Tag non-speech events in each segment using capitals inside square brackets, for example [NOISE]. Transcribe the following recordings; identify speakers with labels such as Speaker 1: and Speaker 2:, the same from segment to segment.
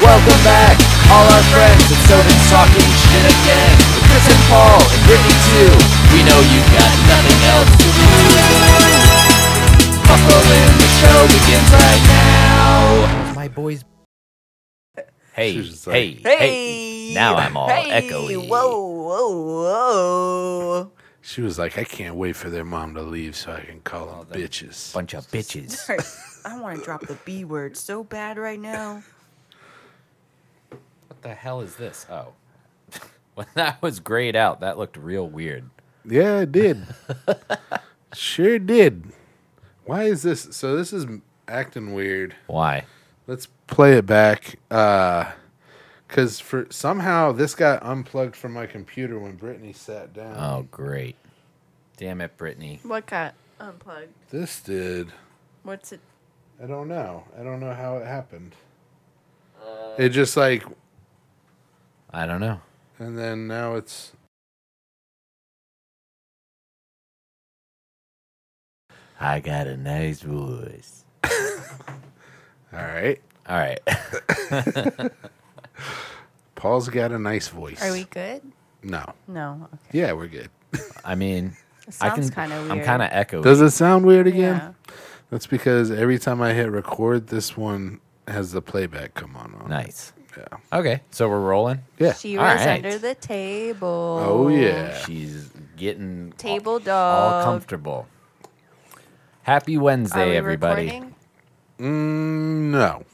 Speaker 1: welcome back, all our friends. It's so did talking shit again with Chris and Paul and Brittany too. We know you've got nothing else to do. Buckle in, the show begins right now.
Speaker 2: My boys.
Speaker 1: Hey,
Speaker 3: She's just
Speaker 1: hey,
Speaker 3: like,
Speaker 1: hey, Now I'm all echoey.
Speaker 2: whoa, whoa.
Speaker 3: She was like, I can't wait for their mom to leave so I can call them bitches.
Speaker 1: Bunch of bitches.
Speaker 2: I want to drop the B word so bad right now.
Speaker 4: What the hell is this? Oh. [LAUGHS] when that was grayed out, that looked real weird.
Speaker 3: Yeah, it did. sure did. Why is this? So this is acting weird.
Speaker 4: Why?
Speaker 3: Let's play it back. Uh, cause for somehow this got unplugged from my computer when Brittany sat down.
Speaker 4: Oh, great. Damn it, Brittany.
Speaker 5: What got unplugged?
Speaker 3: This did.
Speaker 5: What's it?
Speaker 3: I don't know. I don't know how it happened. it just like,
Speaker 4: I don't know.
Speaker 3: and then now it's.
Speaker 4: I got a nice voice.
Speaker 3: All right.
Speaker 4: All right. [LAUGHS]
Speaker 3: Paul's got a nice voice.
Speaker 5: Are we good?
Speaker 3: No.
Speaker 5: No. Okay.
Speaker 3: Yeah, we're good.
Speaker 4: I mean,
Speaker 5: It
Speaker 4: I
Speaker 5: sounds
Speaker 4: can.
Speaker 5: kind of weird.
Speaker 4: I'm kind of echoing.
Speaker 3: Does it sound weird again?
Speaker 5: Yeah.
Speaker 3: That's because every time I hit record, this one has the playback come on. on.
Speaker 4: nice.
Speaker 3: Yeah.
Speaker 4: Okay, so we're rolling.
Speaker 3: Yeah.
Speaker 5: She
Speaker 4: All
Speaker 5: was
Speaker 4: right.
Speaker 5: under the table.
Speaker 3: oh yeah.
Speaker 4: She's getting
Speaker 5: Table dog.
Speaker 4: all comfortable. Happy Wednesday,
Speaker 5: Are we
Speaker 4: everybody.
Speaker 5: recording?
Speaker 3: Mm, no.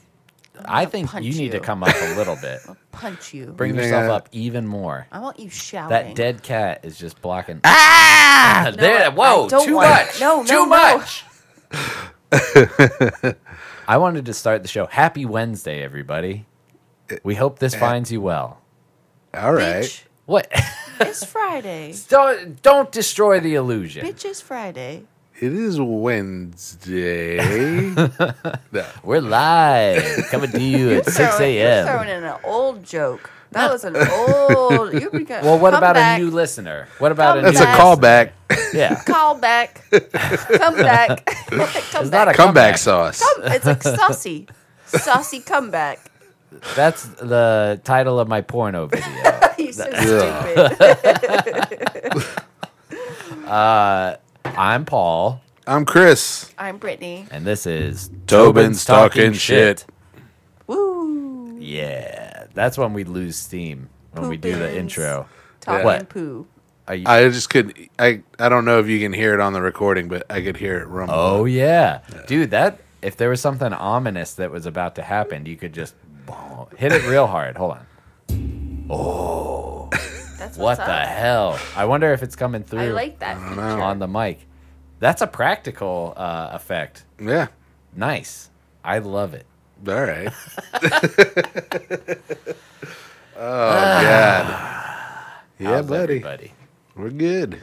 Speaker 4: I think
Speaker 2: punch
Speaker 4: you need to
Speaker 2: you.
Speaker 4: come up a little
Speaker 5: [LAUGHS]
Speaker 4: bit.
Speaker 2: Punch you.
Speaker 4: Bring
Speaker 3: You think
Speaker 4: yourself
Speaker 3: I-
Speaker 4: up even more.
Speaker 2: I want you shouting.
Speaker 4: That dead cat is just blocking. Ah! there, whoa,
Speaker 2: I don't
Speaker 4: too
Speaker 2: want-
Speaker 4: much.
Speaker 2: No, no,
Speaker 4: too
Speaker 2: no.
Speaker 4: much.
Speaker 2: [LAUGHS]
Speaker 4: I wanted to start the show. Happy Wednesday, everybody. We hope
Speaker 3: Eh.
Speaker 4: this finds you well.
Speaker 3: All right.
Speaker 2: Bitch,
Speaker 4: What? [LAUGHS]
Speaker 2: it's Friday.
Speaker 4: don't don't destroy the illusion.
Speaker 2: Bitch, it's Friday.
Speaker 3: It
Speaker 4: [LAUGHS]
Speaker 3: is Wednesday. no.
Speaker 4: We're live, coming to you at
Speaker 2: [LAUGHS]
Speaker 4: [LAUGHS]
Speaker 2: You're
Speaker 4: six
Speaker 2: throwing- You're
Speaker 4: a.m.
Speaker 2: throwing in an old joke. That was an old.
Speaker 4: [LAUGHS]
Speaker 2: You began,
Speaker 4: Well, what
Speaker 2: come
Speaker 4: about
Speaker 2: back,
Speaker 4: a new listener? What about
Speaker 5: Come
Speaker 4: [LAUGHS] a new
Speaker 3: That's a
Speaker 5: Yes.
Speaker 3: callback.
Speaker 4: Yeah,
Speaker 2: call
Speaker 4: [LAUGHS]
Speaker 2: back? Come back. [LAUGHS] come
Speaker 4: It's not
Speaker 2: back.
Speaker 4: a
Speaker 3: Comeback
Speaker 4: Comeback.
Speaker 3: sauce.
Speaker 2: Come- Um, it's like saucy, saucy comeback. [LAUGHS]
Speaker 4: that's the title of my porno
Speaker 2: [LAUGHS]
Speaker 4: video.
Speaker 2: You're so
Speaker 3: [LAUGHS]
Speaker 2: stupid.
Speaker 4: I'm Paul,
Speaker 3: I'm Chris.
Speaker 2: I'm Brittany.
Speaker 4: and this is
Speaker 3: Tobin's Talking Shit.
Speaker 2: Woo.
Speaker 4: Yeah, that's when we lose steam when we do the
Speaker 2: Poopins.
Speaker 4: intro.
Speaker 2: Talking
Speaker 4: What?
Speaker 2: poo.
Speaker 4: Are you,
Speaker 3: I just could. I I don't know if you can hear it on the recording, but I could hear it rumble.
Speaker 4: oh yeah. dude, that if there was something ominous that was about to happen, you could just boom, hit it real hard. Hold on.
Speaker 2: That's
Speaker 4: What
Speaker 2: what's
Speaker 4: the
Speaker 2: up.
Speaker 4: hell? I wonder if it's coming through
Speaker 2: I like that feature.
Speaker 4: on the mic. That's a practical uh, effect.
Speaker 3: Yeah.
Speaker 4: Nice. I love it.
Speaker 3: All
Speaker 4: [LAUGHS]
Speaker 3: right. [LAUGHS] oh God. Yeah,
Speaker 4: How's
Speaker 3: buddy.
Speaker 4: everybody?
Speaker 3: We're good.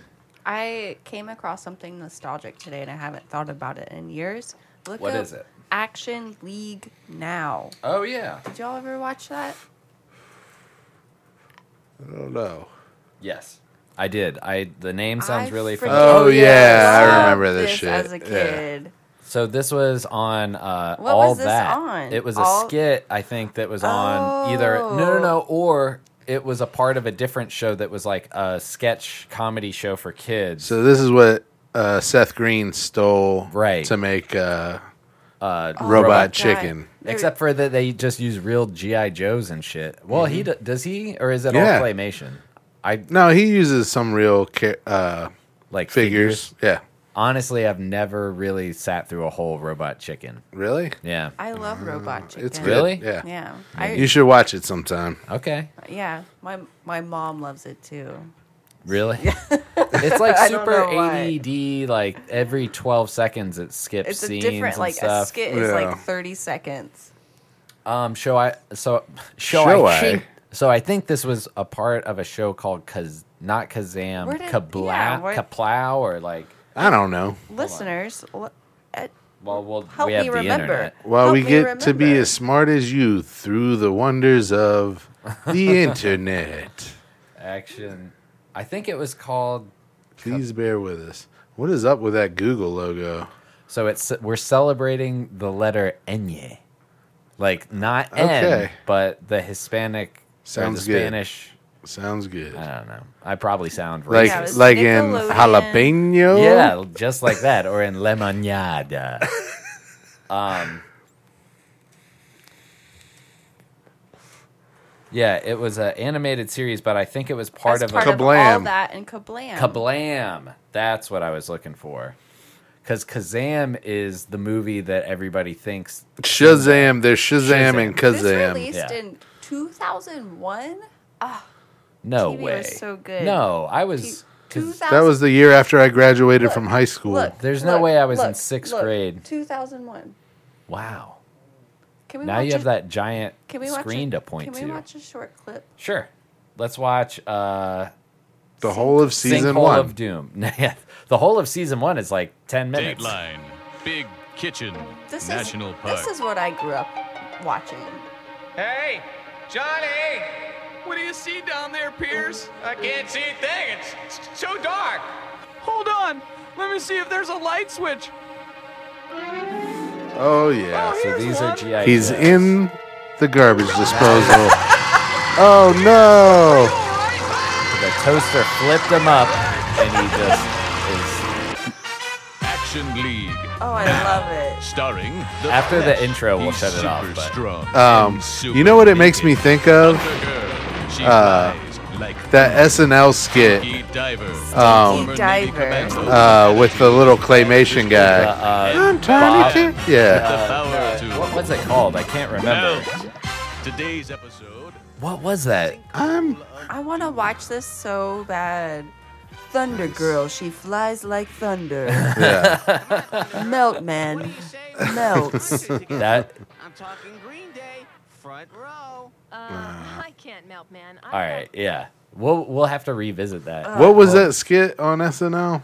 Speaker 2: I came across something nostalgic today, and I haven't thought about it in years. Look
Speaker 4: What
Speaker 2: up
Speaker 4: is it?
Speaker 2: Action League Now.
Speaker 4: Oh yeah.
Speaker 2: Did y'all ever watch that?
Speaker 3: I don't know.
Speaker 4: Yes. I did. I the name sounds
Speaker 2: I
Speaker 4: really
Speaker 2: freaking
Speaker 4: familiar.
Speaker 3: Oh, yeah, I
Speaker 2: loved
Speaker 3: remember this shit.
Speaker 2: As a
Speaker 3: Yeah.
Speaker 2: kid,
Speaker 4: So this was on uh,
Speaker 2: What
Speaker 4: all
Speaker 2: was this
Speaker 4: that.
Speaker 2: on?
Speaker 4: It was a
Speaker 2: All- Oh.
Speaker 4: skit, I think, that was on either no, no, no, or it was a part of a different show that was like a sketch comedy show for kids.
Speaker 3: So this is what uh, Seth Green stole
Speaker 4: Right.
Speaker 3: to make uh,
Speaker 4: uh,
Speaker 3: Robot
Speaker 2: God.
Speaker 3: Chicken.
Speaker 2: They're-
Speaker 4: except for that they just use real GI Joes and shit. Well, he d- does he or is it
Speaker 3: Mm-hmm. Yeah.
Speaker 4: all claymation? I
Speaker 3: No, he uses some real ca- uh,
Speaker 4: like
Speaker 3: figures. Yeah,
Speaker 4: Honestly, I've never really sat through a whole Robot Chicken.
Speaker 3: really.
Speaker 4: Yeah.
Speaker 2: I love Robot Chicken.
Speaker 3: It's good.
Speaker 4: Really?
Speaker 3: Yeah.
Speaker 2: Yeah. I,
Speaker 3: You should watch it sometime.
Speaker 4: Okay.
Speaker 2: yeah. My my mom loves it too.
Speaker 4: Really? it's like
Speaker 2: [LAUGHS] I don't
Speaker 4: super
Speaker 2: know why.
Speaker 4: ADD. Like every twelve seconds, it skips
Speaker 2: It's a
Speaker 4: scenes
Speaker 2: different
Speaker 4: and
Speaker 2: like
Speaker 4: stuff.
Speaker 2: a skit is
Speaker 3: Yeah.
Speaker 2: like thirty seconds.
Speaker 4: Um, show I so show,
Speaker 3: Show
Speaker 4: I,
Speaker 3: I?
Speaker 4: think- so I think this was a part of a show called Kaz, not Kazam,
Speaker 2: Where did-
Speaker 4: Kabla,
Speaker 2: yeah, where-
Speaker 4: Kaplow, or like.
Speaker 3: I don't know.
Speaker 2: Listeners, l- uh,
Speaker 4: Well, we'll
Speaker 2: help
Speaker 4: we have
Speaker 2: me
Speaker 4: the
Speaker 2: remember.
Speaker 4: internet.
Speaker 3: While
Speaker 2: Help
Speaker 3: we
Speaker 2: me
Speaker 3: get to be
Speaker 2: remember.
Speaker 3: as smart as you through the wonders of
Speaker 4: [LAUGHS]
Speaker 3: the internet,
Speaker 4: Action. I think it was called.
Speaker 3: please bear with us. What is up with that Google logo?
Speaker 4: So it's we're celebrating the letter Enye. Like not N,
Speaker 3: Okay.
Speaker 4: but the Hispanic
Speaker 3: Sounds
Speaker 4: or the
Speaker 3: good.
Speaker 4: Spanish.
Speaker 3: Sounds good.
Speaker 4: I don't know. I probably sound racist.
Speaker 3: like
Speaker 2: Yeah, it was
Speaker 3: like in
Speaker 2: Nickelodeon.
Speaker 3: jalapeno.
Speaker 4: Yeah, just like that, or in
Speaker 2: [LAUGHS]
Speaker 4: lemonade. um, yeah, it was an animated series, but I think it was part
Speaker 2: That's
Speaker 4: of
Speaker 2: part
Speaker 4: a
Speaker 2: of all
Speaker 3: Kablam.
Speaker 2: that and kablam.
Speaker 4: Kablam! That's what I was looking for. Because Kazam is the movie that everybody thinks.
Speaker 3: Shazam! There's Shazam,
Speaker 4: Shazam.
Speaker 3: and
Speaker 2: This
Speaker 3: Kazam.
Speaker 2: released
Speaker 4: Yeah.
Speaker 2: in 2001.
Speaker 4: No
Speaker 2: TV was
Speaker 4: way.
Speaker 2: so good.
Speaker 4: No, I was. 'cause
Speaker 2: 2000.
Speaker 3: That was the year after I graduated
Speaker 2: Look,
Speaker 3: from high school.
Speaker 2: Look,
Speaker 4: There's no
Speaker 2: look,
Speaker 4: way I was in
Speaker 2: look,
Speaker 4: sixth
Speaker 2: look,
Speaker 4: grade.
Speaker 2: 2001.
Speaker 4: wow.
Speaker 2: Can we
Speaker 4: Now
Speaker 2: watch
Speaker 4: you have
Speaker 2: a-
Speaker 4: that giant
Speaker 2: Can we watch
Speaker 4: screen
Speaker 2: a,
Speaker 4: to point
Speaker 2: Can
Speaker 4: to.
Speaker 2: we watch a short clip?
Speaker 4: Sure. Let's watch uh
Speaker 3: the whole of season
Speaker 4: Sinkhole
Speaker 3: one.
Speaker 4: of Doom. [LAUGHS] Yeah. the whole of season one is like ten minutes.
Speaker 6: Dateline, Big Kitchen,
Speaker 2: This
Speaker 6: National
Speaker 2: is
Speaker 6: Park.
Speaker 2: this is what I grew up watching.
Speaker 7: Hey, Johnny! What do you see down there, Piers? I can't see a thing. It's, it's so dark. Hold on. Let me see if there's a light switch.
Speaker 3: oh yeah.
Speaker 4: So these are GI.
Speaker 3: He's
Speaker 4: Joes.
Speaker 3: in the
Speaker 4: [LAUGHS]
Speaker 3: garbage disposal. oh no!
Speaker 4: the toaster flipped him up and he just is
Speaker 6: Action League,
Speaker 2: Oh, I love it.
Speaker 6: starring the
Speaker 4: after the
Speaker 6: Flash.
Speaker 4: intro we'll
Speaker 6: He's
Speaker 4: shut it off.
Speaker 6: super
Speaker 4: But
Speaker 6: strong.
Speaker 3: Um,
Speaker 6: and super
Speaker 3: you know what it makes me
Speaker 6: naked.
Speaker 3: think of?
Speaker 6: Undergirl. She
Speaker 3: Uh,
Speaker 6: flies like
Speaker 3: That SNL skit
Speaker 6: Stinky Diver.
Speaker 3: um,
Speaker 6: Former Navy
Speaker 5: Diver.
Speaker 6: commando.
Speaker 3: uh, with the little claymation guy. I'm
Speaker 4: Bob.
Speaker 3: tiny too.
Speaker 6: the
Speaker 3: Yeah. uh,
Speaker 6: power to
Speaker 4: uh, what was it called? I can't remember.
Speaker 6: melt. Today's episode.
Speaker 4: What was that?
Speaker 3: I'm
Speaker 2: I want to watch this so bad.
Speaker 5: Thunder Girl, she flies like
Speaker 2: [LAUGHS]
Speaker 5: thunder.
Speaker 3: yeah.
Speaker 5: Melt, man. Melts.
Speaker 4: That
Speaker 7: [LAUGHS] I'm talking Green Day, front row.
Speaker 8: Uh, I can't melt, man. I
Speaker 4: Uh-huh. all right, yeah. We'll we'll have to revisit that.
Speaker 3: What was that skit on SNL?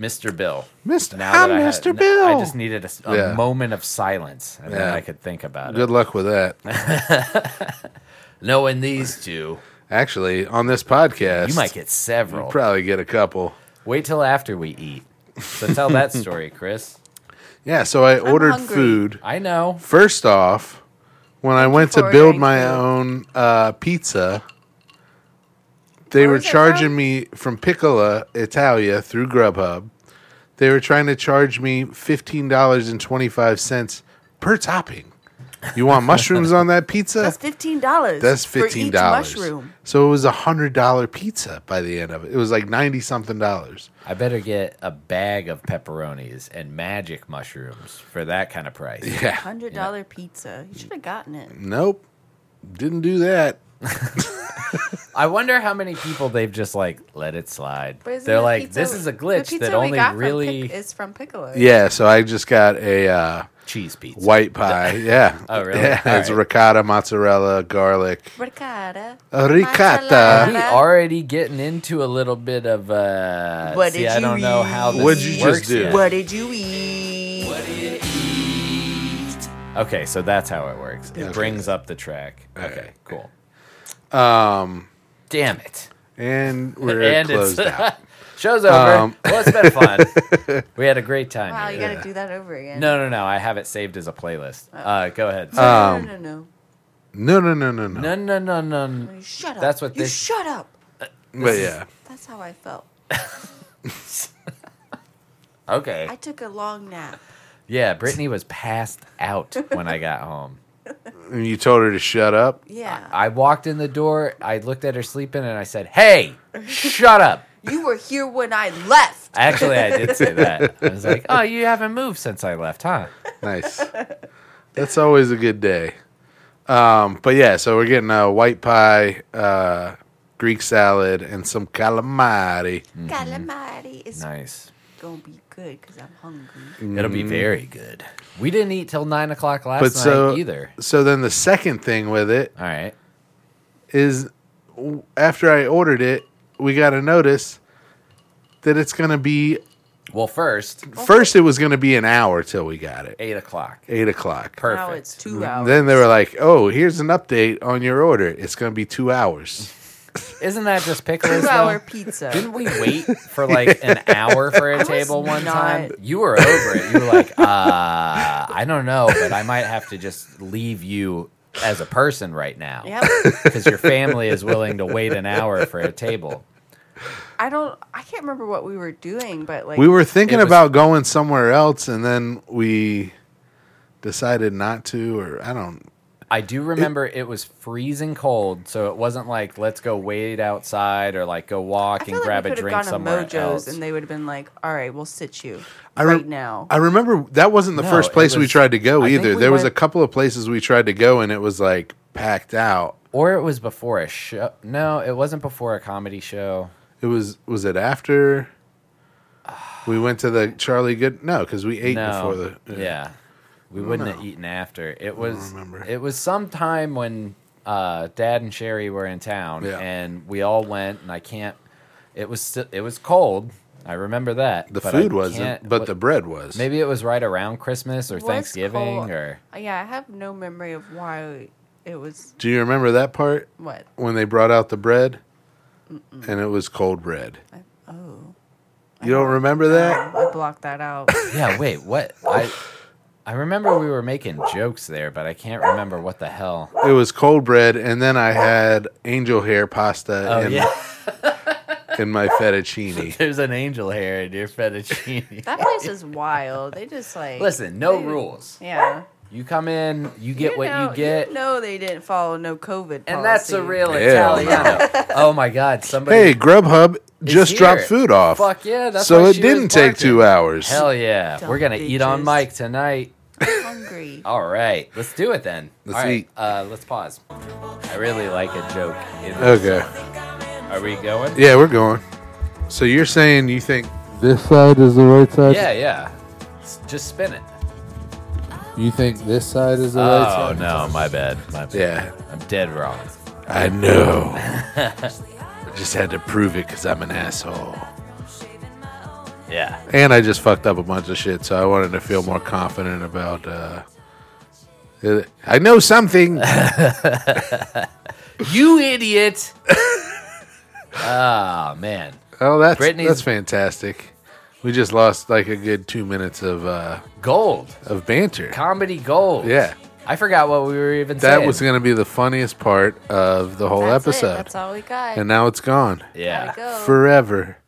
Speaker 4: Mr. Bill.
Speaker 3: Mr.
Speaker 4: Now
Speaker 3: I'm
Speaker 4: that I had-
Speaker 3: Mr.
Speaker 4: n-
Speaker 3: Bill.
Speaker 4: I just needed a, s- a
Speaker 3: Yeah.
Speaker 4: moment of silence, and then
Speaker 3: Yeah.
Speaker 4: I could think about it.
Speaker 3: Good luck with that.
Speaker 4: [LAUGHS] Knowing these two,
Speaker 3: Actually, on this podcast,
Speaker 4: you might get several.
Speaker 3: probably get a couple.
Speaker 4: Wait till after we eat. So tell
Speaker 3: [LAUGHS]
Speaker 4: that story, Chris.
Speaker 3: Yeah. So I ordered
Speaker 2: hungry.
Speaker 3: food.
Speaker 4: I know.
Speaker 3: First off, when I went
Speaker 2: for
Speaker 3: to build
Speaker 2: ordering
Speaker 3: my
Speaker 2: food.
Speaker 3: own uh, pizza, they
Speaker 2: Where
Speaker 3: were
Speaker 2: was it
Speaker 3: charging
Speaker 2: from?
Speaker 3: me from Piccola Italia through Grubhub. They were trying to charge me fifteen dollars and twenty five cents per topping.
Speaker 4: [LAUGHS]
Speaker 3: You want mushrooms on that pizza?
Speaker 5: That's fifteen dollars.
Speaker 3: That's fifteen dollars.
Speaker 5: Mushroom.
Speaker 3: So it was a hundred dollar pizza by the end of it. It was like ninety something dollars.
Speaker 4: I better get a bag of pepperonis and magic mushrooms for that kind of price.
Speaker 3: [LAUGHS] Yeah.
Speaker 2: Hundred dollar pizza. You should have gotten it.
Speaker 3: Nope. Didn't do that.
Speaker 4: I wonder how many people they've just like let it slide.
Speaker 2: But isn't
Speaker 4: They're
Speaker 2: the
Speaker 4: like,
Speaker 2: pizza-
Speaker 4: this is a
Speaker 2: the
Speaker 4: glitch that
Speaker 2: pizza we
Speaker 4: only
Speaker 2: got from
Speaker 4: really
Speaker 2: Pic- is from Piccolo.
Speaker 3: Yeah. So I just got a uh,
Speaker 4: cheese pizza. [LAUGHS]
Speaker 3: white pie. Yeah.
Speaker 4: Oh, really?
Speaker 3: Yeah.
Speaker 4: All
Speaker 3: It's
Speaker 4: right.
Speaker 3: ricotta, mozzarella, garlic.
Speaker 2: Ricotta.
Speaker 3: A
Speaker 4: Uh,
Speaker 3: ricotta.
Speaker 4: we already getting into a little bit of uh
Speaker 5: What
Speaker 4: see,
Speaker 5: did
Speaker 4: I
Speaker 5: you
Speaker 4: don't know how this
Speaker 3: What'd you just
Speaker 4: works
Speaker 3: do?
Speaker 4: yet.
Speaker 5: What did you eat?
Speaker 4: Okay, so that's how it works. It brings up the track. Okay, cool. Um damn it.
Speaker 3: And Um, we're
Speaker 4: [LAUGHS] and
Speaker 3: closed
Speaker 4: it's
Speaker 3: out.
Speaker 4: show's over.
Speaker 3: Um,
Speaker 4: well, it's been
Speaker 3: [LAUGHS]
Speaker 4: fun. we had a great time.
Speaker 2: Wow, you
Speaker 4: here.
Speaker 2: got to do that over again.
Speaker 4: No, no, no. I have it saved as a playlist.
Speaker 2: Oh.
Speaker 4: Uh, go ahead.
Speaker 2: no, no, no, no.
Speaker 3: No, no, no, no, no.
Speaker 4: no, no, no, no. no.
Speaker 2: You shut up.
Speaker 4: That's what
Speaker 2: you
Speaker 4: this-
Speaker 2: shut up.
Speaker 3: But yeah.
Speaker 2: That's how I felt.
Speaker 4: Okay.
Speaker 2: I took a long nap.
Speaker 4: Yeah, Brittany was passed out when I got home.
Speaker 3: And you told her to shut up.
Speaker 2: Yeah.
Speaker 4: I walked in the door. I looked at her sleeping, and I said, "Hey, shut up."
Speaker 2: you were here when I left.
Speaker 4: Actually, I did say that. I was like, "Oh, you haven't moved since I left, huh?" [LAUGHS]
Speaker 3: Nice. That's always a good day. Um, but yeah, so we're getting a white pie, uh, Greek salad, and some calamari.
Speaker 2: Calamari is
Speaker 4: Nice.
Speaker 2: gonna be good because I'm hungry.
Speaker 4: It'll be very good. We didn't eat till nine o'clock last
Speaker 3: But
Speaker 4: night
Speaker 3: so,
Speaker 4: either.
Speaker 3: so then the second thing with it
Speaker 4: All right.
Speaker 3: is w- after I ordered it, we got a notice that it's going to be
Speaker 4: Well, first
Speaker 3: first, it was going to be an hour till we got it,
Speaker 4: eight o'clock.
Speaker 3: eight o'clock.
Speaker 4: Perfect.
Speaker 2: Now it's
Speaker 4: Mm,
Speaker 2: two hours.
Speaker 3: Then they were like, oh, here's an update on your order. It's going to be two hours.
Speaker 4: Isn't that just
Speaker 2: [LAUGHS]
Speaker 4: pickles?
Speaker 5: Two
Speaker 4: though?
Speaker 5: hour pizza.
Speaker 4: Didn't we wait for like an hour for a table one
Speaker 5: not-
Speaker 4: time? You were over it. You were like, uh, I don't know, but I might have to just leave you as a person right now
Speaker 2: Yep.
Speaker 4: because your family is willing to wait an hour for a table.
Speaker 2: I don't. I can't remember what we were doing, but like
Speaker 3: We were thinking
Speaker 4: It was-
Speaker 3: about going somewhere else, and then we decided not to, or I don't.
Speaker 4: I do remember it, was freezing cold, so it wasn't like let's go wait outside or like go walk
Speaker 2: I feel
Speaker 4: and
Speaker 2: like
Speaker 4: grab
Speaker 2: we
Speaker 4: a
Speaker 2: could have
Speaker 4: drink
Speaker 2: gone to
Speaker 4: somewhere
Speaker 2: Mojo's
Speaker 4: else.
Speaker 2: and they would have been like, "All right, we'll sit you
Speaker 3: I
Speaker 2: right
Speaker 3: rem-
Speaker 2: now."
Speaker 3: I remember that wasn't the
Speaker 4: No,
Speaker 3: first
Speaker 4: it
Speaker 3: place we
Speaker 4: was-
Speaker 3: tried to go
Speaker 4: I think
Speaker 3: either.
Speaker 4: we
Speaker 3: there was a
Speaker 4: went-
Speaker 3: couple of places we tried to go, and it was like packed out.
Speaker 4: or it was before a show. No, it wasn't before a comedy show.
Speaker 3: It was was it after we went to the Charlie Good? No, because we ate before the uh,
Speaker 4: yeah. We wouldn't have eaten after. It was
Speaker 3: remember.
Speaker 4: it was sometime when uh, Dad and Sherry were in town,
Speaker 3: Yeah.
Speaker 4: and we all went. And I can't. It was still it was cold. I remember that
Speaker 3: The
Speaker 4: but I
Speaker 3: food wasn't,
Speaker 4: can't-
Speaker 3: but
Speaker 4: what-
Speaker 3: the bread was.
Speaker 4: maybe it was right around Christmas or
Speaker 2: Was
Speaker 4: Thanksgiving
Speaker 2: cold.
Speaker 4: or
Speaker 2: Uh, Yeah, I have no memory of why it was
Speaker 3: Do you remember that part
Speaker 2: what.
Speaker 3: when they brought out the bread, and it was cold bread?
Speaker 2: Oh,
Speaker 3: You don't remember that?
Speaker 2: um, I blocked that out.
Speaker 4: yeah. Wait, what I. I remember we were making jokes there, but I can't remember what the hell.
Speaker 3: It was cold bread, and then I had angel hair pasta
Speaker 4: Oh
Speaker 3: in,
Speaker 4: yeah, [LAUGHS]
Speaker 3: in my fettuccine.
Speaker 4: there's an angel hair in your fettuccine. [LAUGHS]
Speaker 2: That place is wild. They just like
Speaker 4: Listen, no
Speaker 2: they-
Speaker 4: rules.
Speaker 2: Yeah,
Speaker 4: You come in, you get what
Speaker 2: know-
Speaker 4: you get.
Speaker 2: know they didn't follow no COVID,
Speaker 4: And that's a
Speaker 2: policy.
Speaker 4: real
Speaker 3: Yeah.
Speaker 4: Italiano. [LAUGHS] oh my God! Somebody.
Speaker 3: Hey, Grubhub
Speaker 4: It's
Speaker 3: just
Speaker 4: here.
Speaker 3: dropped food off.
Speaker 4: Fuck yeah, that's
Speaker 3: so
Speaker 4: why
Speaker 3: it
Speaker 4: she was
Speaker 3: didn't take
Speaker 4: barking.
Speaker 3: two hours.
Speaker 4: Hell yeah!
Speaker 5: Dumb
Speaker 4: We're gonna eat on
Speaker 5: bitches.
Speaker 4: Mike tonight.
Speaker 2: hungry.
Speaker 4: All right, let's do it then.
Speaker 3: Let's
Speaker 4: All right,
Speaker 3: eat.
Speaker 4: Uh, let's pause. I really like a joke. In this.
Speaker 3: Okay.
Speaker 4: Are we going?
Speaker 3: Yeah, we're going. So you're saying you think this side is the right side?
Speaker 4: Yeah, yeah. S- Just spin it.
Speaker 3: You think this side is the
Speaker 4: Oh
Speaker 3: right side?
Speaker 4: no, my bad. My bad.
Speaker 3: Yeah,
Speaker 4: I'm dead wrong.
Speaker 3: I know. [LAUGHS] I just had to prove it because I'm an asshole.
Speaker 4: Yeah.
Speaker 3: And I just fucked up a bunch of shit, so I wanted to feel more confident about. uh it- I
Speaker 4: [LAUGHS]
Speaker 3: know something.
Speaker 4: [LAUGHS] You idiot. [LAUGHS] Ah man.
Speaker 3: Oh, that's
Speaker 4: Brittany's-
Speaker 3: that's fantastic. We just lost like a good two minutes of uh
Speaker 4: Gold.
Speaker 3: of banter.
Speaker 4: Comedy gold.
Speaker 3: Yeah.
Speaker 4: I forgot what we were even saying.
Speaker 3: That was going to be the funniest part of the whole
Speaker 2: That's it.
Speaker 3: episode.
Speaker 2: That's all we got.
Speaker 3: and now it's gone
Speaker 4: Yeah.
Speaker 2: Go.
Speaker 3: forever.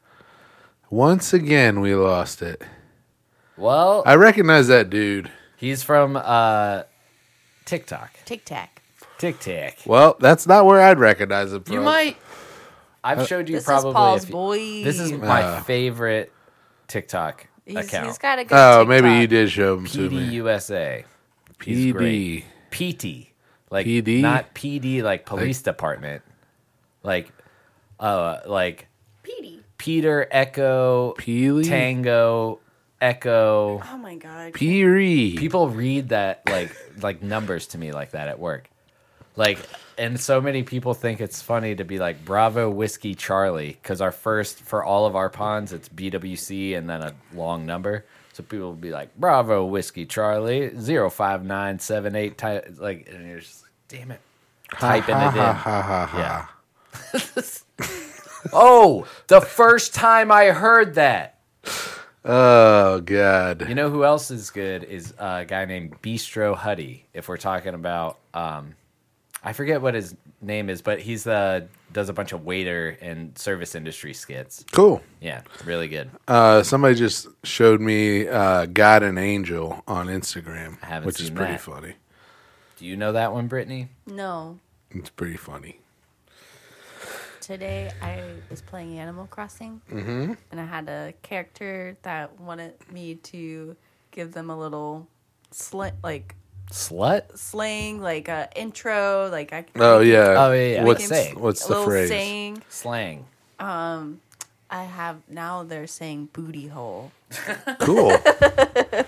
Speaker 3: Once again, we lost it.
Speaker 4: Well,
Speaker 3: I recognize that dude.
Speaker 4: he's from uh, TikTok.
Speaker 2: Tic Tac.
Speaker 4: TikTok.
Speaker 3: Well, that's not where I'd recognize him from.
Speaker 4: You might. I've showed you
Speaker 2: This
Speaker 4: probably.
Speaker 2: is Paul's
Speaker 4: a few-
Speaker 2: boy.
Speaker 4: This is my
Speaker 3: Uh.
Speaker 4: favorite TikTok
Speaker 2: He's-
Speaker 4: account.
Speaker 2: he's got a good.
Speaker 3: Oh,
Speaker 2: TikTok.
Speaker 3: maybe you did show him to
Speaker 4: PD
Speaker 3: me.
Speaker 4: USA. He's
Speaker 3: PD.
Speaker 4: PT. Like
Speaker 3: PD?
Speaker 4: not PD like police department. Like uh like
Speaker 2: Petey.
Speaker 4: Peter Echo
Speaker 3: Peely?
Speaker 4: Tango Echo.
Speaker 2: Oh my god.
Speaker 3: Peary.
Speaker 4: people read that like [LAUGHS] like numbers to me like that at work like and so many people think it's funny to be like bravo whiskey charlie because our first for all of our ponds it's bwc and then a long number so people will be like bravo whiskey charlie 05978 ty- like and you're just damn it typing it in yeah [LAUGHS] oh the first time i heard that
Speaker 3: Oh, God.
Speaker 4: you know who else is good is a guy named Bistro Huddy. If we're talking about, um, I forget what his name is, but he's uh, does a bunch of waiter and service industry skits.
Speaker 3: cool.
Speaker 4: Yeah, really good.
Speaker 3: Uh, somebody just showed me uh, God and Angel on Instagram,
Speaker 4: I haven't
Speaker 3: which is
Speaker 4: seen
Speaker 3: pretty
Speaker 4: that.
Speaker 3: funny.
Speaker 4: Do you know that one, Brittany?
Speaker 2: No.
Speaker 3: It's pretty funny.
Speaker 2: Today I was playing Animal Crossing,
Speaker 3: Mm-hmm.
Speaker 2: and I had a character that wanted me to give them a little slit, like
Speaker 4: Slut.
Speaker 2: slang, like a intro, like I
Speaker 3: Oh, yeah.
Speaker 4: Oh, yeah, yeah.
Speaker 3: What's,
Speaker 4: Saying.
Speaker 3: what's
Speaker 2: a
Speaker 3: the
Speaker 2: little
Speaker 3: phrase?
Speaker 2: saying.
Speaker 4: Slang.
Speaker 2: I have now they're saying booty hole.
Speaker 4: [LAUGHS]
Speaker 3: Cool.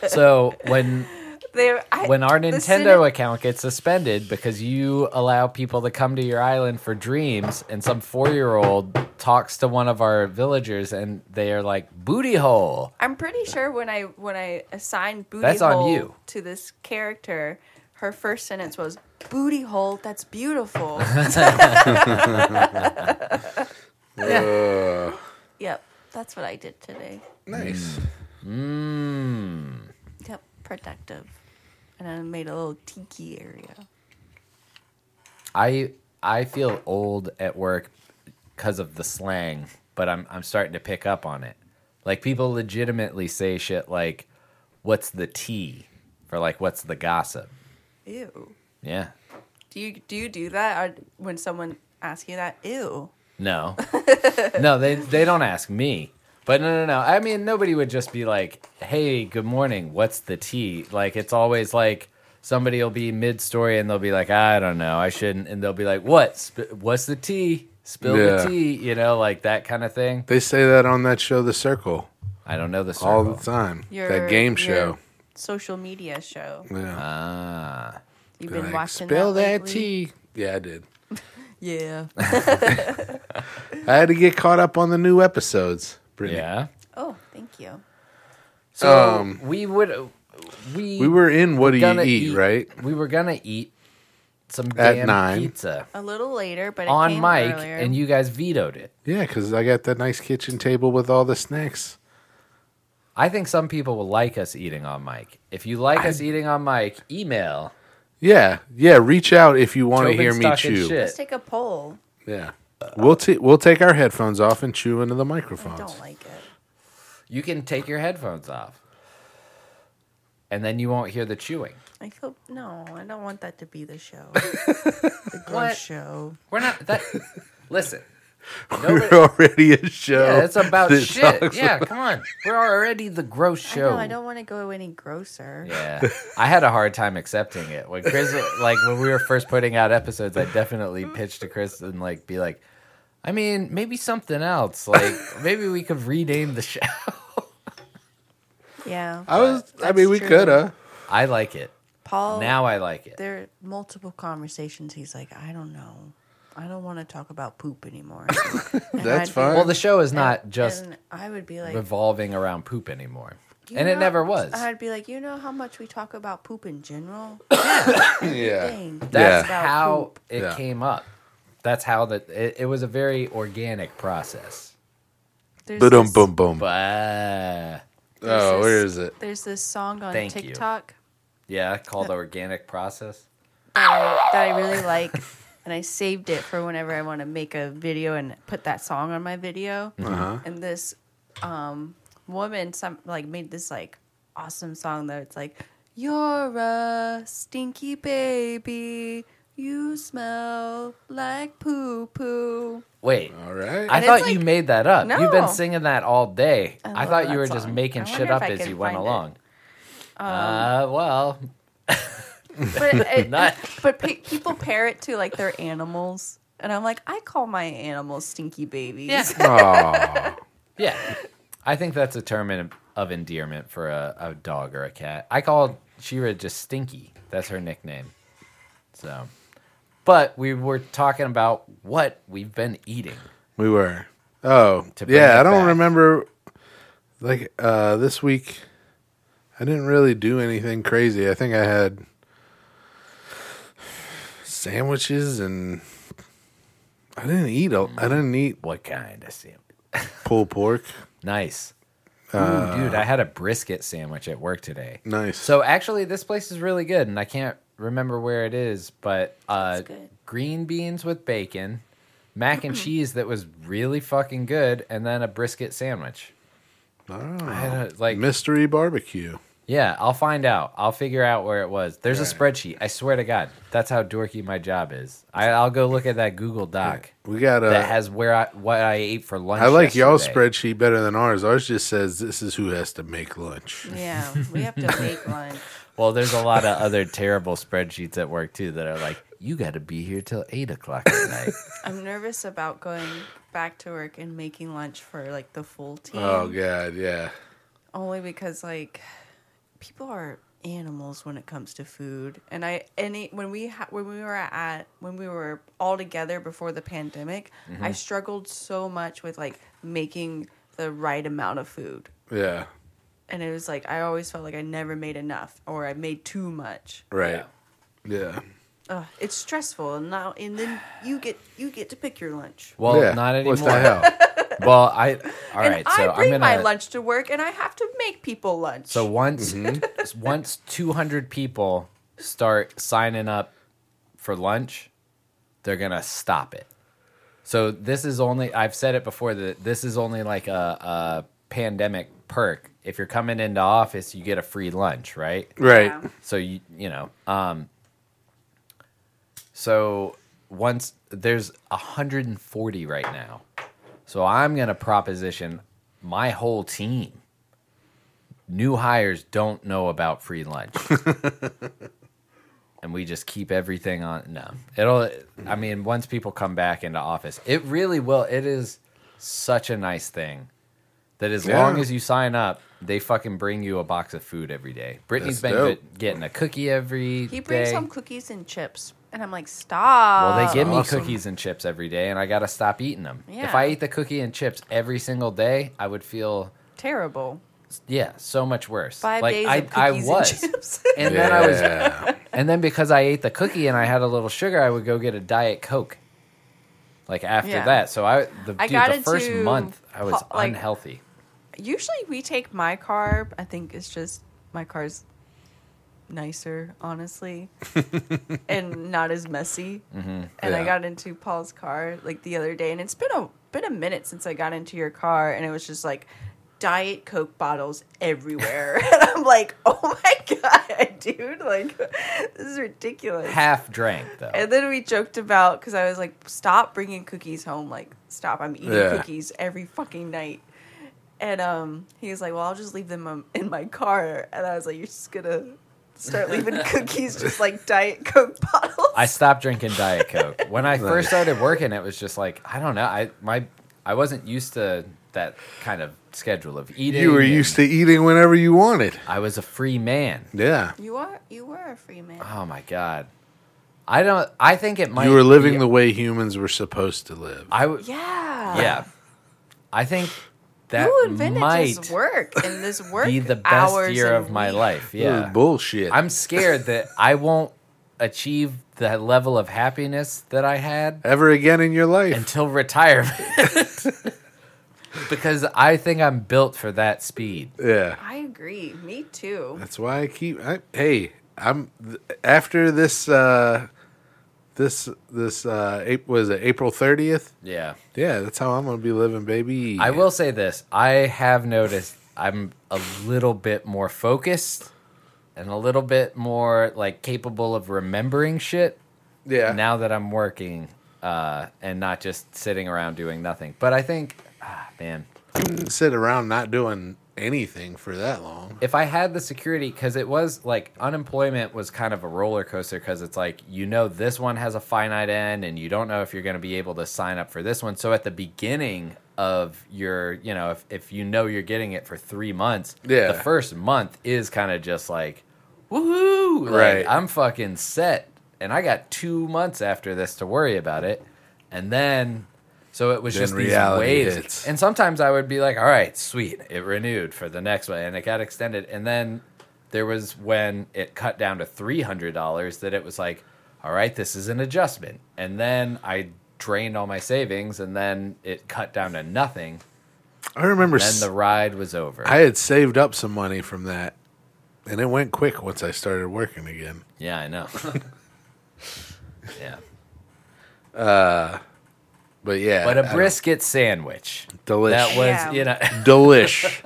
Speaker 4: So when
Speaker 2: They're I,
Speaker 4: when our
Speaker 2: [LAUGHS] the
Speaker 4: Nintendo
Speaker 2: syna-
Speaker 4: account gets suspended because you allow people to come to your island for dreams, and some four year old talks to one of our villagers, and they are like booty hole.
Speaker 2: I'm pretty sure when I when I assigned booty
Speaker 4: That's on
Speaker 2: hole
Speaker 4: you.
Speaker 2: to this character, her first sentence was booty hole
Speaker 4: [LAUGHS]
Speaker 2: that's beautiful. [LAUGHS]
Speaker 3: Uh,
Speaker 2: yep, that's what I did today.
Speaker 3: nice.
Speaker 2: Yep, productive. And I made a little tiki area.
Speaker 4: I I feel old at work because of the slang, but I'm I'm starting to pick up on it. Like people legitimately say shit like, "What's the tea?" for like, "What's the gossip?"
Speaker 2: Ew.
Speaker 4: Yeah,
Speaker 2: Do you do you do that or when someone asks you that? Ew.
Speaker 4: no, no, they they don't ask me. But no, no, no. I mean, nobody would just be like, "Hey, good morning. What's the tea?" Like it's always like somebody will be mid story and they'll be like, "I don't know. I shouldn't," and they'll be like, "What? Sp- what's the tea?" Spill
Speaker 3: Yeah.
Speaker 4: the tea, you know, like that kind of thing.
Speaker 3: They say that on that show, The Circle,
Speaker 4: I don't know the circle.
Speaker 3: all the time. that game show.
Speaker 2: your social media show.
Speaker 3: Yeah.
Speaker 4: Ah,
Speaker 2: You've
Speaker 3: They're
Speaker 2: been
Speaker 3: like,
Speaker 2: watching
Speaker 3: Spill that,
Speaker 2: that, lately?
Speaker 3: tea. Yeah, I did. [LAUGHS]
Speaker 2: Yeah.
Speaker 3: I had to get caught up on the new episodes. Brittany.
Speaker 4: yeah.
Speaker 2: Oh, thank you.
Speaker 4: So
Speaker 3: Um,
Speaker 4: we would we
Speaker 3: We were in What Do You
Speaker 4: gonna
Speaker 3: Eat, right?
Speaker 4: We were gonna eat some
Speaker 3: At
Speaker 4: damn
Speaker 3: nine.
Speaker 4: pizza
Speaker 2: A little later, but it
Speaker 4: on
Speaker 2: came
Speaker 4: Mike,
Speaker 2: earlier.
Speaker 4: and you guys vetoed it.
Speaker 3: Yeah, because I got that nice kitchen table with all the snacks.
Speaker 4: I think some people will like us eating on Mike. If you like us eating on Mike, email.
Speaker 3: Yeah, yeah. Reach out if you want to
Speaker 4: Tobin
Speaker 3: hear me
Speaker 4: Stock and
Speaker 3: chew.
Speaker 2: Let's
Speaker 4: Shit.
Speaker 2: take a poll.
Speaker 3: Yeah, we'll t- we'll take our headphones off and chew into the
Speaker 2: I
Speaker 3: microphones.
Speaker 2: don't like it.
Speaker 4: You can take your headphones off, and then you won't hear the chewing.
Speaker 2: I feel no. I don't want that to be
Speaker 4: [LAUGHS]
Speaker 2: the show. the gross
Speaker 4: What?
Speaker 2: show.
Speaker 4: We're not
Speaker 3: [LAUGHS]
Speaker 4: that. listen,
Speaker 3: We're already a show.
Speaker 4: yeah, it's about
Speaker 3: that
Speaker 4: shit.
Speaker 3: talks-
Speaker 4: Yeah, come on. We're already the gross show.
Speaker 2: I know. I don't want to go any grosser.
Speaker 4: Yeah, I had a hard time accepting it when Chris, like when we were first putting out episodes, I definitely pitched to Chris and like be like, I mean, maybe something else. Like maybe we could rename the show. [LAUGHS]
Speaker 2: Yeah.
Speaker 3: I was. I
Speaker 2: That's
Speaker 3: mean, we
Speaker 2: true.
Speaker 3: coulda.
Speaker 4: I like it
Speaker 2: Paul.
Speaker 4: now. I like it.
Speaker 2: there are multiple conversations. He's like, I don't know. I don't want to talk about
Speaker 4: [LAUGHS]
Speaker 2: poop anymore. And
Speaker 3: That's
Speaker 2: I'd be-
Speaker 3: fine.
Speaker 4: Well, the show is not just
Speaker 2: and I would be like,
Speaker 4: revolving around poop anymore,
Speaker 2: "You
Speaker 4: and it
Speaker 2: know-"
Speaker 4: never was.
Speaker 2: I'd be like, you know how much we talk about poop in general.
Speaker 3: yeah,
Speaker 2: Dang.
Speaker 4: That's
Speaker 3: Yeah.
Speaker 4: how
Speaker 2: Poop.
Speaker 4: it
Speaker 3: Yeah.
Speaker 4: came up. That's how that it, it was a very organic process.
Speaker 2: There's
Speaker 3: boom,
Speaker 2: this-
Speaker 3: boom, boom.
Speaker 4: But
Speaker 2: there's
Speaker 3: Oh,
Speaker 2: this-
Speaker 3: where is it?
Speaker 2: There's this song on
Speaker 4: Thank you.
Speaker 2: TikTok
Speaker 4: yeah, called the organic process.
Speaker 2: that I, that I really like, and I saved it for whenever I want to make a video and put that song on my video.
Speaker 3: Mm-hmm.
Speaker 2: And this um, woman, some like made this like awesome song that it's like, "You're a stinky baby, you smell like poo poo."
Speaker 4: Wait,
Speaker 3: All right.
Speaker 4: I
Speaker 2: And
Speaker 4: thought
Speaker 2: it's
Speaker 4: you
Speaker 2: like-
Speaker 4: made that up. You've
Speaker 2: No.
Speaker 4: been singing that all day.
Speaker 2: I
Speaker 4: I,
Speaker 2: love
Speaker 4: thought
Speaker 2: that
Speaker 4: you were just
Speaker 2: song.
Speaker 4: making
Speaker 2: I
Speaker 4: shit
Speaker 2: wonder
Speaker 4: up
Speaker 2: if I
Speaker 4: as
Speaker 2: can
Speaker 4: you went
Speaker 2: find it. Um,
Speaker 4: along. uh, well, [LAUGHS]
Speaker 2: But it,
Speaker 4: Not-
Speaker 2: but pe- people pair it to like their animals, and I'm like, I call my animals stinky babies.
Speaker 4: Yeah.
Speaker 3: Aw.
Speaker 2: [LAUGHS]
Speaker 4: yeah. I think that's a term in, of endearment for a, a dog or a cat. I called Shira just Stinky. That's her nickname. So, but we were talking about what we've been eating.
Speaker 3: We were. Oh,
Speaker 4: To bring
Speaker 3: yeah.
Speaker 4: it
Speaker 3: I don't
Speaker 4: back.
Speaker 3: remember. Like uh, this week, I didn't really do anything crazy. I think I had sandwiches and I didn't eat. A, I didn't eat
Speaker 4: What kind of sandwich?
Speaker 3: pulled pork.
Speaker 4: Nice. Ooh, dude, I had a brisket sandwich at work today.
Speaker 3: Uh, Nice.
Speaker 4: So actually, this place is really good, and I can't remember where it is, but uh,
Speaker 2: That's good. Mm-hmm.
Speaker 4: green beans with bacon, mac and cheese that was really fucking good, and then a brisket sandwich. I
Speaker 3: Oh,
Speaker 4: had a, like,
Speaker 3: mystery barbecue.
Speaker 4: yeah, I'll find out. I'll figure out where it was. There's a spreadsheet. I swear to God, that's how dorky my job is. I, I'll go look at that Google Doc
Speaker 3: We got
Speaker 4: that
Speaker 3: a.
Speaker 4: has where I what I ate for lunch.
Speaker 3: I like y'all's
Speaker 4: yesterday.
Speaker 3: spreadsheet better than ours. Ours just says this is who has to make lunch.
Speaker 2: Yeah, we have to make lunch.
Speaker 4: Well, there's a lot of other terrible spreadsheets at work too that are like, you got to be here till eight o'clock at night.
Speaker 2: I'm nervous about going back to work and making lunch for like the full team.
Speaker 3: Oh god, yeah.
Speaker 2: Only because like people are animals when it comes to food, and I any when we ha- when we were at when we were all together before the pandemic, I struggled so much with like making the right amount of food,
Speaker 3: Yeah.
Speaker 2: and it was like I always felt like I never made enough or I made too much.
Speaker 3: Right. yeah.
Speaker 2: ugh, it's stressful, and now and then you get you get to pick your lunch.
Speaker 4: Well,
Speaker 3: yeah.
Speaker 4: not anymore.
Speaker 3: What the hell?
Speaker 4: [LAUGHS] Well, I all
Speaker 2: and
Speaker 4: right.
Speaker 2: I
Speaker 4: so
Speaker 2: bring
Speaker 4: I'm gonna.
Speaker 2: my lunch to work, and I have to make people lunch.
Speaker 4: So once once 200 people start signing up for lunch, they're going to stop it. So this is only I've said it before that this is only like a, a pandemic perk. If you're coming into office, you get a free lunch, right?
Speaker 3: Right.
Speaker 2: Yeah.
Speaker 4: So you you know, um so once there's 140 right now. So I'm going to proposition my whole team. New hires don't know about free
Speaker 3: [LAUGHS]
Speaker 4: lunch. and we just keep everything on no. It'll I mean once people come back into office, it really will. It is such a nice thing that as
Speaker 3: Yeah.
Speaker 4: long as you sign up, they fucking bring you a box of food every day. Brittany's
Speaker 3: That's
Speaker 4: been
Speaker 3: dope.
Speaker 4: get- getting a cookie every
Speaker 2: he brings
Speaker 4: day.
Speaker 2: home cookies and chips, and I'm like, stop.
Speaker 4: Well, they give
Speaker 3: awesome.
Speaker 4: me cookies and chips every day, and I got to stop eating them. If
Speaker 2: Yeah.
Speaker 4: I ate the cookie and chips every single day, I would feel
Speaker 2: terrible.
Speaker 4: yeah so much worse.
Speaker 2: Five
Speaker 4: like
Speaker 2: days
Speaker 4: I,
Speaker 2: of cookies
Speaker 4: I
Speaker 2: and
Speaker 4: was,
Speaker 2: [LAUGHS] chips.
Speaker 4: and then I was, and then because I ate the cookie and I had a little sugar, I would go get a diet coke. Like after
Speaker 2: Yeah.
Speaker 4: that, so I the,
Speaker 2: I
Speaker 4: dude,
Speaker 2: got
Speaker 4: the first
Speaker 2: into
Speaker 4: month I was
Speaker 2: po- like-
Speaker 4: unhealthy.
Speaker 2: Usually we take my carb. I think it's just my car's nicer, honestly, and not as messy. And I
Speaker 3: Yeah.
Speaker 2: got into Paul's car like the other day, and it's been a been a minute since I got into your car, and it was just like diet coke bottles everywhere [LAUGHS] and i'm like oh my [LAUGHS] god dude like this is ridiculous
Speaker 4: Half drank though.
Speaker 2: and then we joked about because I was like, "Stop bringing cookies home! Like, stop! I'm eating
Speaker 3: Yeah.
Speaker 2: cookies every fucking night." And um, he was like, "Well, I'll just leave them um, in my car." And I was like, "You're just gonna start leaving
Speaker 4: [LAUGHS]
Speaker 2: cookies just like diet coke [LAUGHS] bottles."
Speaker 4: I stopped drinking
Speaker 3: [LAUGHS]
Speaker 4: Diet Coke. When I first started working, it was just like I don't know. I my I wasn't used to that kind of schedule of eating.
Speaker 3: You were
Speaker 4: and
Speaker 3: used to eating whenever you wanted.
Speaker 4: I was a free man.
Speaker 3: Yeah.
Speaker 2: you are you were a free man.
Speaker 4: Oh my god. I don't. I think it might.
Speaker 3: You were living
Speaker 4: be-
Speaker 3: the way humans were supposed to live.
Speaker 4: I would. Yeah.
Speaker 2: yeah,
Speaker 4: I think that
Speaker 2: You invented
Speaker 4: might
Speaker 2: this work and this work
Speaker 4: [LAUGHS] be the best
Speaker 2: hours
Speaker 4: year
Speaker 2: and
Speaker 4: of my
Speaker 2: week.
Speaker 4: life.
Speaker 3: It was
Speaker 4: Yeah.
Speaker 3: bullshit.
Speaker 4: I'm scared that I won't achieve the level of happiness that I had
Speaker 3: Ever again in your life.
Speaker 4: until retirement [LAUGHS] because I think I'm built for that speed.
Speaker 3: yeah.
Speaker 2: I agree. Me too.
Speaker 3: That's why I keep. I, hey, I'm th- after this. uh This this uh April, was it April thirtieth?
Speaker 4: Yeah.
Speaker 3: Yeah, that's how I'm gonna be living, baby.
Speaker 4: I will say this I have noticed I'm a little bit more focused and a little bit more like capable of remembering shit
Speaker 3: Yeah.
Speaker 4: now that I'm working uh, and not just sitting around doing nothing. But I think, ah, man,
Speaker 3: sit around not doing anything for that long.
Speaker 4: if I had the security, because it was like unemployment was kind of a roller coaster, because it's like you know this one has a finite end, and you don't know if you're going to be able to sign up for this one. So at the beginning of your, you know, if if you know you're getting it for three months,
Speaker 3: Yeah.
Speaker 4: the first month is kind of just like, woohoo, like,
Speaker 3: Right.
Speaker 4: I'm fucking set, and I got two months after this to worry about it, and then. So it was
Speaker 3: Then
Speaker 4: just these
Speaker 3: reality
Speaker 4: waves.
Speaker 3: hits.
Speaker 4: And sometimes I would be like, all right, sweet, it renewed for the next one. And it got extended. And then there was when it cut down to $300 that it was like, all right, this is an adjustment. And then I drained all my savings and then it cut down to nothing.
Speaker 3: I remember
Speaker 4: Then the ride was over.
Speaker 3: I had saved up some money from that, and it went quick once I started working again.
Speaker 4: yeah, I
Speaker 3: [LAUGHS]
Speaker 4: know. yeah.
Speaker 3: But yeah,
Speaker 4: But
Speaker 3: I
Speaker 4: a
Speaker 3: don't-
Speaker 4: brisket sandwich.
Speaker 3: delish,
Speaker 4: That was,
Speaker 2: Yeah.
Speaker 4: you know, [LAUGHS]
Speaker 3: delish.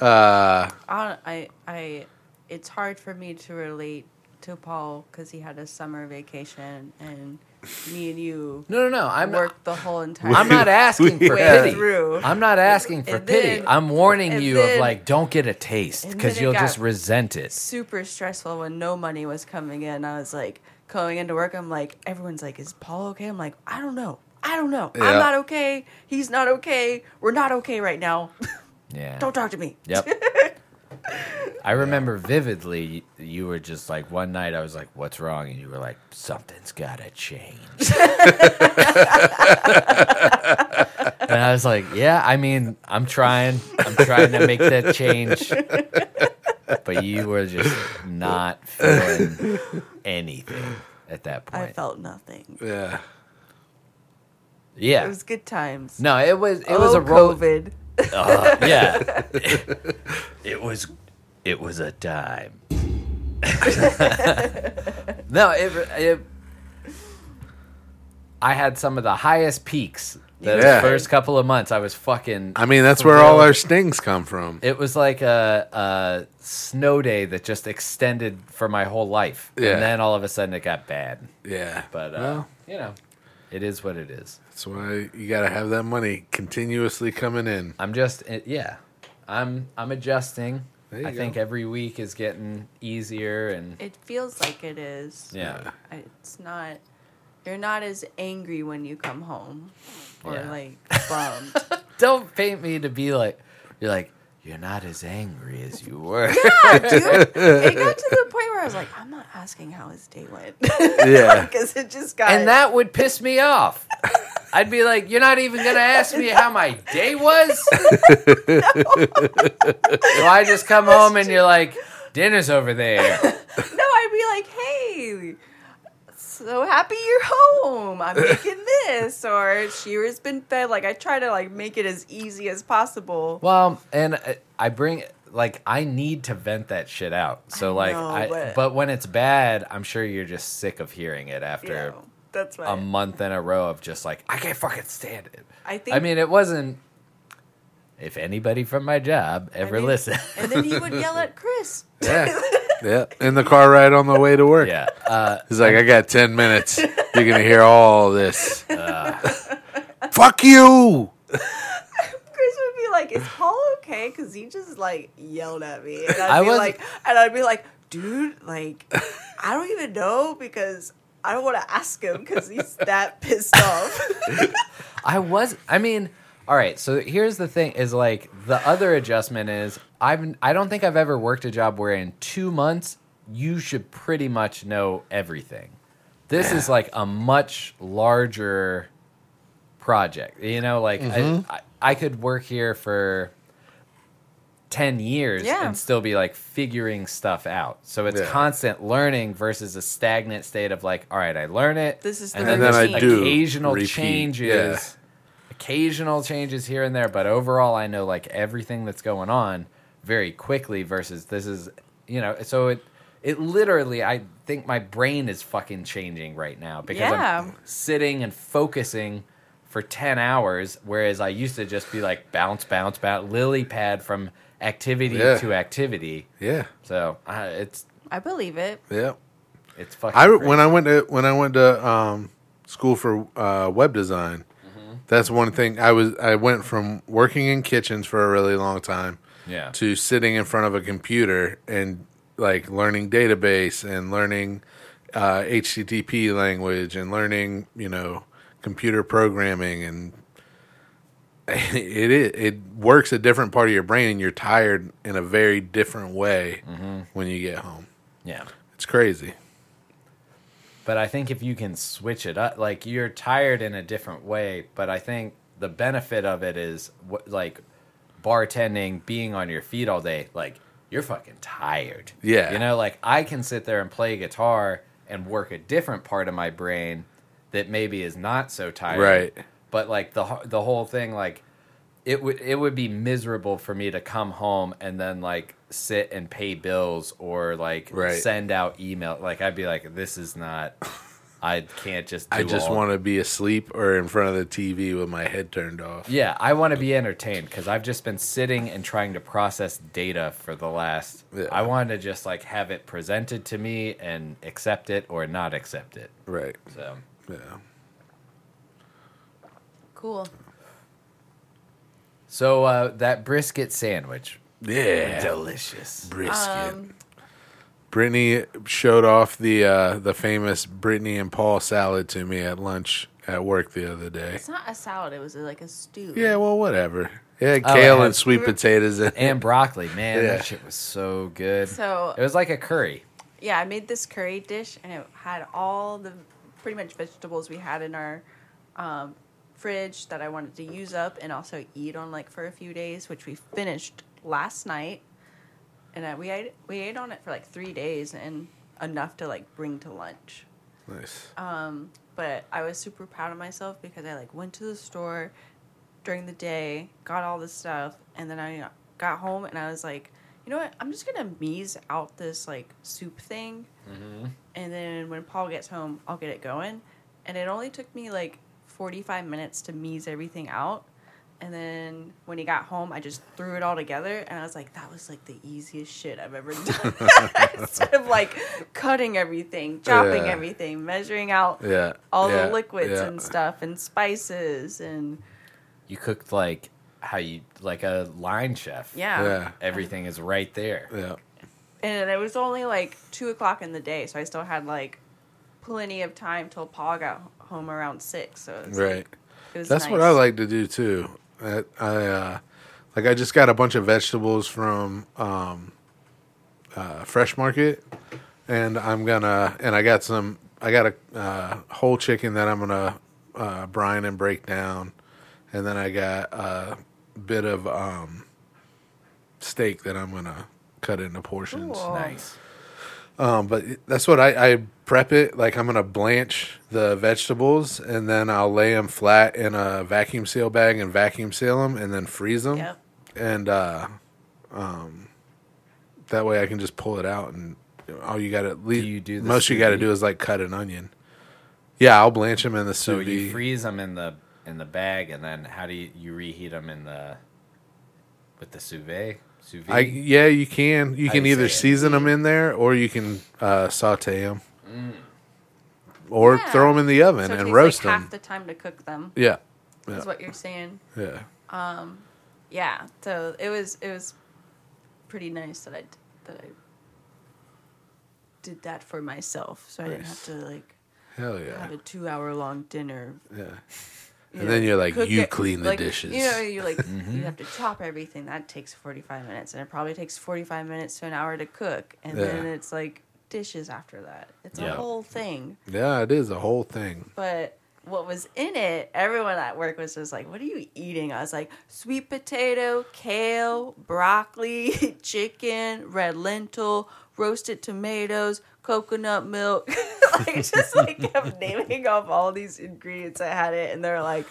Speaker 2: I, I, I, it's hard for me to relate to Paul because he had a summer vacation and me and you
Speaker 4: no, no, no. I'm not,
Speaker 2: worked the whole entire.
Speaker 4: I'm
Speaker 3: [LAUGHS]
Speaker 2: [LAUGHS]
Speaker 4: not asking for
Speaker 2: went
Speaker 4: pity.
Speaker 2: through.
Speaker 4: I'm not asking for
Speaker 2: And
Speaker 4: pity.
Speaker 2: then-
Speaker 4: I'm warning
Speaker 2: and
Speaker 4: you of
Speaker 2: then-
Speaker 4: like, don't get a taste
Speaker 2: and
Speaker 4: because
Speaker 2: then it
Speaker 4: you'll
Speaker 2: got-
Speaker 4: just resent it.
Speaker 2: super stressful when no money was coming in. I was like going into work. I'm like everyone's like, is Paul okay? I'm like, I don't know. I don't know.
Speaker 3: Yeah.
Speaker 2: I'm not okay. He's not okay. We're not okay right now.
Speaker 4: Yeah.
Speaker 2: don't talk to me.
Speaker 4: Yep. I remember vividly. You were just like one night. I was like, "What's wrong?" And you were like, "Something's gotta change." [LAUGHS] and I was like, "Yeah, I mean, I'm trying. I'm trying to make that change." But you were just not feeling anything. at that
Speaker 2: I
Speaker 4: point.
Speaker 2: felt nothing.
Speaker 3: Yeah.
Speaker 2: It
Speaker 4: yeah.
Speaker 2: was good times.
Speaker 4: No, it was it was
Speaker 2: oh,
Speaker 4: a roll.
Speaker 2: COVID.
Speaker 4: Uh, yeah. [LAUGHS] it was it was a dime. [LAUGHS] no, it, it I had some of the highest peaks. The
Speaker 3: Yeah.
Speaker 4: first couple of months I was fucking
Speaker 3: I mean, that's where all our stings come from.
Speaker 4: It was like a, a snow day that just extended for my whole life.
Speaker 3: Yeah.
Speaker 4: And then all of a sudden it got bad.
Speaker 3: Yeah.
Speaker 4: But, uh,
Speaker 3: Well,
Speaker 4: you know, it is what it is.
Speaker 3: that's why you got to have that money continuously
Speaker 4: [LAUGHS]
Speaker 3: coming in.
Speaker 4: I'm just, it, yeah, I'm I'm adjusting.
Speaker 3: There you
Speaker 4: I think
Speaker 3: go.
Speaker 4: every week is getting easier and,
Speaker 2: It feels like it is.
Speaker 4: yeah.
Speaker 2: It's not. You're not as angry when you come home, or
Speaker 4: Yeah. [LAUGHS]
Speaker 2: like bummed.
Speaker 4: Don't paint me to be like, you're like, you're not as angry as you
Speaker 3: [LAUGHS]
Speaker 4: were.
Speaker 2: it got to the point where I was like, I'm not asking how his day went [LAUGHS]
Speaker 3: Yeah.
Speaker 2: because it just got.
Speaker 4: and that would piss me off. I'd be like, you're not even gonna ask me how my day
Speaker 3: [LAUGHS]
Speaker 4: was. so I just come home and you're like, dinner's over there.
Speaker 2: no, I'd be like, hey. So happy you're home. I'm making this, or Shira's been fed. Like I try to like make it as easy as possible.
Speaker 4: Well, and I- I bring like I need to vent that shit out. So like,
Speaker 2: I know,
Speaker 4: I, but...
Speaker 2: but-
Speaker 4: when it's bad, I'm sure you're just sick of hearing it after.
Speaker 2: You know, that's why
Speaker 4: a month in a row of just like I can't fucking stand it.
Speaker 2: I think.
Speaker 4: I mean, it wasn't. If anybody from my job ever
Speaker 2: mean-
Speaker 4: listened,
Speaker 2: and then he would yell at Chris.
Speaker 3: Yeah. yeah. In the car ride on the way to work.
Speaker 4: [LAUGHS] yeah, uh,
Speaker 3: He's like, I got 10 minutes. You're going to hear
Speaker 4: [LAUGHS]
Speaker 3: all this.
Speaker 4: Uh,
Speaker 3: Fuck you.
Speaker 2: Chris would be like, "Is Paul okay?" Because he just like yelled at me, and I'd
Speaker 4: I
Speaker 2: be
Speaker 4: wasn't-
Speaker 2: like, and I'd be like, "Dude, like, I don't even know because I don't want to ask him because he's that pissed off."
Speaker 4: I was. I mean, all right. So here's the thing: is like the other adjustment is I've I don't think I've ever worked a job where in two months you should pretty much know everything. This is like a much larger project. You know, like I, I I could work here for. 10 years
Speaker 2: Yeah.
Speaker 4: and still be like figuring stuff out. So it's
Speaker 3: Yeah.
Speaker 4: constant learning versus a stagnant state of like, all right, I learn it.
Speaker 2: This is
Speaker 4: and
Speaker 2: the
Speaker 4: then,
Speaker 2: routine.
Speaker 4: there's
Speaker 2: And then I do
Speaker 4: occasional
Speaker 3: repeat.
Speaker 4: changes
Speaker 3: Yeah.
Speaker 4: occasional changes here and there, but overall, I know like everything that's going on very quickly. Versus this is, you know, so it it literally, I think my brain is fucking changing right now because
Speaker 2: Yeah.
Speaker 4: I'm sitting and focusing for ten hours, whereas I used to just be like bounce, bounce, bounce, lily pad from activity
Speaker 3: Yeah.
Speaker 4: to activity.
Speaker 3: Yeah.
Speaker 4: So I it's
Speaker 2: I believe it.
Speaker 3: Yeah.
Speaker 4: it's fucking.
Speaker 3: I
Speaker 4: crazy.
Speaker 3: when I went to when I went to um, school for uh, web design, that's one thing I was I went from working in kitchens for a really long time
Speaker 4: yeah
Speaker 3: to sitting in front of a computer and like learning database and learning uh, HTTP language and learning you know computer programming and [LAUGHS] it, it it works a different part of your brain and you're tired in a very different way when you get home.
Speaker 4: yeah.
Speaker 3: It's crazy.
Speaker 4: But I think if you can switch it up, like you're tired in a different way. But I think the benefit of it is what, like bartending, being on your feet all day, like you're fucking tired.
Speaker 3: Yeah.
Speaker 4: You know, like I can sit there and play guitar and work a different part of my brain that maybe is not so tired.
Speaker 3: Right.
Speaker 4: But like the ho- the whole thing, like it would it would be miserable for me to come home and then like sit and pay bills or like
Speaker 3: Right.
Speaker 4: send out email. Like I'd be like, this is not. I can't just. Do
Speaker 3: I just
Speaker 4: all-
Speaker 3: want to be asleep or in front of the TV with my head turned off.
Speaker 4: Yeah, I want to be entertained because I've just been sitting and trying to process data for the last.
Speaker 3: Yeah.
Speaker 4: I want to just like have it presented to me and accept it or not accept it.
Speaker 3: Right.
Speaker 4: So
Speaker 3: Yeah.
Speaker 2: Cool.
Speaker 4: so uh, that brisket sandwich,
Speaker 3: Yeah.
Speaker 4: delicious.
Speaker 3: Brisket.
Speaker 2: Um,
Speaker 3: Brittany showed off the uh, the famous Brittany and Paul salad to me at lunch at work the other day.
Speaker 2: It's not a salad. It was like a stew.
Speaker 3: Yeah, well, whatever. It had
Speaker 4: Oh, it
Speaker 3: kale
Speaker 4: had-
Speaker 3: and
Speaker 2: Mm-hmm.
Speaker 3: sweet potatoes in it.
Speaker 4: And broccoli, man,
Speaker 3: Yeah.
Speaker 4: that shit was so good.
Speaker 2: So-
Speaker 4: it was like a curry.
Speaker 2: yeah, I made this curry dish and it had all the pretty much vegetables we had in our um, fridge that I wanted to use up and also eat on like for a few days, which we finished last night. uh, And I, we ate, we ate on it for like three days and enough to like bring to lunch.
Speaker 3: Nice.
Speaker 2: but I was super proud of myself because I like went to the store during the day, got all this stuff, and then I got home and I was like, you know what? I'm just gonna mise out this like soup thing, and then when Paul gets home, I'll get it going. And it only took me like 45 minutes to mise everything out. And then when he got home, I just threw it all together, and I was like, "That was like the easiest shit I've ever done." [LAUGHS] Instead of like cutting everything, chopping
Speaker 3: Yeah.
Speaker 2: everything, measuring out
Speaker 3: yeah.
Speaker 2: all
Speaker 3: yeah,
Speaker 2: the liquids
Speaker 3: yeah.
Speaker 2: and stuff and spices and
Speaker 4: You cooked like how you like a line chef.
Speaker 2: yeah.
Speaker 3: Yeah.
Speaker 4: Everything is right there.
Speaker 3: Yeah.
Speaker 2: And it was only like two o'clock in the day, so I still had like plenty of time till Paul got home around six. So it was,
Speaker 3: Right.
Speaker 2: it was
Speaker 3: That's what
Speaker 2: nice.
Speaker 3: I like to do too. I, I uh, like I just got a bunch of vegetables from um, uh, Fresh Market, and I'm gonna and I got some. I got a uh, whole chicken that I'm gonna uh, brine and break down, and then I got a bit of um, steak that I'm gonna cut into portions.
Speaker 2: Cool.
Speaker 4: Nice.
Speaker 3: Um, but it- that's what I, I prep it. Like I'm gonna blanch the vegetables and then I'll lay them flat in a vacuum seal bag and vacuum seal them and then freeze them.
Speaker 2: Yep.
Speaker 3: And uh, um, that way I can just pull it out and all you gotta leave.
Speaker 4: you do the
Speaker 3: most you
Speaker 4: sous
Speaker 3: gotta
Speaker 4: vide?
Speaker 3: do is like cut an onion. Yeah, I'll blanch them in the
Speaker 4: So
Speaker 3: sous
Speaker 4: you
Speaker 3: vide.
Speaker 4: freeze them in the in the bag, and then how do you, you reheat them in the with the sous vide? Sous vide.
Speaker 3: I, yeah, you can. You
Speaker 4: How
Speaker 3: can
Speaker 4: you
Speaker 3: either
Speaker 4: say it?
Speaker 3: season them in there or you can uh, saute them, or
Speaker 2: Mm. Yeah.
Speaker 3: throw them in the oven
Speaker 2: So it takes,
Speaker 3: and roast
Speaker 2: like
Speaker 3: them.
Speaker 2: half the time to cook them.
Speaker 3: yeah,
Speaker 2: Is what you're saying?
Speaker 3: yeah.
Speaker 2: Yeah. So it was it was pretty nice that I d- that I did that for myself, so I didn't have
Speaker 3: Nice.
Speaker 2: to like
Speaker 3: Hell yeah.
Speaker 2: have a two hour long dinner
Speaker 3: Yeah.
Speaker 2: you
Speaker 3: And then
Speaker 2: know,
Speaker 3: you're like,
Speaker 2: cook
Speaker 3: you
Speaker 2: it-
Speaker 3: clean the
Speaker 2: like,
Speaker 3: dishes.
Speaker 2: You know,
Speaker 3: [LAUGHS]
Speaker 2: you like you have to chop everything. That takes 45 minutes, and it probably takes 45 minutes to an hour to cook, and then
Speaker 3: Yeah.
Speaker 2: it's like dishes after that. It's
Speaker 4: Yeah.
Speaker 2: a whole thing.
Speaker 3: yeah, it is a whole thing.
Speaker 2: But what was in it? Everyone at work was just like, "What are you eating?" I was like, "Sweet potato, kale, broccoli, [LAUGHS] chicken, red lentil, roasted tomatoes." Coconut milk, [LAUGHS] like just like [LAUGHS] kept naming off all these ingredients I had it, and they're like,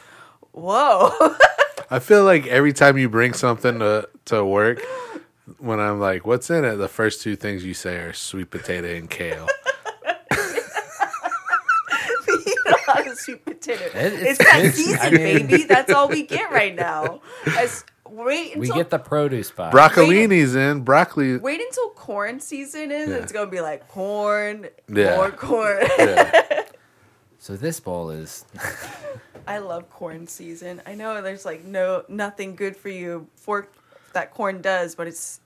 Speaker 2: "Whoa!" [LAUGHS]
Speaker 3: I feel like every time you bring something to, to work, when I'm like, what's in it? The first two things you say are sweet potato and
Speaker 2: [LAUGHS]
Speaker 3: kale.
Speaker 2: you know how to sweet potato.
Speaker 4: It-
Speaker 2: it's
Speaker 4: it's
Speaker 2: that
Speaker 4: good.
Speaker 2: season,
Speaker 4: I mean-
Speaker 2: baby. That's all we
Speaker 3: [LAUGHS]
Speaker 2: get right now. As, wait
Speaker 4: we
Speaker 2: until
Speaker 4: get the produce box.
Speaker 3: Broccolini's in. Broccoli.
Speaker 2: wait until corn season is.
Speaker 3: Yeah.
Speaker 2: It's gonna be like corn,
Speaker 3: Yeah. [LAUGHS]
Speaker 2: more corn. [LAUGHS]
Speaker 3: Yeah.
Speaker 4: so this bowl is
Speaker 2: I love corn season. I know there's like no nothing good for you for that corn does, but it's.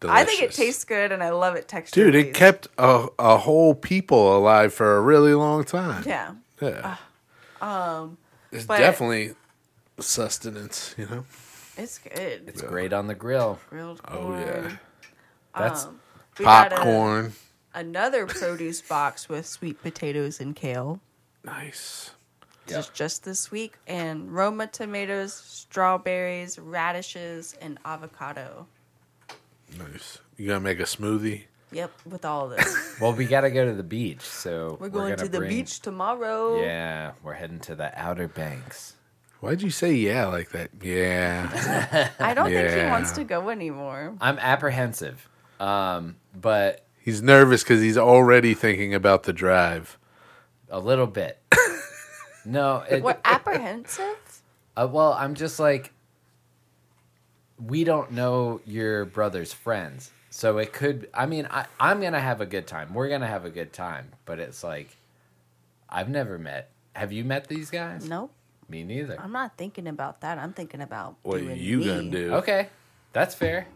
Speaker 2: I think it
Speaker 3: Delicious.
Speaker 2: tastes good, and I love it texture.
Speaker 3: Dude, it kept a, a whole people alive for a really long time.
Speaker 2: Yeah, Uh, um,
Speaker 3: Yeah. it's
Speaker 2: but-
Speaker 3: definitely sustenance, you know?
Speaker 2: it's good.
Speaker 4: it's great on the grill.
Speaker 2: grilled
Speaker 3: Oh,
Speaker 2: corn.
Speaker 3: yeah.
Speaker 4: That's
Speaker 2: We got a-
Speaker 3: Popcorn.
Speaker 2: another produce box with sweet potatoes and kale.
Speaker 3: Nice.
Speaker 2: just just this week and Roma tomatoes, strawberries, radishes, and avocado.
Speaker 3: Nice. You going to make a smoothie?
Speaker 2: Yep, with all
Speaker 3: [LAUGHS]
Speaker 2: of this.
Speaker 4: well, we got to go to the beach, so
Speaker 2: We're going
Speaker 4: gonna
Speaker 2: to the
Speaker 4: bring-
Speaker 2: beach tomorrow.
Speaker 4: Yeah, we're heading to the Outer Banks.
Speaker 3: Why'd you say yeah like that? Yeah.
Speaker 2: I don't think he
Speaker 3: Yeah.
Speaker 2: wants to go anymore.
Speaker 4: I'm apprehensive, um, but
Speaker 3: he's nervous because he's already thinking about the drive.
Speaker 4: a little bit. no, it,
Speaker 3: [LAUGHS]
Speaker 2: What apprehensive?
Speaker 4: Uh, well, I'm just like, we don't know your brother's friends, so it could. I mean, I, I'm gonna have a good time. We're gonna have a good time, but it's like, I've never met. Have you met these guys?
Speaker 2: Nope.
Speaker 4: me neither.
Speaker 2: I'm not thinking about that. I'm thinking about
Speaker 3: What
Speaker 2: doing
Speaker 3: you
Speaker 2: me.
Speaker 3: gonna do?
Speaker 4: Okay, that's fair,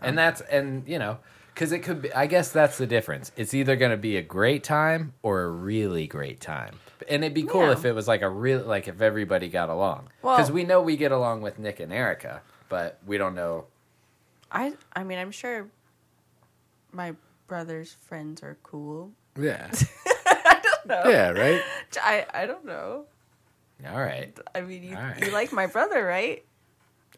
Speaker 2: Um,
Speaker 4: and that's and you know, because it could be. I guess that's the difference. It's either gonna be a great time or a really great time, and it'd be cool
Speaker 2: Yeah.
Speaker 4: if it was like a real like if everybody got along,
Speaker 2: Well-
Speaker 4: because we know we get along with Nick and Erica, but we don't know.
Speaker 2: I I mean I'm sure my brother's friends are cool. [LAUGHS]
Speaker 3: Yeah. Yeah, right?
Speaker 2: I, I don't know.
Speaker 4: All right.
Speaker 2: I mean you,
Speaker 4: All right.
Speaker 2: you like my brother, right?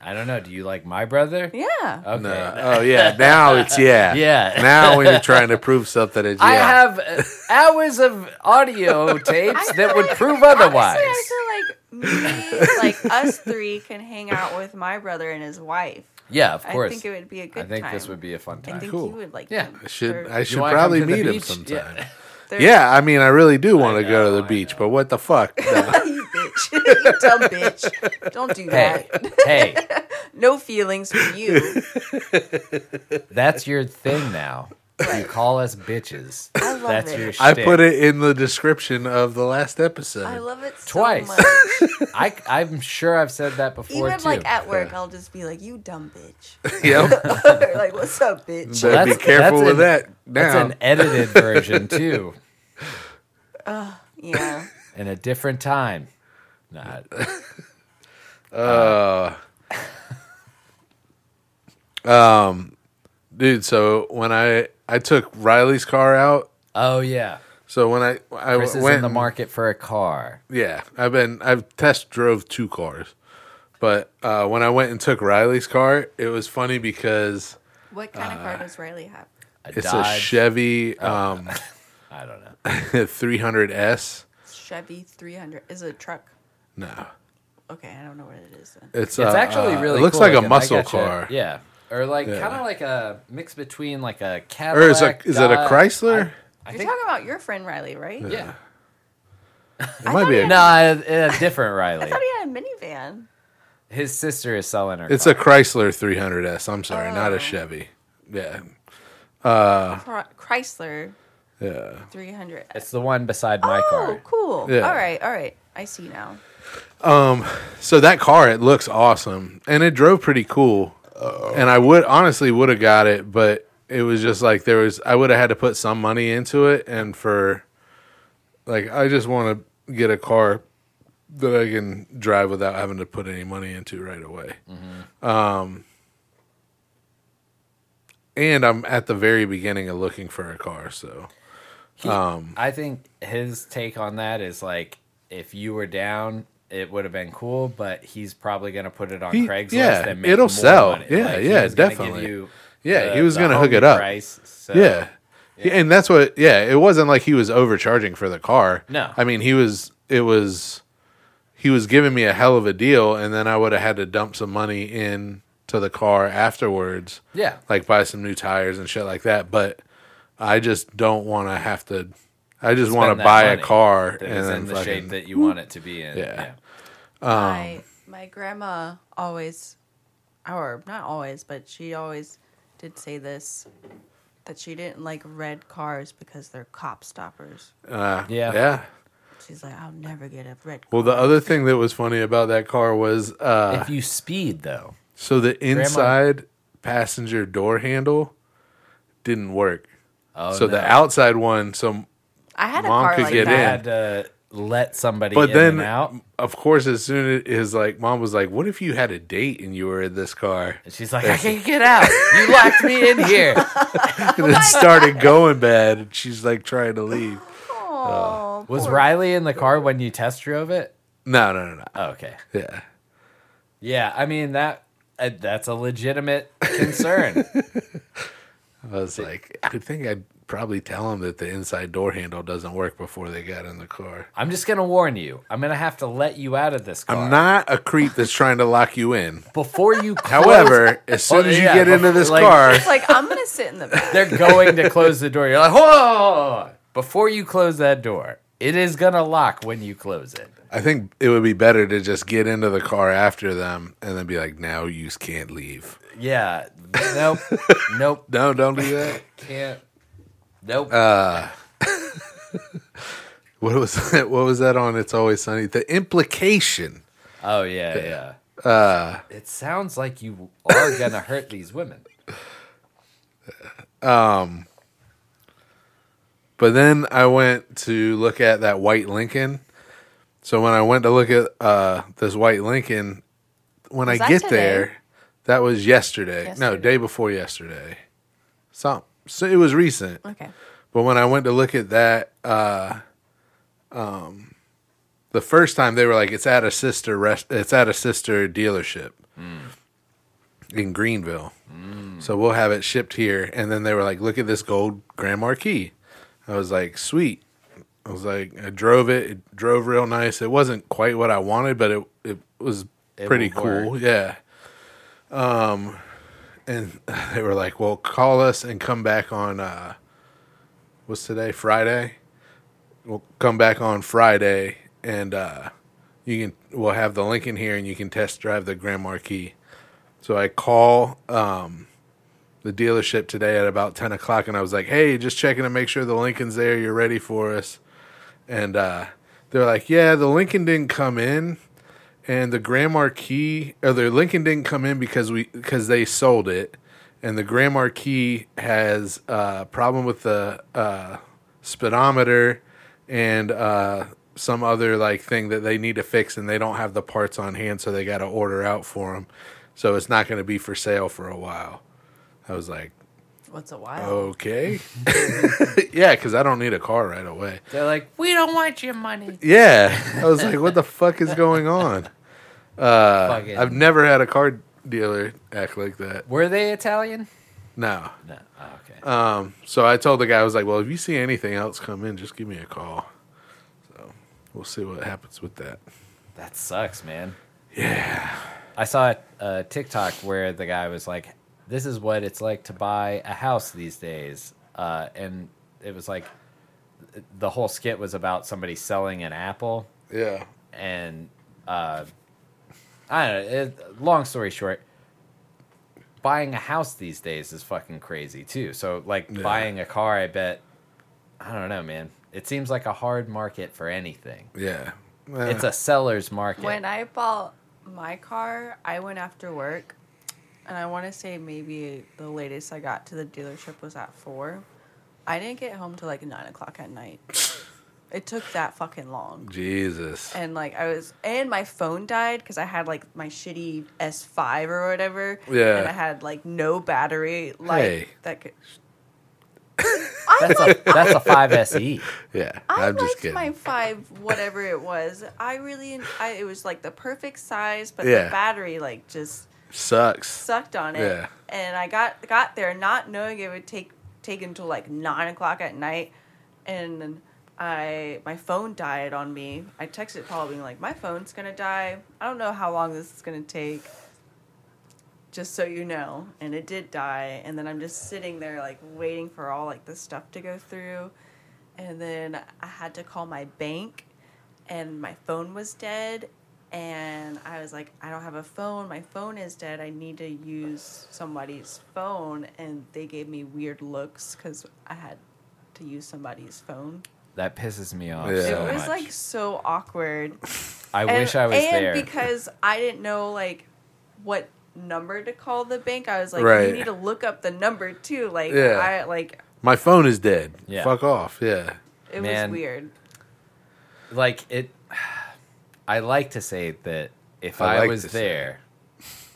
Speaker 4: I don't know. Do you like my brother?
Speaker 2: Yeah.
Speaker 4: [LAUGHS] Okay.
Speaker 3: No. Oh yeah. Now it's yeah.
Speaker 4: [LAUGHS] Yeah.
Speaker 3: Now when you're trying to prove stuff that it's yeah.
Speaker 4: I have uh, hours of audio tapes
Speaker 2: [LAUGHS] I
Speaker 4: that
Speaker 2: feel
Speaker 4: would
Speaker 2: like-
Speaker 4: prove otherwise.
Speaker 2: Honestly, I feel like me, like us three, can hang out with my brother and his wife.
Speaker 4: yeah, of
Speaker 2: I
Speaker 4: course.
Speaker 2: think it would be a good.
Speaker 4: I think
Speaker 2: time.
Speaker 4: this would be a fun
Speaker 2: I
Speaker 4: time.
Speaker 2: think
Speaker 3: Cool.
Speaker 2: you would like.
Speaker 4: Yeah,
Speaker 2: them.
Speaker 4: [LAUGHS]
Speaker 3: I should
Speaker 2: They're-
Speaker 3: I should
Speaker 4: wanna come
Speaker 3: probably
Speaker 4: to the
Speaker 3: meet him
Speaker 4: beach?
Speaker 3: sometime. [LAUGHS] Yeah.
Speaker 2: they're-
Speaker 3: I mean, I really do want to go to
Speaker 4: know,
Speaker 3: the
Speaker 4: I
Speaker 3: beach, but what
Speaker 4: [LAUGHS]
Speaker 3: the fuck? No.
Speaker 2: [LAUGHS] you bitch. [LAUGHS] you dumb bitch. Don't do
Speaker 4: Hey,
Speaker 2: that.
Speaker 4: hey,
Speaker 2: [LAUGHS] No feelings
Speaker 4: [LAUGHS]
Speaker 2: for you.
Speaker 4: that's your thing now. You call us bitches.
Speaker 2: I love
Speaker 4: that's
Speaker 2: it.
Speaker 4: your.
Speaker 3: I
Speaker 4: shtick.
Speaker 3: put it in the description of the last episode.
Speaker 2: I love it so
Speaker 4: Twice. [LAUGHS]
Speaker 2: much.
Speaker 4: I, I'm sure I've said that before
Speaker 2: Even
Speaker 4: too.
Speaker 2: like at work, I'll just be like, "You dumb
Speaker 4: [LAUGHS]
Speaker 2: bitch." [LAUGHS]
Speaker 3: yep.
Speaker 2: Or, like, what's up, bitch?
Speaker 3: So be
Speaker 4: that's-
Speaker 3: careful
Speaker 4: that's
Speaker 3: with
Speaker 4: an-
Speaker 3: that
Speaker 4: that's
Speaker 3: now.
Speaker 4: an
Speaker 3: [LAUGHS]
Speaker 4: edited version too,
Speaker 2: Yeah.
Speaker 4: in a different time. Not
Speaker 3: Dude, so when I I took Riley's car out,
Speaker 4: Oh yeah,
Speaker 3: so when I I
Speaker 4: Chris is
Speaker 3: went
Speaker 4: in the market for a car.
Speaker 3: Yeah, I've been I've test drove two cars, but uh, when I went and took Riley's car, it was funny because
Speaker 2: What kind of
Speaker 4: Uh.
Speaker 2: car does Riley have?
Speaker 4: A
Speaker 3: it's
Speaker 4: Dodge.
Speaker 3: a Chevy
Speaker 4: Oh.
Speaker 3: um, [LAUGHS]
Speaker 4: I don't know.
Speaker 3: 300s.
Speaker 2: Chevy 300. Is it a truck?
Speaker 3: No,
Speaker 2: Okay, I don't know what it is. Then.
Speaker 4: It's
Speaker 3: it's uh,
Speaker 4: actually
Speaker 3: uh,
Speaker 4: really.
Speaker 3: It looks
Speaker 4: cool
Speaker 3: like a
Speaker 4: looking. I
Speaker 3: muscle
Speaker 4: gotcha.
Speaker 3: car.
Speaker 4: Yeah, or like
Speaker 3: Yeah.
Speaker 4: kind of like a mix between like a
Speaker 3: Or
Speaker 4: Cadillac.
Speaker 3: is a is it a
Speaker 4: Dodge-
Speaker 3: Chrysler?
Speaker 4: I
Speaker 2: You're
Speaker 4: think-
Speaker 2: talking about your friend Riley, right?
Speaker 4: yeah.
Speaker 3: it might be. A,
Speaker 4: No, a, a different
Speaker 2: [LAUGHS] I
Speaker 4: Riley.
Speaker 2: thought he had a minivan.
Speaker 4: His sister is selling her.
Speaker 3: It's
Speaker 4: car.
Speaker 3: a Chrysler 300s. I'm sorry, not
Speaker 4: Uh.
Speaker 3: a Chevy. Yeah,
Speaker 2: Chry- Chrysler
Speaker 3: yeah.
Speaker 2: 300.
Speaker 4: It's the one beside my
Speaker 2: oh,
Speaker 4: car.
Speaker 2: cool.
Speaker 3: Yeah.
Speaker 2: All right, all right. I see now.
Speaker 3: So that car, it looks awesome, and it drove pretty cool. And I would honestly would have got it, but it was just like there was I would have had to put some money into it, and for like I just want to get a car that I can drive without having to put any money into right away. Um, and I'm at the very beginning of looking for a car, so Um,
Speaker 4: I think his take on that is like if you were down. It would have been cool, but he's probably going to put it on
Speaker 3: He-
Speaker 4: Craigslist.
Speaker 3: yeah,
Speaker 4: and make
Speaker 3: it'll
Speaker 4: more
Speaker 3: sell.
Speaker 4: money.
Speaker 3: Yeah,
Speaker 4: Like, he
Speaker 3: yeah,
Speaker 4: was gonna give
Speaker 3: definitely.
Speaker 4: you
Speaker 3: Yeah,
Speaker 4: the-
Speaker 3: he was
Speaker 4: the
Speaker 3: gonna hook
Speaker 4: homie
Speaker 3: it up.
Speaker 4: price, so-
Speaker 3: Yeah. Yeah, And that's what, yeah, it wasn't like he was overcharging for the car.
Speaker 4: No.
Speaker 3: I mean, he was, it was, he was giving me a hell of a deal. And then I would have had to dump some money in to the car afterwards.
Speaker 4: Yeah.
Speaker 3: Like buy some new tires and shit like that. But I just don't want to have to, I just want
Speaker 4: spend
Speaker 3: to
Speaker 4: that
Speaker 3: buy a
Speaker 4: money
Speaker 3: car
Speaker 4: that
Speaker 3: and
Speaker 4: is
Speaker 3: then
Speaker 4: in the
Speaker 3: fucking-
Speaker 4: shape that you want it to be in.
Speaker 3: Yeah. Um,
Speaker 2: my my grandma always, or not always, but she always did say this that she didn't like red cars because they're cop stoppers.
Speaker 3: uh,
Speaker 4: Yeah.
Speaker 3: Yeah.
Speaker 2: She's like, I'll never get a red.
Speaker 3: Well, the other thing that was funny about that car was,
Speaker 4: [LAUGHS]
Speaker 3: uh,
Speaker 4: If you speed though,
Speaker 3: so the inside passenger door handle didn't work.
Speaker 4: oh,
Speaker 3: so the outside one, so
Speaker 2: I had a
Speaker 3: Mom
Speaker 2: car
Speaker 3: could
Speaker 2: like
Speaker 3: get
Speaker 4: I
Speaker 2: that.
Speaker 4: had to let somebody
Speaker 3: but
Speaker 4: in
Speaker 3: then
Speaker 4: and out.
Speaker 3: of course as soon as his like mom was like, What if you had a date and you were in this
Speaker 4: [LAUGHS]
Speaker 3: car?
Speaker 4: And she's like, I can't get out. You locked me in here.
Speaker 3: And it started going bad and she's like trying to leave.
Speaker 2: Oh,
Speaker 4: Was Riley in the car when you test drove it?
Speaker 3: No, no, no, no.
Speaker 4: Oh, okay.
Speaker 3: Yeah.
Speaker 4: Yeah, I mean that. Uh, that's a legitimate
Speaker 3: [LAUGHS]
Speaker 4: concern.
Speaker 3: I was like, I think I'd probably tell him that the inside door handle doesn't work before they got in the car.
Speaker 4: I'm just gonna warn you. I'm gonna have to let you out of this car
Speaker 3: I'm not a creep that's trying to lock you
Speaker 4: [LAUGHS]
Speaker 3: in.
Speaker 4: before
Speaker 3: [LAUGHS]
Speaker 4: you. Close,
Speaker 3: However, as soon as you
Speaker 4: yeah,
Speaker 3: get into this
Speaker 4: like-
Speaker 3: car,
Speaker 2: It's like I'm gonna sit in the back. [LAUGHS]
Speaker 4: they're going to close the door. You're like, whoa! Before you close that door, it is gonna lock when you close it.
Speaker 3: I think it would be better to just get into the car after them and then be like, now you can't leave.
Speaker 4: Yeah.
Speaker 3: [LAUGHS]
Speaker 4: Nope. nope.
Speaker 3: No, don't do that.
Speaker 4: Can't. Nope.
Speaker 3: Uh, What was [LAUGHS] that? What was that on? It's always sunny. The implication.
Speaker 4: oh yeah, yeah. Uh, it sounds like you are gonna hurt these women.
Speaker 3: But then I went to look at that white Lincoln. So when I went to look at uh, this white Lincoln, when
Speaker 2: Was
Speaker 3: I
Speaker 2: that
Speaker 3: get
Speaker 2: today?
Speaker 3: there, that was yesterday. No,
Speaker 2: Yesterday.
Speaker 3: day before yesterday. So, so it was recent.
Speaker 2: Okay.
Speaker 3: But when I went to look at that, uh, um, the first time they were like, "It's at a sister rest, it's at a sister dealership," in Greenville. So we'll have it shipped here. And then they were like, look at this gold Grand Marquis. I was like, sweet. I was like, I drove it. It drove real nice. It wasn't quite what I wanted, but it, it was
Speaker 4: It
Speaker 3: pretty
Speaker 4: will
Speaker 3: cool. Yeah. Um, and [LAUGHS] they were like, well, call us and come back on, uh, what's today? Friday? We'll come back on Friday and, uh, you can, we'll have the link in here and you can test drive the Grand Marquis. So I call um, the dealership today at about 10 o'clock and I was like, hey, just checking to make sure the Lincoln's there. You're ready for us. And uh, they're like, yeah, the Lincoln didn't come in. And the Grand Marquis, or the Lincoln didn't come in because we because they sold it, and the Grand Marquis has a uh, problem with the uh, speedometer and uh, some other like thing that they need to fix, and they don't have the parts on hand, so they got to order out for them. So it's not going to be for sale for a while. I was like,
Speaker 2: What's a while?
Speaker 3: okay, [LAUGHS] yeah, because I don't need a car right away.
Speaker 4: They're like, we don't want your money.
Speaker 3: Yeah. I was like, what the fuck is going on? Uh,
Speaker 4: Fucking-
Speaker 3: I've never had a car dealer act like that.
Speaker 4: Were they Italian?
Speaker 3: No.
Speaker 4: No. Oh, okay.
Speaker 3: Um, so I told the guy, I was like, well, if you see anything else come in, just give me a call. So we'll see what happens with that.
Speaker 4: That sucks, man.
Speaker 3: Yeah.
Speaker 4: I saw a TikTok where the guy was like, "This is what it's like to buy a house these days," uh, and it was like the whole skit was about somebody selling an apple,
Speaker 3: Yeah.
Speaker 4: and uh, I don't know. It, long story short, buying a house these days is fucking crazy too. So like
Speaker 3: Yeah.
Speaker 4: buying a car, I bet I don't know, man. It seems like a hard market for anything.
Speaker 3: Yeah. Ah,
Speaker 4: It's a seller's market.
Speaker 2: When I bought my car, I went after work, and I want to say maybe the latest I got to the dealership was at four. I didn't get home till like nine o'clock at night. it took that fucking long.
Speaker 3: Jesus.
Speaker 2: And like I was, and my phone died because I had like my shitty S five or whatever.
Speaker 3: Yeah.
Speaker 2: And I had like no battery. Like
Speaker 3: Hey.
Speaker 2: that could.
Speaker 4: that's a that's a five E. SE.
Speaker 3: Yeah.
Speaker 2: I
Speaker 3: I'm just
Speaker 2: liked
Speaker 3: kidding.
Speaker 2: my five, whatever it was. I really, I, it was like the perfect size, but
Speaker 3: Yeah.
Speaker 2: the battery like just
Speaker 3: Sucks.
Speaker 2: sucked on it.
Speaker 3: Yeah.
Speaker 2: And I got got there not knowing it would take take until like nine o'clock at night, and I my phone died on me. I texted Paul being like, "My phone's gonna die. I don't know how long this is gonna take." Just so you know, and it did die, and then I'm just sitting there like waiting for all like the stuff to go through, and then I had to call my bank and my phone was dead and i was like i don't have a phone my phone is dead i need to use somebody's phone and they gave me weird looks because i had to use somebody's phone
Speaker 4: That pisses me off
Speaker 3: Yeah.
Speaker 4: so
Speaker 2: it
Speaker 4: much.
Speaker 2: was like so awkward
Speaker 4: I wish I was
Speaker 2: and
Speaker 4: there.
Speaker 2: because i didn't know like what number to call the bank i was like
Speaker 3: Right.
Speaker 2: you need to look up the number too like
Speaker 3: Yeah.
Speaker 2: i like
Speaker 3: My phone is dead.
Speaker 4: Yeah.
Speaker 3: Fuck off. Yeah.
Speaker 2: it
Speaker 4: Man.
Speaker 2: was weird
Speaker 4: like it, [SIGHS] I like to say that if
Speaker 3: I
Speaker 4: I,
Speaker 3: like
Speaker 4: was
Speaker 3: to say.
Speaker 4: there,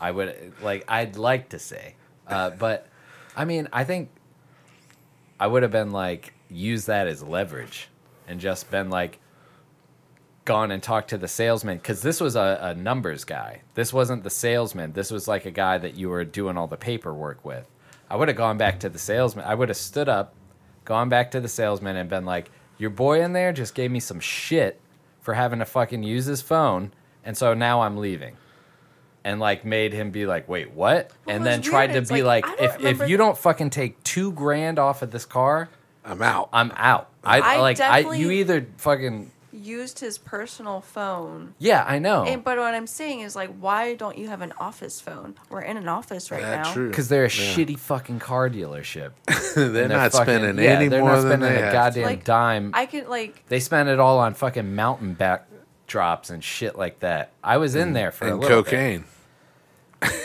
Speaker 4: I would like. I'd like to say, uh, but I mean, I think I would have been like use that as leverage and just been like gone and talked to the salesman because this was a, a numbers guy. This wasn't the salesman. This was like a guy that you were doing all the paperwork with. I would have gone back to the salesman. I would have stood up, gone back to the salesman, and been like, "Your boy in there just gave me some shit for having to fucking use his phone, and so now I'm leaving." And like made him be like, "Wait, what?" and
Speaker 2: was
Speaker 4: then tried
Speaker 2: weird,
Speaker 4: to
Speaker 2: it's
Speaker 4: be
Speaker 2: like,
Speaker 4: like,
Speaker 2: I don't
Speaker 4: "If
Speaker 2: remember
Speaker 4: if you
Speaker 2: the-
Speaker 4: don't fucking take two grand off of this car,
Speaker 3: I'm out.
Speaker 4: I'm out." I,
Speaker 2: I
Speaker 4: like I
Speaker 2: definitely-
Speaker 4: you either fucking
Speaker 2: used his personal phone
Speaker 4: yeah I know
Speaker 2: And, but what I'm saying is like, why don't you have an office phone? We're in an office right
Speaker 3: That's
Speaker 2: now.
Speaker 3: true.
Speaker 4: Because they're a shitty fucking car dealership.
Speaker 3: [LAUGHS] they're,
Speaker 4: And
Speaker 3: not
Speaker 4: fucking-
Speaker 3: spending
Speaker 4: yeah,
Speaker 3: any
Speaker 4: they're
Speaker 3: more
Speaker 4: not
Speaker 3: than
Speaker 4: spending
Speaker 3: they
Speaker 4: a
Speaker 3: have.
Speaker 4: goddamn
Speaker 2: Like,
Speaker 4: dime.
Speaker 2: I can like,
Speaker 4: they spend it all on fucking mountain backdrops and shit like that. I was in there for a
Speaker 3: and
Speaker 4: little bit.
Speaker 3: cocaine.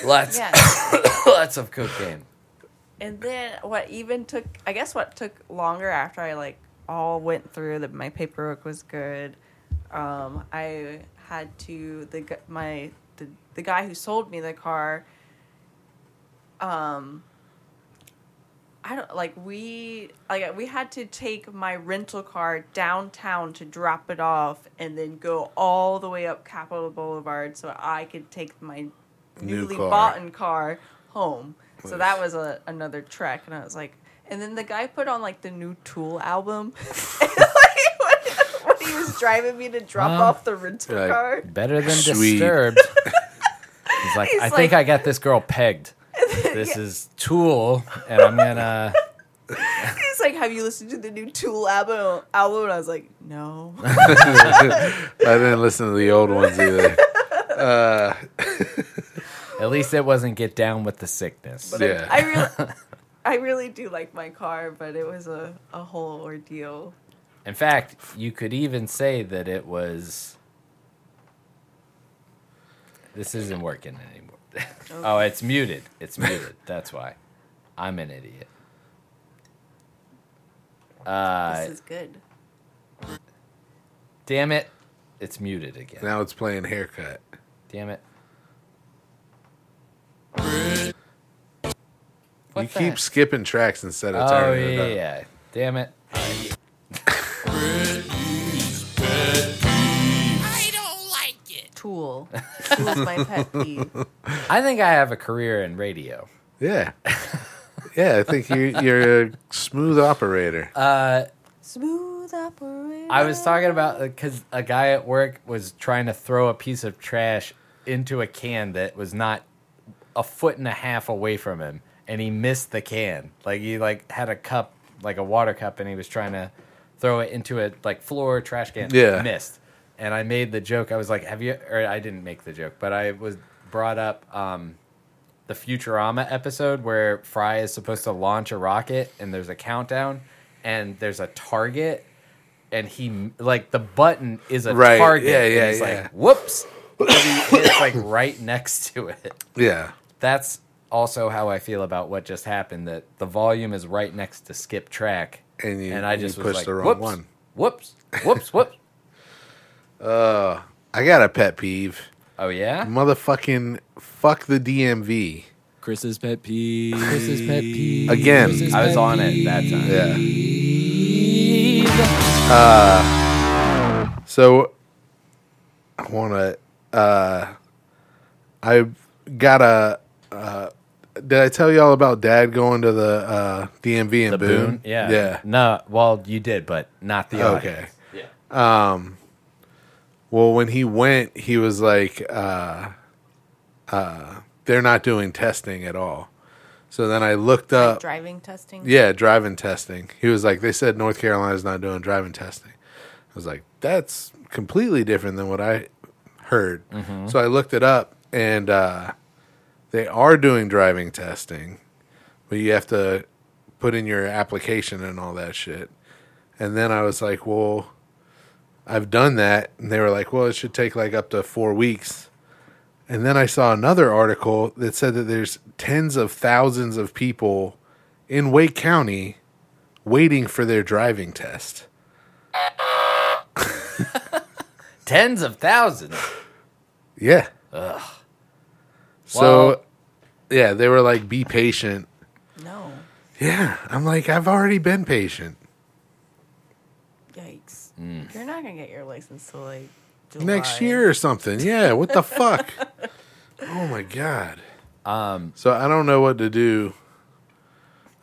Speaker 4: Lots,
Speaker 2: yeah.
Speaker 4: lots of cocaine.
Speaker 2: and then what even took? I guess what took longer after I like all went through that my paperwork was good. Um, I had to the gu- my the, the guy who sold me the car. Um. I don't like we like we had to take my rental car downtown to drop it off and then go all the way up Capitol Boulevard so I could take my
Speaker 3: New
Speaker 2: newly
Speaker 3: car.
Speaker 2: bought in car home. So that was a, another trek, and I was like, and then the guy put on like the new Tool album. [LAUGHS] And, like, when- when he was driving me to drop
Speaker 4: Well,
Speaker 2: off the rental
Speaker 3: like,
Speaker 2: car,
Speaker 4: Better than
Speaker 3: Sweet. [LAUGHS]
Speaker 4: disturbed. He's like,
Speaker 2: He's
Speaker 4: I think
Speaker 2: like-
Speaker 4: I got this girl
Speaker 2: [LAUGHS]
Speaker 4: pegged. This is Tool, and I'm gonna.
Speaker 2: he's like, "Have you listened to the new Tool album?" Album, and I was like,
Speaker 4: [LAUGHS]
Speaker 2: "No."
Speaker 3: I didn't listen to the old ones either.
Speaker 4: At least it wasn't get down with the sickness.
Speaker 3: yeah.
Speaker 2: I really, I really do like my car, but it was a, a whole ordeal.
Speaker 4: In fact, you could even say that it was. This isn't working anymore. [LAUGHS] oh, it's muted. It's muted. That's why. I'm an idiot. Uh,
Speaker 2: This is good.
Speaker 4: damn it. It's muted again.
Speaker 3: now it's playing haircut.
Speaker 4: Damn it.
Speaker 3: you keep skipping tracks instead of
Speaker 4: Oh,
Speaker 3: turning
Speaker 4: yeah,
Speaker 3: it up.
Speaker 4: yeah. Damn it.
Speaker 2: Tool. Tool's my
Speaker 4: [LAUGHS]
Speaker 2: pet peeve.
Speaker 4: I think I have a career in radio.
Speaker 3: Yeah. Yeah, I think you, you're a smooth operator.
Speaker 2: Smooth operator.
Speaker 4: I was talking about because a guy at work was trying to throw a piece of trash into a can that was not a foot and a half away from him, and he missed the can. Like he like had a cup, like a water cup, and he was trying to throw it into a like floor trash can.
Speaker 3: Yeah.
Speaker 4: missed. And I made the joke. I was like, "Have you?" Or I didn't make the joke, but I was brought up. um the Futurama episode where Fry is supposed to launch a rocket and there's a countdown and there's a target and he like the button is a
Speaker 3: Right,
Speaker 4: target.
Speaker 3: yeah, yeah,
Speaker 4: and he's
Speaker 3: yeah.
Speaker 4: like whoops. and he hits like right next to it.
Speaker 3: yeah.
Speaker 4: That's also how I feel about what just happened that the volume is right next to skip track
Speaker 3: And you-
Speaker 4: and I
Speaker 3: you
Speaker 4: just was
Speaker 3: pushed
Speaker 4: like,
Speaker 3: the wrong
Speaker 4: whoops,
Speaker 3: one."
Speaker 4: Whoops. Whoops, whoops.
Speaker 3: I got a pet peeve.
Speaker 4: Oh yeah?
Speaker 3: Motherfucking fuck the DMV.
Speaker 9: Chris's pet peeve. Chris's pet peeve.
Speaker 3: Again.
Speaker 9: Chris's
Speaker 4: I was
Speaker 9: pet
Speaker 4: on it that time.
Speaker 3: Yeah. Uh, so I want to. Uh, I got a. Uh, did I tell y'all about Dad going to the uh, DMV in
Speaker 4: The
Speaker 3: Boone?
Speaker 4: boon. Yeah.
Speaker 3: Yeah.
Speaker 4: No, well you did, but not the audience.
Speaker 3: Okay. Yeah. Um. Well, when he went, he was like, uh, uh, "They're not doing testing at all." So then I looked
Speaker 4: uh,
Speaker 3: up.
Speaker 2: driving testing.
Speaker 3: Yeah, driving testing. He was like, they said North Carolina's not doing driving testing. I was like, that's completely different than what I heard. So I looked it up, and uh, they are doing driving testing, but you have to put in your application and all that shit. And then I was like, well, I've done that. And they were like, well, it should take like up to four weeks. And then I saw another article that said that there's tens of thousands of people in Wake County waiting for their driving test.
Speaker 4: Tens of thousands.
Speaker 3: Yeah. So,
Speaker 4: Well-
Speaker 3: yeah, they were like, be patient.
Speaker 2: No.
Speaker 3: Yeah. I'm like, I've already been patient.
Speaker 2: Yikes.
Speaker 4: Mm.
Speaker 2: You're not gonna get your license till like July.
Speaker 3: Next year or something. Yeah. What the fuck? Oh my God. Um, so I don't know what to do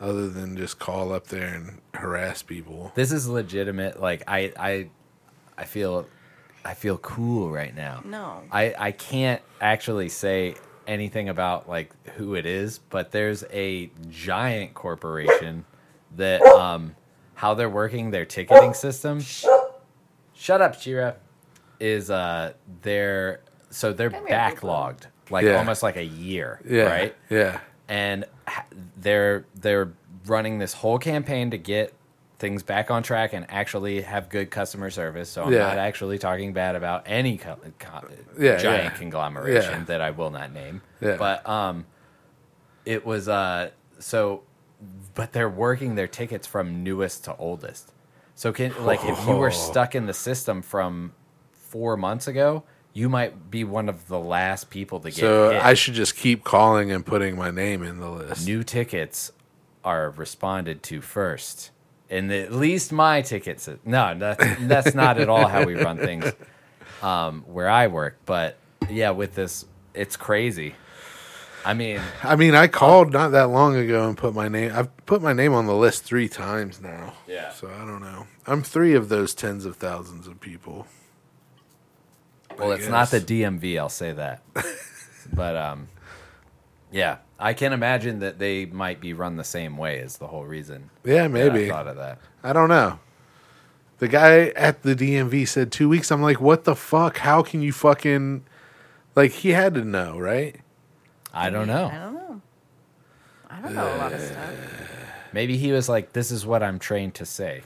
Speaker 3: other than just call up there and harass people.
Speaker 4: this is legitimate like i i i feel i feel cool right now
Speaker 2: No.
Speaker 4: i i can't actually say anything about like who it is but there's a giant corporation that um how they're working their ticketing system shut up shira is uh they're so they're backlogged like
Speaker 3: Yeah.
Speaker 4: almost like a year
Speaker 3: Yeah.
Speaker 4: right
Speaker 3: Yeah.
Speaker 4: and ha- they're they're running this whole campaign to get things back on track and actually have good customer service. So I'm
Speaker 3: Yeah.
Speaker 4: not actually talking bad about any co- co-
Speaker 3: Yeah,
Speaker 4: giant
Speaker 3: yeah.
Speaker 4: conglomeration
Speaker 3: Yeah.
Speaker 4: that I will not name.
Speaker 3: Yeah.
Speaker 4: But um, it was uh so, but they're working their tickets from newest to oldest. So can like if you
Speaker 3: [LAUGHS]
Speaker 4: were stuck in the system from four months ago, you might be one of the last people to get.
Speaker 3: So
Speaker 4: hit
Speaker 3: I should just keep calling and putting my name in the list.
Speaker 4: new tickets are responded to first. And at least my tickets. No, that's, that's not at all how we run things um, where I work. But yeah, with this, it's crazy. I
Speaker 3: [SIGHS]
Speaker 4: mean,
Speaker 3: I mean, I called not that long ago and put my name. I've put my name on the list three times now.
Speaker 4: Yeah.
Speaker 3: So I don't know. I'm three of those tens of thousands of people.
Speaker 4: well,
Speaker 3: I
Speaker 4: it's not the
Speaker 3: guess.
Speaker 4: DMV. I'll say
Speaker 3: [LAUGHS]
Speaker 4: that. but um, yeah, I can imagine that they might be run the same way. Is the whole reason?
Speaker 3: Yeah,
Speaker 4: that
Speaker 3: maybe.
Speaker 4: I thought of that.
Speaker 3: I don't know. The guy at the DMV said two weeks. I'm like, what the fuck? How can you fucking like? He had to know, right?
Speaker 4: I don't know.
Speaker 2: I don't know. I don't know a lot of stuff.
Speaker 4: Maybe he was like, "This is what I'm trained to say."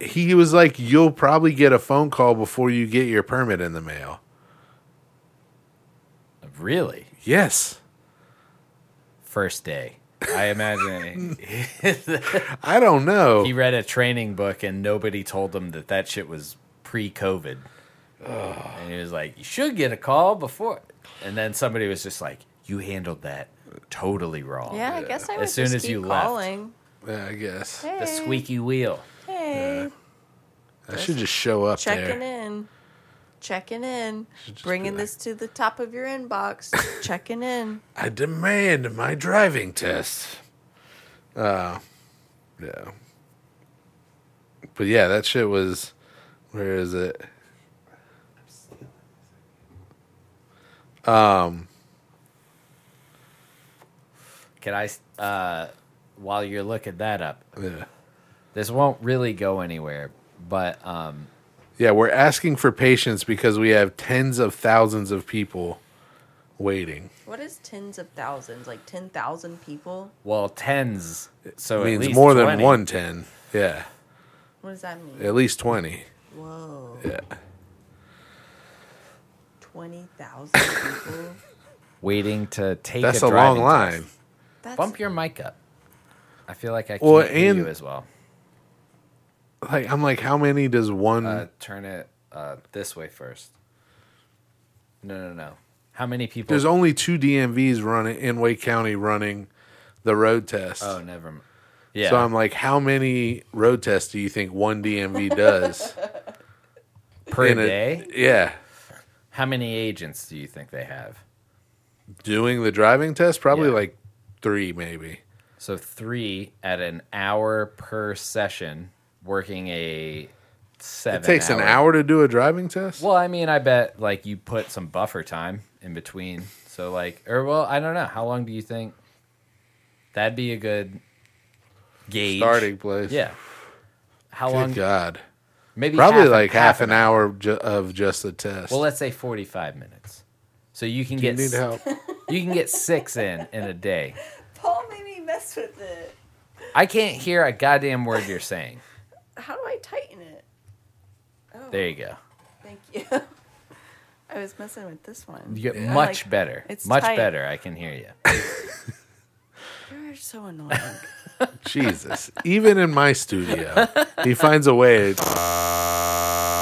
Speaker 3: He was like, you'll probably get a phone call before you get your permit in the mail.
Speaker 4: Really,
Speaker 3: Yes.
Speaker 4: first day. I
Speaker 3: [LAUGHS]
Speaker 4: imagine
Speaker 3: I don't know.
Speaker 4: he read a training book and nobody told him that that shit was pre-COVID. And he was like, "You should get a call before." And then somebody was just like, "You handled that totally wrong."
Speaker 2: Yeah, I guess I
Speaker 4: As
Speaker 2: would
Speaker 4: soon
Speaker 2: just
Speaker 4: as
Speaker 2: keep
Speaker 4: you left.
Speaker 2: calling.
Speaker 3: yeah, I guess
Speaker 2: Hey,
Speaker 4: the squeaky wheel.
Speaker 2: Hey,
Speaker 3: I should just show up
Speaker 2: checking
Speaker 3: there.
Speaker 2: in, checking in, bringing this to the top of your inbox, checking in.
Speaker 3: I demand my driving test. Uh, yeah. But yeah, that shit was. Where is it? Um,
Speaker 4: Can I? Uh, while you're looking that up,
Speaker 3: yeah.
Speaker 4: this won't really go anywhere. But um,
Speaker 3: Yeah, we're asking for patience because we have tens of thousands of people waiting.
Speaker 2: What is tens of thousands? Like ten thousand people?
Speaker 4: well, tens. So
Speaker 3: It
Speaker 4: at
Speaker 3: means
Speaker 4: least
Speaker 3: more
Speaker 4: 20.
Speaker 3: than one ten. Yeah,
Speaker 2: What does that mean?
Speaker 3: at least twenty.
Speaker 2: Whoa,
Speaker 3: Yeah,
Speaker 2: twenty thousand people.
Speaker 4: waiting to take.
Speaker 3: that's
Speaker 4: a,
Speaker 3: a long
Speaker 4: driving
Speaker 3: line.
Speaker 4: test.
Speaker 2: That's
Speaker 4: Bump your mic up. I feel like I can't
Speaker 3: Well,
Speaker 4: hear
Speaker 3: and-
Speaker 4: you as well.
Speaker 3: Like I'm like, how many does one?
Speaker 4: Uh, turn it uh, this way first. No, no, no. How many people?
Speaker 3: there's only two DMVs running in Wake County running the road test.
Speaker 4: oh, never. m- Yeah.
Speaker 3: So I'm like, how many road tests do you think
Speaker 4: [LAUGHS]
Speaker 3: one DMV does
Speaker 4: per
Speaker 3: In a-
Speaker 4: day.
Speaker 3: yeah,
Speaker 4: How many agents do you think they have?
Speaker 3: doing the driving test probably
Speaker 4: Yeah.
Speaker 3: like three, maybe.
Speaker 4: So three at an hour per session, working a seven.
Speaker 3: It takes an hour to do a driving test.
Speaker 4: Well, I mean, I bet like you put some buffer time in between. So like, or well, I don't know. How long do you think that'd be a good gauge?
Speaker 3: Starting place.
Speaker 4: Yeah. How long?
Speaker 3: Good God.
Speaker 4: Maybe
Speaker 3: Probably
Speaker 4: half-
Speaker 3: like half, an
Speaker 4: hour.
Speaker 3: hour ju- of just the test.
Speaker 4: Well, let's say forty-five minutes. So you can
Speaker 3: you
Speaker 4: get
Speaker 3: need
Speaker 4: s- you, [LAUGHS]
Speaker 3: help.
Speaker 4: can get six in in a day.
Speaker 2: Paul made me mess with it.
Speaker 4: I can't hear a goddamn word you're saying.
Speaker 2: How do I tighten it? Oh,
Speaker 4: There you go.
Speaker 2: thank you. [LAUGHS] I was messing with this one.
Speaker 4: You get
Speaker 2: I
Speaker 4: much
Speaker 2: like-
Speaker 4: better.
Speaker 2: it's
Speaker 4: much
Speaker 2: tight.
Speaker 4: better. I can hear you.
Speaker 2: You're so annoying.
Speaker 3: Jesus. Even in my studio, he finds a way. to-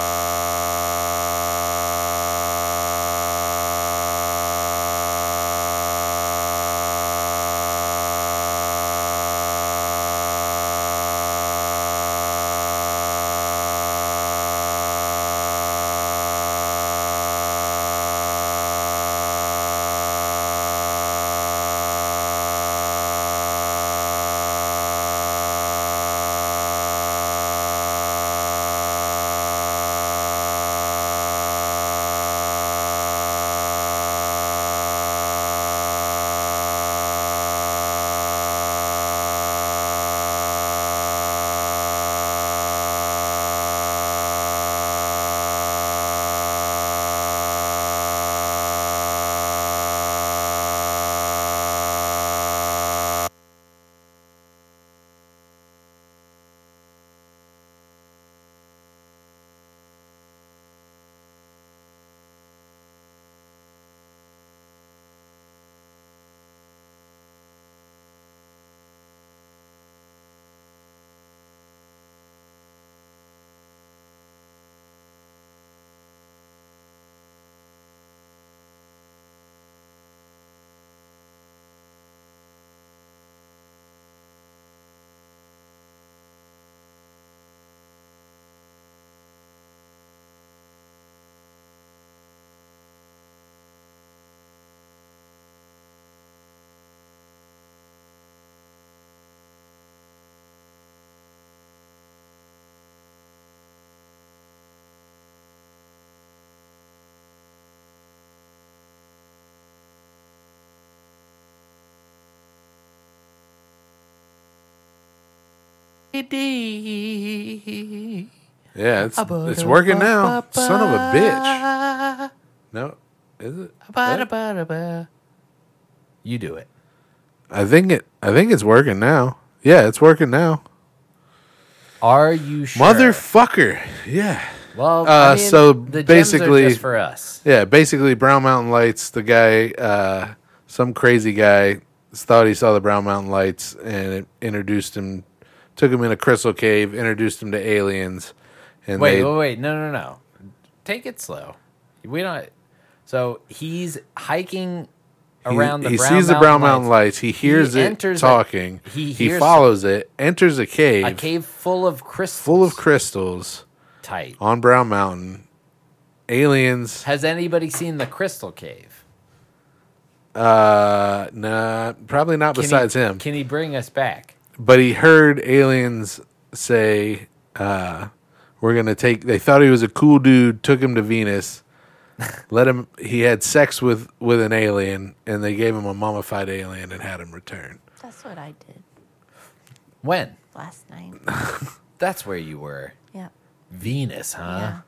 Speaker 3: Yeah, it's, it's working now. Son of a bitch. No, is it?
Speaker 4: You do it.
Speaker 3: I think it. I think it's working now. Yeah, it's working now.
Speaker 4: Are you sure?
Speaker 3: Motherfucker. Yeah.
Speaker 4: Well,
Speaker 3: uh,
Speaker 4: I mean,
Speaker 3: so
Speaker 4: the
Speaker 3: basically-
Speaker 4: gems are just for us.
Speaker 3: Yeah, basically Brown Mountain Lights, the guy uh some crazy guy thought he saw the Brown Mountain Lights and it introduced him took him in a crystal cave, introduced him to aliens and
Speaker 4: Wait,
Speaker 3: they
Speaker 4: wait, wait. No, no, no. Take it slow. We don't. So he's hiking
Speaker 3: he-
Speaker 4: around the
Speaker 3: he
Speaker 4: Brown
Speaker 3: sees the
Speaker 4: Mountain
Speaker 3: Brown Mountain
Speaker 4: Lights.
Speaker 3: Lights, he hears it
Speaker 4: enters a-
Speaker 3: talking,
Speaker 4: he
Speaker 3: he,
Speaker 4: hears-
Speaker 3: follows it, enters a cave,
Speaker 4: A cave full of crystals.
Speaker 3: full of crystals
Speaker 4: tight.
Speaker 3: on Brown Mountain. Aliens
Speaker 4: Has anybody seen the crystal cave?
Speaker 3: uh nah probably not
Speaker 4: Can he-
Speaker 3: besides him.
Speaker 4: can he bring us back?
Speaker 3: but he heard aliens say, uh, "We're gonna take." They thought he was a cool dude, took him
Speaker 4: [LAUGHS]
Speaker 3: to Venus, let him. He had sex with with an alien, and they gave him a mummified alien and had him return.
Speaker 2: That's what I did
Speaker 4: When?
Speaker 2: last night.
Speaker 4: [LAUGHS] That's where you were.
Speaker 2: Yeah.
Speaker 4: Venus, huh?
Speaker 2: Yeah.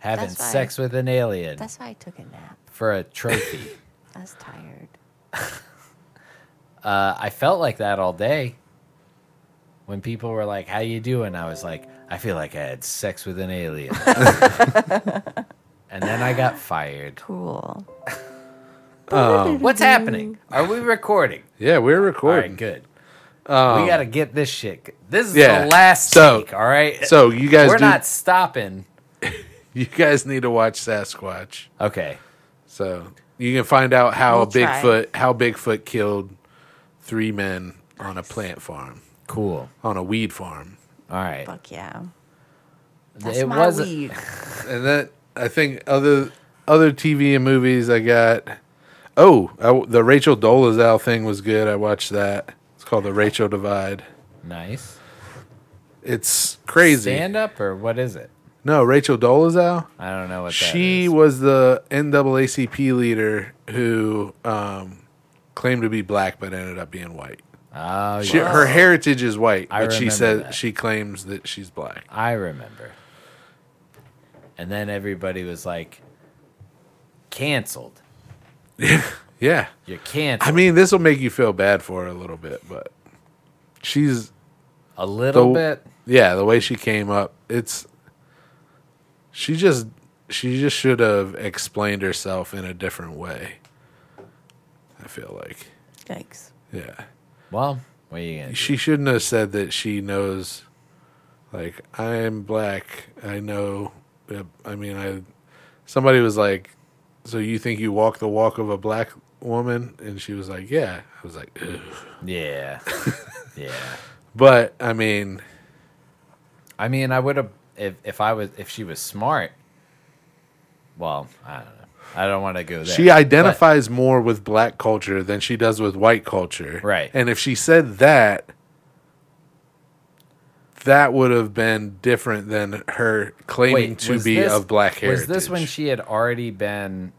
Speaker 4: Having
Speaker 2: That's why-
Speaker 4: sex with an alien
Speaker 2: That's why I took a nap.
Speaker 4: for a trophy.
Speaker 2: [LAUGHS] I was tired.
Speaker 4: [LAUGHS] uh, I felt like that all day. When people were like, "How you doing?" I was like, "I feel like I had sex with an
Speaker 2: [LAUGHS]
Speaker 4: alien." and then I got fired. [LAUGHS] Uh,
Speaker 2: Cool.
Speaker 4: What's
Speaker 2: [LAUGHS]
Speaker 4: happening? Are we recording?
Speaker 3: Yeah, we're
Speaker 4: All right,
Speaker 3: recording.
Speaker 4: good. we got to get this shit. This is
Speaker 3: Um, yeah.
Speaker 4: the last
Speaker 3: So-
Speaker 4: week, all right?
Speaker 3: So you guys,
Speaker 4: we're
Speaker 3: do,
Speaker 4: not stopping.
Speaker 3: [LAUGHS] you guys need to watch Sasquatch.
Speaker 4: Okay.
Speaker 3: So you can find out how
Speaker 2: We'll try.
Speaker 3: Bigfoot how Bigfoot killed three men on a plant farm
Speaker 4: Cool.
Speaker 3: on a weed farm.
Speaker 4: All right.
Speaker 2: Fuck yeah.
Speaker 4: it
Speaker 2: my
Speaker 4: was
Speaker 2: weed.
Speaker 3: and that I think other other TV and movies I got. Oh, I, the Rachel Dolezal thing was good. I watched that. It's called The Rachel Divide.
Speaker 4: nice.
Speaker 3: It's crazy.
Speaker 4: Stand up or what is it?
Speaker 3: No, Rachel Dolezal.
Speaker 4: I don't know what
Speaker 3: She
Speaker 4: that is.
Speaker 3: was the NAACP leader who um, claimed to be black but ended up being white.
Speaker 4: Oh,
Speaker 3: She,
Speaker 4: yeah.
Speaker 3: her heritage is white,
Speaker 4: I
Speaker 3: but she
Speaker 4: remember
Speaker 3: says
Speaker 4: that.
Speaker 3: she claims that she's black.
Speaker 4: I remember. And then everybody was like, canceled.
Speaker 3: Yeah.
Speaker 4: You're canceled.
Speaker 3: I mean, this will make you feel bad for her a little bit, but she's
Speaker 4: a little
Speaker 3: the-
Speaker 4: bit.
Speaker 3: Yeah, the way she came up, it's she just she just should have explained herself in a different way. I feel like,
Speaker 2: Yikes.
Speaker 3: yeah,
Speaker 4: Well, what are you going to
Speaker 3: she shouldn't have said that she knows. Like I am black. I know. I mean, I. Somebody was like, "So you think you walk the walk of a black woman?" And she was like, "Yeah." I was like, Ugh.
Speaker 4: Yeah. [LAUGHS] yeah.
Speaker 3: "But I mean,
Speaker 4: I mean, I would have if if I was if she was smart. Well, I don't know. I don't want to go there.
Speaker 3: She identifies more with black culture than she does with white culture.
Speaker 4: Right.
Speaker 3: And if she said that, that would have been different than her
Speaker 4: But-
Speaker 3: claiming to
Speaker 4: was
Speaker 3: be
Speaker 4: this-
Speaker 3: of black
Speaker 4: Was
Speaker 3: heritage.
Speaker 4: this when she had already been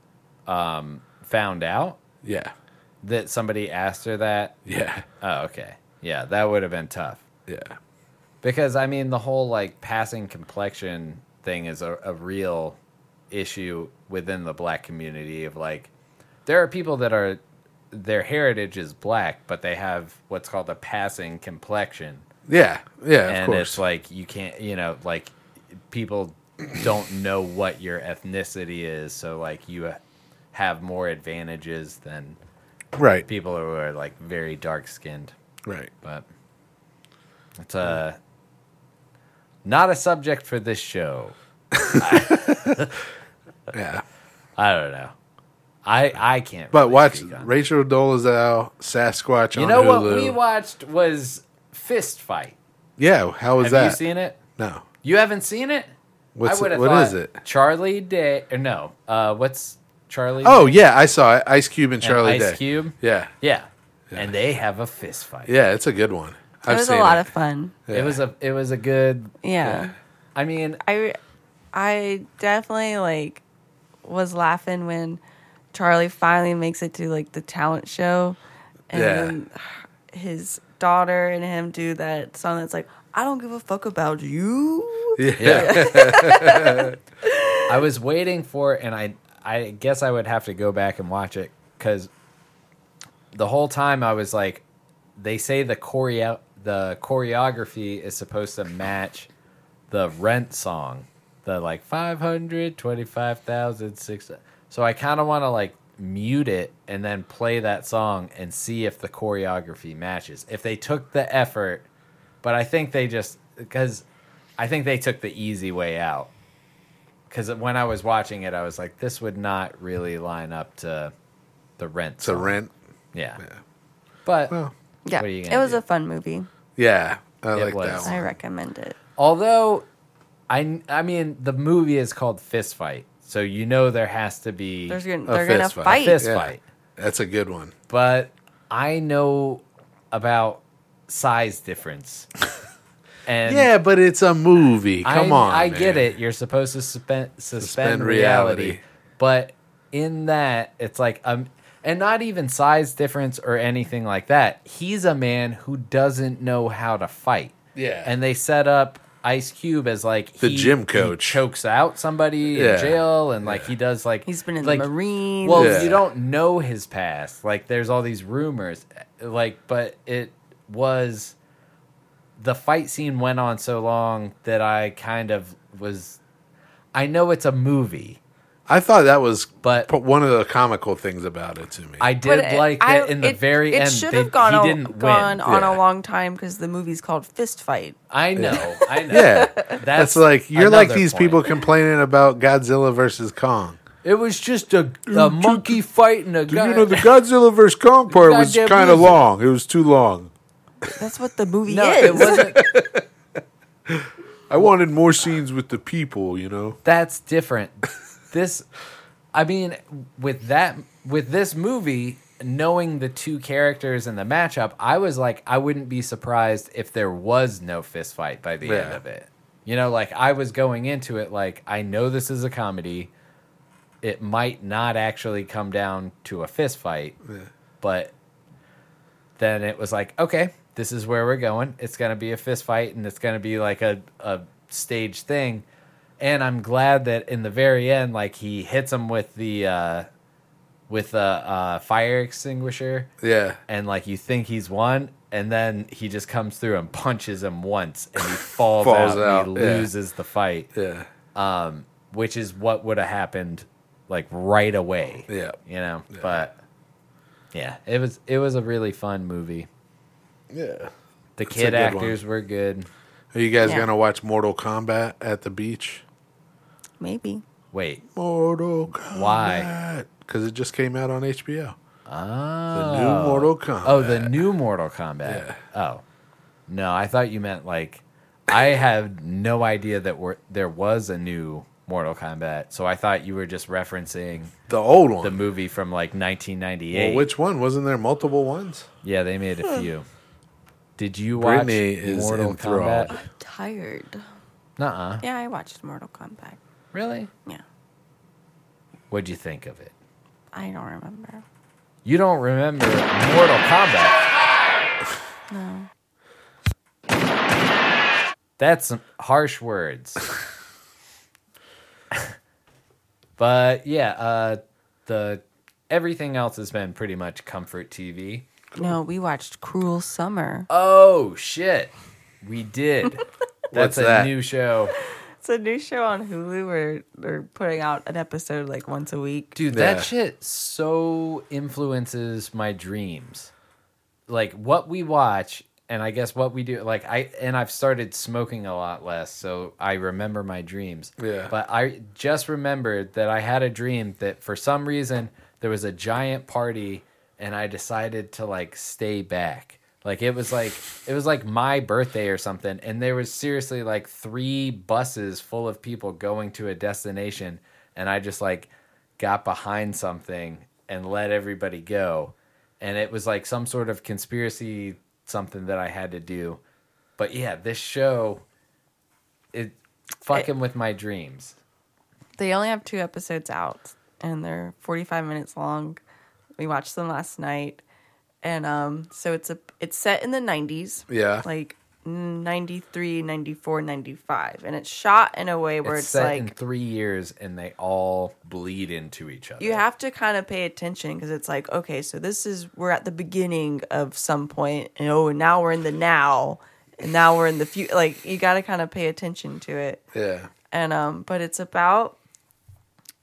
Speaker 4: um, found out
Speaker 3: Yeah.
Speaker 4: that somebody asked her that?
Speaker 3: Yeah.
Speaker 4: Oh, okay. Yeah, that would have been tough
Speaker 3: Yeah.
Speaker 4: because I mean the whole like passing complexion thing is a, a real issue within the black community of like there are people that are their heritage is black but they have what's called a passing complexion
Speaker 3: Yeah. Yeah. Of
Speaker 4: and
Speaker 3: course.
Speaker 4: it's like you can't you know like people don't know what your ethnicity is so like you have more advantages than
Speaker 3: right.
Speaker 4: people who are like very dark skinned
Speaker 3: Right.
Speaker 4: but it's uh not a subject for this show
Speaker 3: Yeah.
Speaker 4: i don't know i i can't
Speaker 3: But
Speaker 4: really
Speaker 3: watch
Speaker 4: speak on it.
Speaker 3: Rachel Dolezal, Sasquatch
Speaker 4: you
Speaker 3: on
Speaker 4: know
Speaker 3: Hulu.
Speaker 4: what we watched was fist fight
Speaker 3: yeah. How was
Speaker 4: have
Speaker 3: that?
Speaker 4: you seen it
Speaker 3: no.
Speaker 4: you haven't seen it
Speaker 3: What's
Speaker 4: I would
Speaker 3: it,
Speaker 4: have
Speaker 3: what
Speaker 4: thought
Speaker 3: is it?
Speaker 4: Charlie Day. Or no, uh, what's Charlie?
Speaker 3: Oh yeah, I saw it. Ice Cube and
Speaker 4: and
Speaker 3: Charlie
Speaker 4: Ice
Speaker 3: Day.
Speaker 4: Cube.
Speaker 3: Yeah.
Speaker 4: Yeah. and they have a fist fight.
Speaker 3: Yeah, it's a good one.
Speaker 2: It
Speaker 3: I've
Speaker 2: was a
Speaker 3: seen
Speaker 2: lot
Speaker 3: it.
Speaker 2: of fun.
Speaker 3: Yeah.
Speaker 4: It was a it was a good.
Speaker 2: Yeah.
Speaker 4: I mean,
Speaker 2: I, re- I definitely like was laughing when Charlie finally makes it to like the talent show, and
Speaker 3: Yeah.
Speaker 2: then his daughter and him do that song that's like. I don't give a fuck about you.
Speaker 4: Yeah. I was waiting for, and I I guess I would have to go back and watch it because the whole time I was like, they say the choreo the choreography is supposed to match the Rent song, the like five hundred twenty five thousand six. So I kind of want to like mute it and then play that song and see if the choreography matches. If they took the effort, but I think they just because I think they took the easy way out. Because when I was watching it, I was like, this would not really line up to the rent.
Speaker 3: It's a
Speaker 4: song.
Speaker 3: rent.
Speaker 4: Yeah. But
Speaker 3: Well,
Speaker 2: Yeah,
Speaker 4: What are you
Speaker 2: it
Speaker 4: gonna
Speaker 2: was
Speaker 4: do?
Speaker 2: a fun movie.
Speaker 3: yeah, I
Speaker 4: It
Speaker 3: like
Speaker 4: was.
Speaker 3: that
Speaker 2: I
Speaker 3: one.
Speaker 2: recommend it.
Speaker 4: although I, I mean, the movie is called Fist Fight. So you know there has to be
Speaker 2: There's
Speaker 4: a
Speaker 2: gonna,
Speaker 3: A
Speaker 2: they're gonna
Speaker 3: fist fight.
Speaker 2: fight.
Speaker 4: fist
Speaker 3: Yeah.
Speaker 4: fight.
Speaker 3: That's a good one.
Speaker 4: But I know about size
Speaker 3: [LAUGHS]
Speaker 4: difference. And
Speaker 3: Yeah, but it's a movie. Come
Speaker 4: I,
Speaker 3: on,
Speaker 4: I get
Speaker 3: man.
Speaker 4: it. You're supposed to suspend suspend,
Speaker 3: Suspend
Speaker 4: reality.
Speaker 3: reality.
Speaker 4: but in that, it's like um, and not even size difference or anything like that. He's a man who doesn't know how to fight.
Speaker 3: Yeah.
Speaker 4: and they set up Ice Cube as like
Speaker 3: The gym
Speaker 4: he
Speaker 3: coach.
Speaker 4: chokes out somebody
Speaker 3: Yeah.
Speaker 4: in jail, and like he does like
Speaker 2: He's been in
Speaker 4: like,
Speaker 2: the Marines.
Speaker 4: Well,
Speaker 3: Yeah.
Speaker 4: you don't know his past. Like there's all these rumors. Like, but it was the fight scene went on so long that I kind of was. I know it's a movie.
Speaker 3: I thought that was
Speaker 4: But-
Speaker 3: p- one of the comical things about it to me.
Speaker 4: I did
Speaker 2: But it-
Speaker 4: like
Speaker 2: I-
Speaker 4: that in the
Speaker 2: it-
Speaker 4: very
Speaker 2: it
Speaker 4: end.
Speaker 2: should
Speaker 4: they-
Speaker 2: have gone,
Speaker 4: he
Speaker 2: on,
Speaker 4: didn't
Speaker 2: gone
Speaker 4: win.
Speaker 2: on
Speaker 3: Yeah.
Speaker 2: a long time because the movie's called Fist Fight.
Speaker 4: I know. I know. [LAUGHS]
Speaker 3: [LAUGHS] yeah,
Speaker 4: That's,
Speaker 3: that's like you're like
Speaker 4: another
Speaker 3: these
Speaker 4: point.
Speaker 3: people complaining about Godzilla versus Kong.
Speaker 4: It was just a, a monkey fight and a
Speaker 3: You
Speaker 4: guy.
Speaker 3: know the Godzilla versus
Speaker 4: [LAUGHS]
Speaker 3: Kong part was
Speaker 4: Goddamn
Speaker 3: kind of
Speaker 4: music.
Speaker 3: long. It was too long.
Speaker 2: That's what the movie
Speaker 4: [LAUGHS] no,
Speaker 3: [LAUGHS]
Speaker 2: is.
Speaker 4: it wasn't.
Speaker 3: I wanted more scenes with the people. You know.
Speaker 4: That's different. This, I mean, with that, with this movie, knowing the two characters and the matchup, I was like, I wouldn't be surprised if there was no fist fight by the end
Speaker 3: Yeah.
Speaker 4: of it. You know, like I was going into it like I know this is a comedy. It might not actually come down to a fist fight, but then it was like, okay, this is where we're going. It's gonna be a fist fight, and it's gonna be like a a stage thing. And I'm glad that in the very end, like he hits him with the uh, with a uh, fire extinguisher,
Speaker 3: Yeah.
Speaker 4: and like you think he's won, and then he just comes through and punches him once, and
Speaker 3: [LAUGHS]
Speaker 4: he falls,
Speaker 3: Falls
Speaker 4: out, and
Speaker 3: out,
Speaker 4: he
Speaker 3: yeah.
Speaker 4: loses the fight,
Speaker 3: Yeah.
Speaker 4: which is what would have happened like right away.
Speaker 3: Yeah.
Speaker 4: you know, but yeah, it was it was a really fun movie.
Speaker 3: Yeah.
Speaker 4: The
Speaker 3: a
Speaker 4: kid
Speaker 3: good
Speaker 4: actors were good.
Speaker 3: Are you guys
Speaker 2: Yeah.
Speaker 3: gonna watch Mortal Kombat at the beach?
Speaker 2: Maybe.
Speaker 4: Wait,
Speaker 3: Mortal Kombat.
Speaker 4: Why?
Speaker 3: Because it just came out on HBO.
Speaker 4: oh,
Speaker 3: The new Mortal Kombat.
Speaker 4: Oh, the new Mortal Kombat. Oh, no, I thought you meant like I had no idea that we there was a new Mortal Kombat, so I thought you were just referencing
Speaker 3: the old one.
Speaker 4: the movie from like 1998.
Speaker 3: well, which one? Wasn't there multiple ones?
Speaker 4: yeah, they made a few. Did you watch
Speaker 3: Brittany is
Speaker 4: Mortal
Speaker 3: enthralled.
Speaker 4: Kombat?
Speaker 2: Tired.
Speaker 4: Nuh-uh.
Speaker 2: Yeah, I watched Mortal Kombat.
Speaker 4: Really?
Speaker 2: Yeah,
Speaker 4: What'd you think of it?
Speaker 2: I don't remember.
Speaker 4: You don't remember Mortal Kombat?
Speaker 2: No.
Speaker 4: That's some harsh words. but yeah, uh, the everything else has been pretty much comfort TV.
Speaker 2: No, we watched Cruel Summer.
Speaker 4: Oh shit, we
Speaker 3: [LAUGHS]
Speaker 4: did. That's
Speaker 3: What's
Speaker 4: a
Speaker 3: that?
Speaker 4: new show,
Speaker 2: It's a new show on Hulu where they're putting out an episode like once a week.
Speaker 4: dude.
Speaker 3: Yeah.
Speaker 4: That shit so influences my dreams. Like what we watch, and I guess what we do. Like I and I've started smoking a lot less, so I remember my dreams.
Speaker 3: Yeah.
Speaker 4: But I just remembered that I had a dream that for some reason there was a giant party, and I decided to like stay back. Like it was like it was like my birthday or something, and there was seriously like three buses full of people going to a destination, and I just like got behind something and let everybody go, and it was like some sort of conspiracy something that I had to do, but yeah, this show, it fucking with my dreams.
Speaker 2: They only have two episodes out, and they're forty-five minutes long. We watched them last night, and um, so it's a it's set in the nineties,
Speaker 3: Yeah.
Speaker 2: like 93, 94, 95. And it's shot in a way where
Speaker 4: it's,
Speaker 2: it's,
Speaker 4: set in
Speaker 2: like
Speaker 4: three years, and they all bleed into each other.
Speaker 2: you have to kind of pay attention because it's like, okay, so this is, we're at the beginning of some point, and oh, now we're in the now, and now we're in the future. Like, you got to kind of pay attention to it.
Speaker 3: Yeah.
Speaker 2: and um but it's about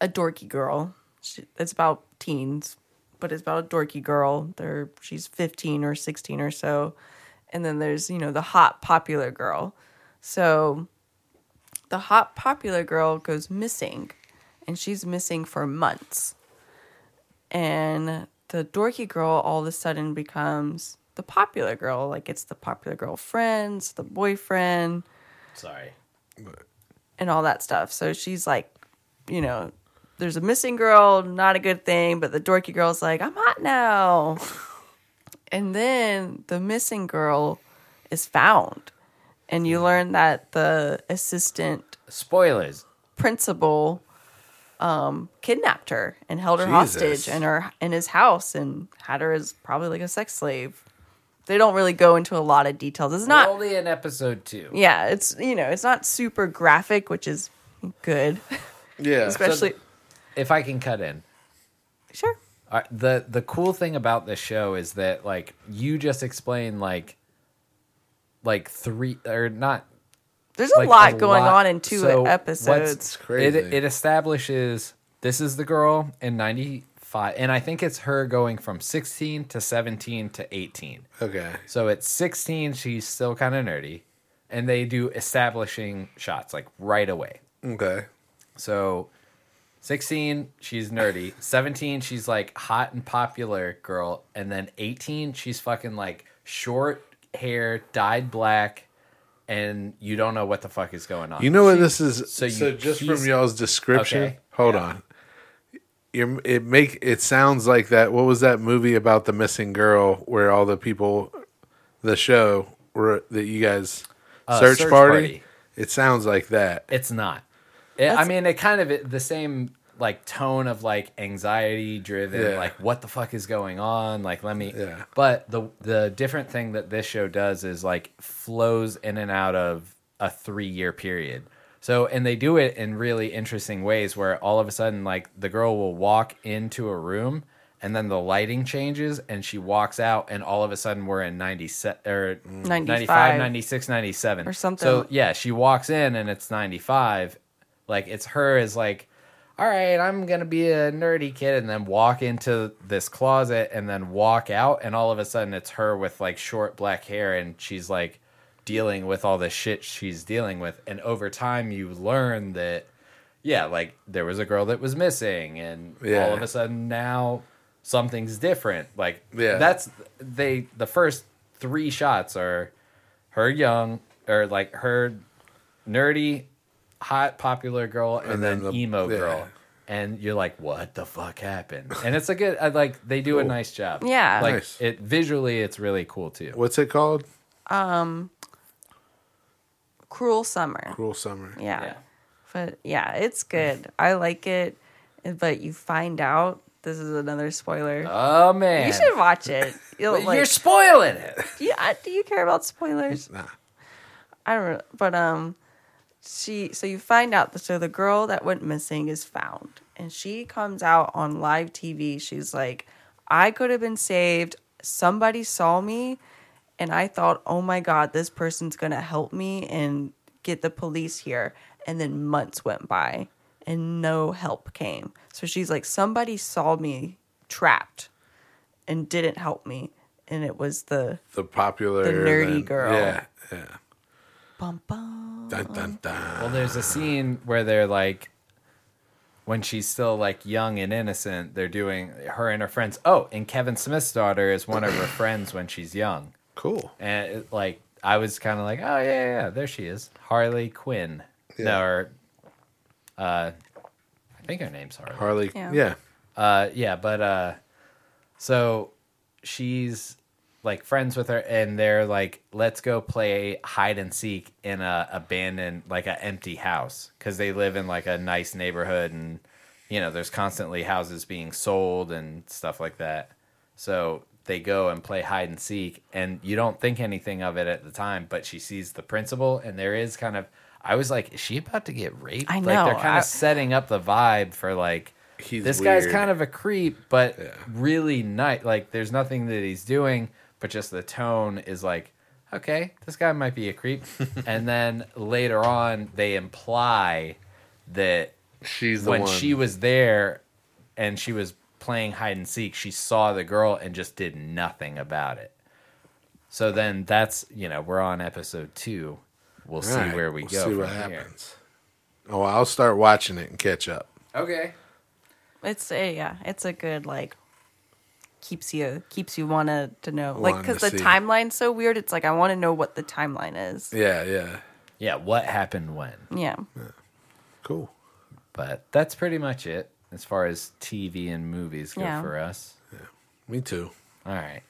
Speaker 2: a dorky girl she, it's about teens but it's about a dorky girl there she's 15 or 16 or so and then there's you know the hot popular girl so the hot popular girl goes missing and she's missing for months and the dorky girl all of a sudden becomes the popular girl like it's the popular girl friends the boyfriend
Speaker 4: Sorry.
Speaker 2: and all that stuff. So she's like, you know, there's a missing girl, not a good thing, but the dorky girl's like, I'm hot now. and then the missing girl is found. And you learn that the assistant
Speaker 4: Spoilers.
Speaker 2: principal um, kidnapped her and held her
Speaker 3: Jesus.
Speaker 2: hostage in her in his house and had her as probably like a sex slave. They don't really go into a lot of details. It's not
Speaker 4: only in episode two.
Speaker 2: yeah, it's you know, it's not super graphic, which is good.
Speaker 3: Yeah.
Speaker 2: Especially
Speaker 4: If I can cut in.
Speaker 2: sure.
Speaker 4: Uh, the the cool thing about this show is that like you just explained like like three or not
Speaker 2: There's a
Speaker 4: like,
Speaker 2: lot going
Speaker 4: lot.
Speaker 2: on in two
Speaker 4: So what's-
Speaker 2: episodes.
Speaker 3: crazy.
Speaker 4: It, it establishes this is the girl in 95 and I think it's her going from 16 to 17 to 18.
Speaker 3: okay.
Speaker 4: So at 16 she's still kind of nerdy and they do establishing shots like right away.
Speaker 3: Okay.
Speaker 4: So 16, she's nerdy. 17, she's like hot and popular girl. And then 18, she's fucking like short hair, dyed black, and you don't know what the fuck is going on.
Speaker 3: You know what this is?
Speaker 4: Uh, so
Speaker 3: So,
Speaker 4: you-
Speaker 3: just
Speaker 4: she's-
Speaker 3: from y'all's description,
Speaker 4: Okay.
Speaker 3: hold on. You're, it make it sounds like that. What was that movie about the missing girl where all the people, the show were that you guys search,
Speaker 4: Uh, Search
Speaker 3: party?
Speaker 4: Party.
Speaker 3: It sounds like that.
Speaker 4: It's not. It, I mean, it kind of it, the same like tone of like anxiety driven,
Speaker 3: Yeah.
Speaker 4: like what the fuck is going on? Like let me.
Speaker 3: Yeah.
Speaker 4: But the the different thing that this show does is like flows in and out of a three year period. So and they do it in really interesting ways where all of a sudden like the girl will walk into a room and then the lighting changes and she walks out and all of a sudden we're in 97 or
Speaker 3: Mm.
Speaker 4: 95
Speaker 2: 95.
Speaker 4: 96 97
Speaker 2: Or something.
Speaker 4: so yeah, she walks in and it's 95. Like it's her is like, all right, I'm gonna be a nerdy kid, and then walk into this closet and then walk out, and all of a sudden it's her with like short black hair, and she's like dealing with all the shit she's dealing with, and over time you learn that. Yeah, like there was a girl that was missing, and all
Speaker 3: Yeah.
Speaker 4: of a sudden now something's different. Like
Speaker 3: Yeah.
Speaker 4: that's they the first three shots are her young or like her nerdy, hot popular girl and,
Speaker 3: And
Speaker 4: then,
Speaker 3: then the-
Speaker 4: emo
Speaker 3: yeah.
Speaker 4: girl. And you're like, what the fuck happened? And it's a good, I like they do a nice job.
Speaker 2: Yeah.
Speaker 4: like
Speaker 3: Nice.
Speaker 4: it visually, it's really cool too.
Speaker 3: What's it called?
Speaker 2: Cruel Summer.
Speaker 3: Cruel Summer.
Speaker 2: Yeah.
Speaker 4: Yeah.
Speaker 2: But yeah, it's good. I like it. But you find out this is another spoiler.
Speaker 4: Oh man,
Speaker 2: you should watch it.
Speaker 4: [LAUGHS]
Speaker 2: You'll
Speaker 4: are
Speaker 2: like
Speaker 4: spoiling it.
Speaker 2: do you, I- do you care about spoilers?
Speaker 3: Nah.
Speaker 2: I don't know. But um she so you find out that so the girl that went missing is found and she comes out on live TV. She's like, I could have been saved. Somebody saw me and I thought, oh my God, this person's gonna help me and get the police here. And then months went by and no help came. So she's like, somebody saw me trapped and didn't help me. And it was the
Speaker 3: The popular,
Speaker 2: The nerdy
Speaker 3: then-
Speaker 2: girl.
Speaker 3: Yeah, yeah.
Speaker 2: bum bum.
Speaker 3: Dun, dun, dun.
Speaker 4: Well, there's a scene where they're like, when she's still like young and innocent, they're doing her and her friends. Oh, and Kevin Smith's daughter is one of her friends when she's young.
Speaker 3: Cool.
Speaker 4: and it, like I was kind of like, oh yeah, yeah, yeah, there she is, Harley Quinn. No,
Speaker 3: Yeah.
Speaker 4: or, uh, I think her name's Harley.
Speaker 3: Harley.
Speaker 2: Yeah.
Speaker 3: Yeah.
Speaker 4: Uh, yeah, but uh, so she's like friends with her, and they're like, let's go play hide and seek in a abandoned, like a empty house, because they live in like a nice neighborhood, and you know, there's constantly houses being sold and stuff like that. So they go and play hide and seek, and you don't think anything of it at the time, but she sees the principal, and there is kind of. I was like, is she about to get raped?
Speaker 2: I
Speaker 4: Like, they're
Speaker 2: know,
Speaker 4: kind
Speaker 2: I-
Speaker 4: of setting up the vibe for like
Speaker 3: He's
Speaker 4: this guy's
Speaker 3: weird.
Speaker 4: kind of a creep, but really nice. Like, there's nothing that he's doing, but just the tone is like, okay, this guy might be a
Speaker 3: [LAUGHS]
Speaker 4: creep. and then later on, they imply that
Speaker 3: She's the
Speaker 4: when
Speaker 3: one.
Speaker 4: she was there and she was playing hide and seek, she saw the girl and just did nothing about it. So then that's, you know, we're on episode two. We'll
Speaker 3: All
Speaker 4: see
Speaker 3: right,
Speaker 4: where we
Speaker 3: we'll
Speaker 4: go.
Speaker 3: See what
Speaker 4: from here.
Speaker 3: happens. Oh, I'll start watching it and catch up.
Speaker 4: Okay.
Speaker 2: It's a, yeah, it's a good like keeps you keeps you wanna to know like
Speaker 3: Wanting
Speaker 2: because
Speaker 3: to
Speaker 2: the
Speaker 3: see.
Speaker 2: timeline's so weird. It's like I want to know what the timeline is.
Speaker 3: Yeah, yeah,
Speaker 4: Yeah, what happened when?
Speaker 2: Yeah,
Speaker 3: cool.
Speaker 4: But that's pretty much it as far as TV and movies go
Speaker 2: Yeah.
Speaker 4: for us.
Speaker 3: Me too.
Speaker 4: All right.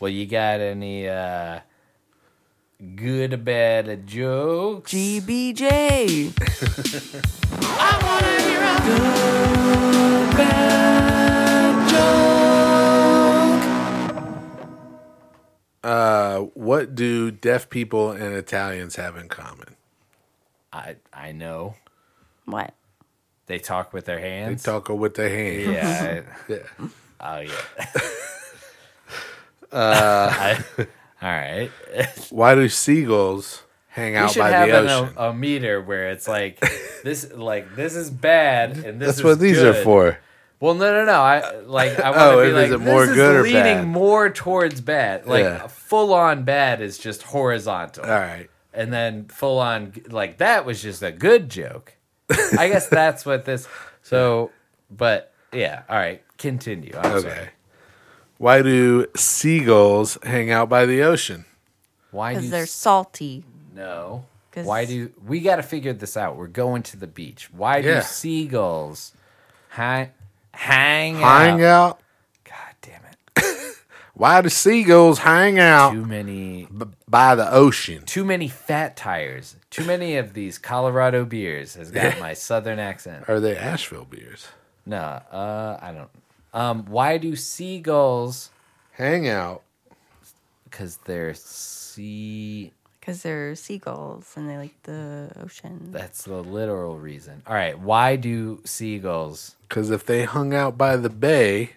Speaker 4: Well, you got any uh good bad jokes?
Speaker 5: GBJ.
Speaker 3: Uh, what do deaf people and Italians have in common?
Speaker 4: I I know.
Speaker 2: what?
Speaker 4: They talk with their
Speaker 3: They
Speaker 4: hands.
Speaker 3: talk with their hands.
Speaker 4: Yeah.
Speaker 3: [LAUGHS] Yeah.
Speaker 4: I- oh
Speaker 3: [LAUGHS]
Speaker 4: yeah.
Speaker 3: Uh.
Speaker 4: [LAUGHS] I- all right.
Speaker 3: Why do seagulls hang
Speaker 4: We
Speaker 3: out
Speaker 4: should
Speaker 3: by
Speaker 4: have
Speaker 3: the
Speaker 4: an-
Speaker 3: ocean?
Speaker 4: a, a meter where it's like this, like this is bad, and this.
Speaker 3: That's
Speaker 4: is
Speaker 3: what these are
Speaker 4: good.
Speaker 3: for.
Speaker 4: Well, no, no, no. I like.
Speaker 3: [LAUGHS]
Speaker 4: I want to
Speaker 3: Oh,
Speaker 4: be
Speaker 3: is
Speaker 4: like.
Speaker 3: it more
Speaker 4: this
Speaker 3: good
Speaker 4: is
Speaker 3: or
Speaker 4: leaning
Speaker 3: bad?
Speaker 4: more towards bad. Like
Speaker 3: Yeah.
Speaker 4: full on bad is just horizontal,
Speaker 3: All right.
Speaker 4: and then full on like that was just a good joke. I
Speaker 3: [LAUGHS]
Speaker 4: guess that's what this. So, but yeah. All right, continue. I'm
Speaker 3: Okay.
Speaker 4: sorry.
Speaker 3: Why do seagulls hang out by the ocean?
Speaker 4: Why do
Speaker 2: Because they're salty.
Speaker 4: No.
Speaker 2: 'Cause-
Speaker 4: Why do we got to figure this out? We're going to the beach. Why
Speaker 3: Yeah.
Speaker 4: do seagulls hang hang,
Speaker 3: Hang
Speaker 4: out?
Speaker 3: out.
Speaker 4: God damn it!
Speaker 3: Why do seagulls hang out
Speaker 4: Too many,
Speaker 3: b- by the ocean?
Speaker 4: too many fat tires. Too many of these Colorado beers has got my southern accent.
Speaker 3: Are they Asheville beers?
Speaker 4: No, uh, I don't. Um, why do seagulls?
Speaker 3: Hang out.
Speaker 4: Because they're sea.
Speaker 2: Because they're seagulls and they like the ocean.
Speaker 4: That's the literal reason. All right. Why do seagulls?
Speaker 3: Because if they hung out by the bay,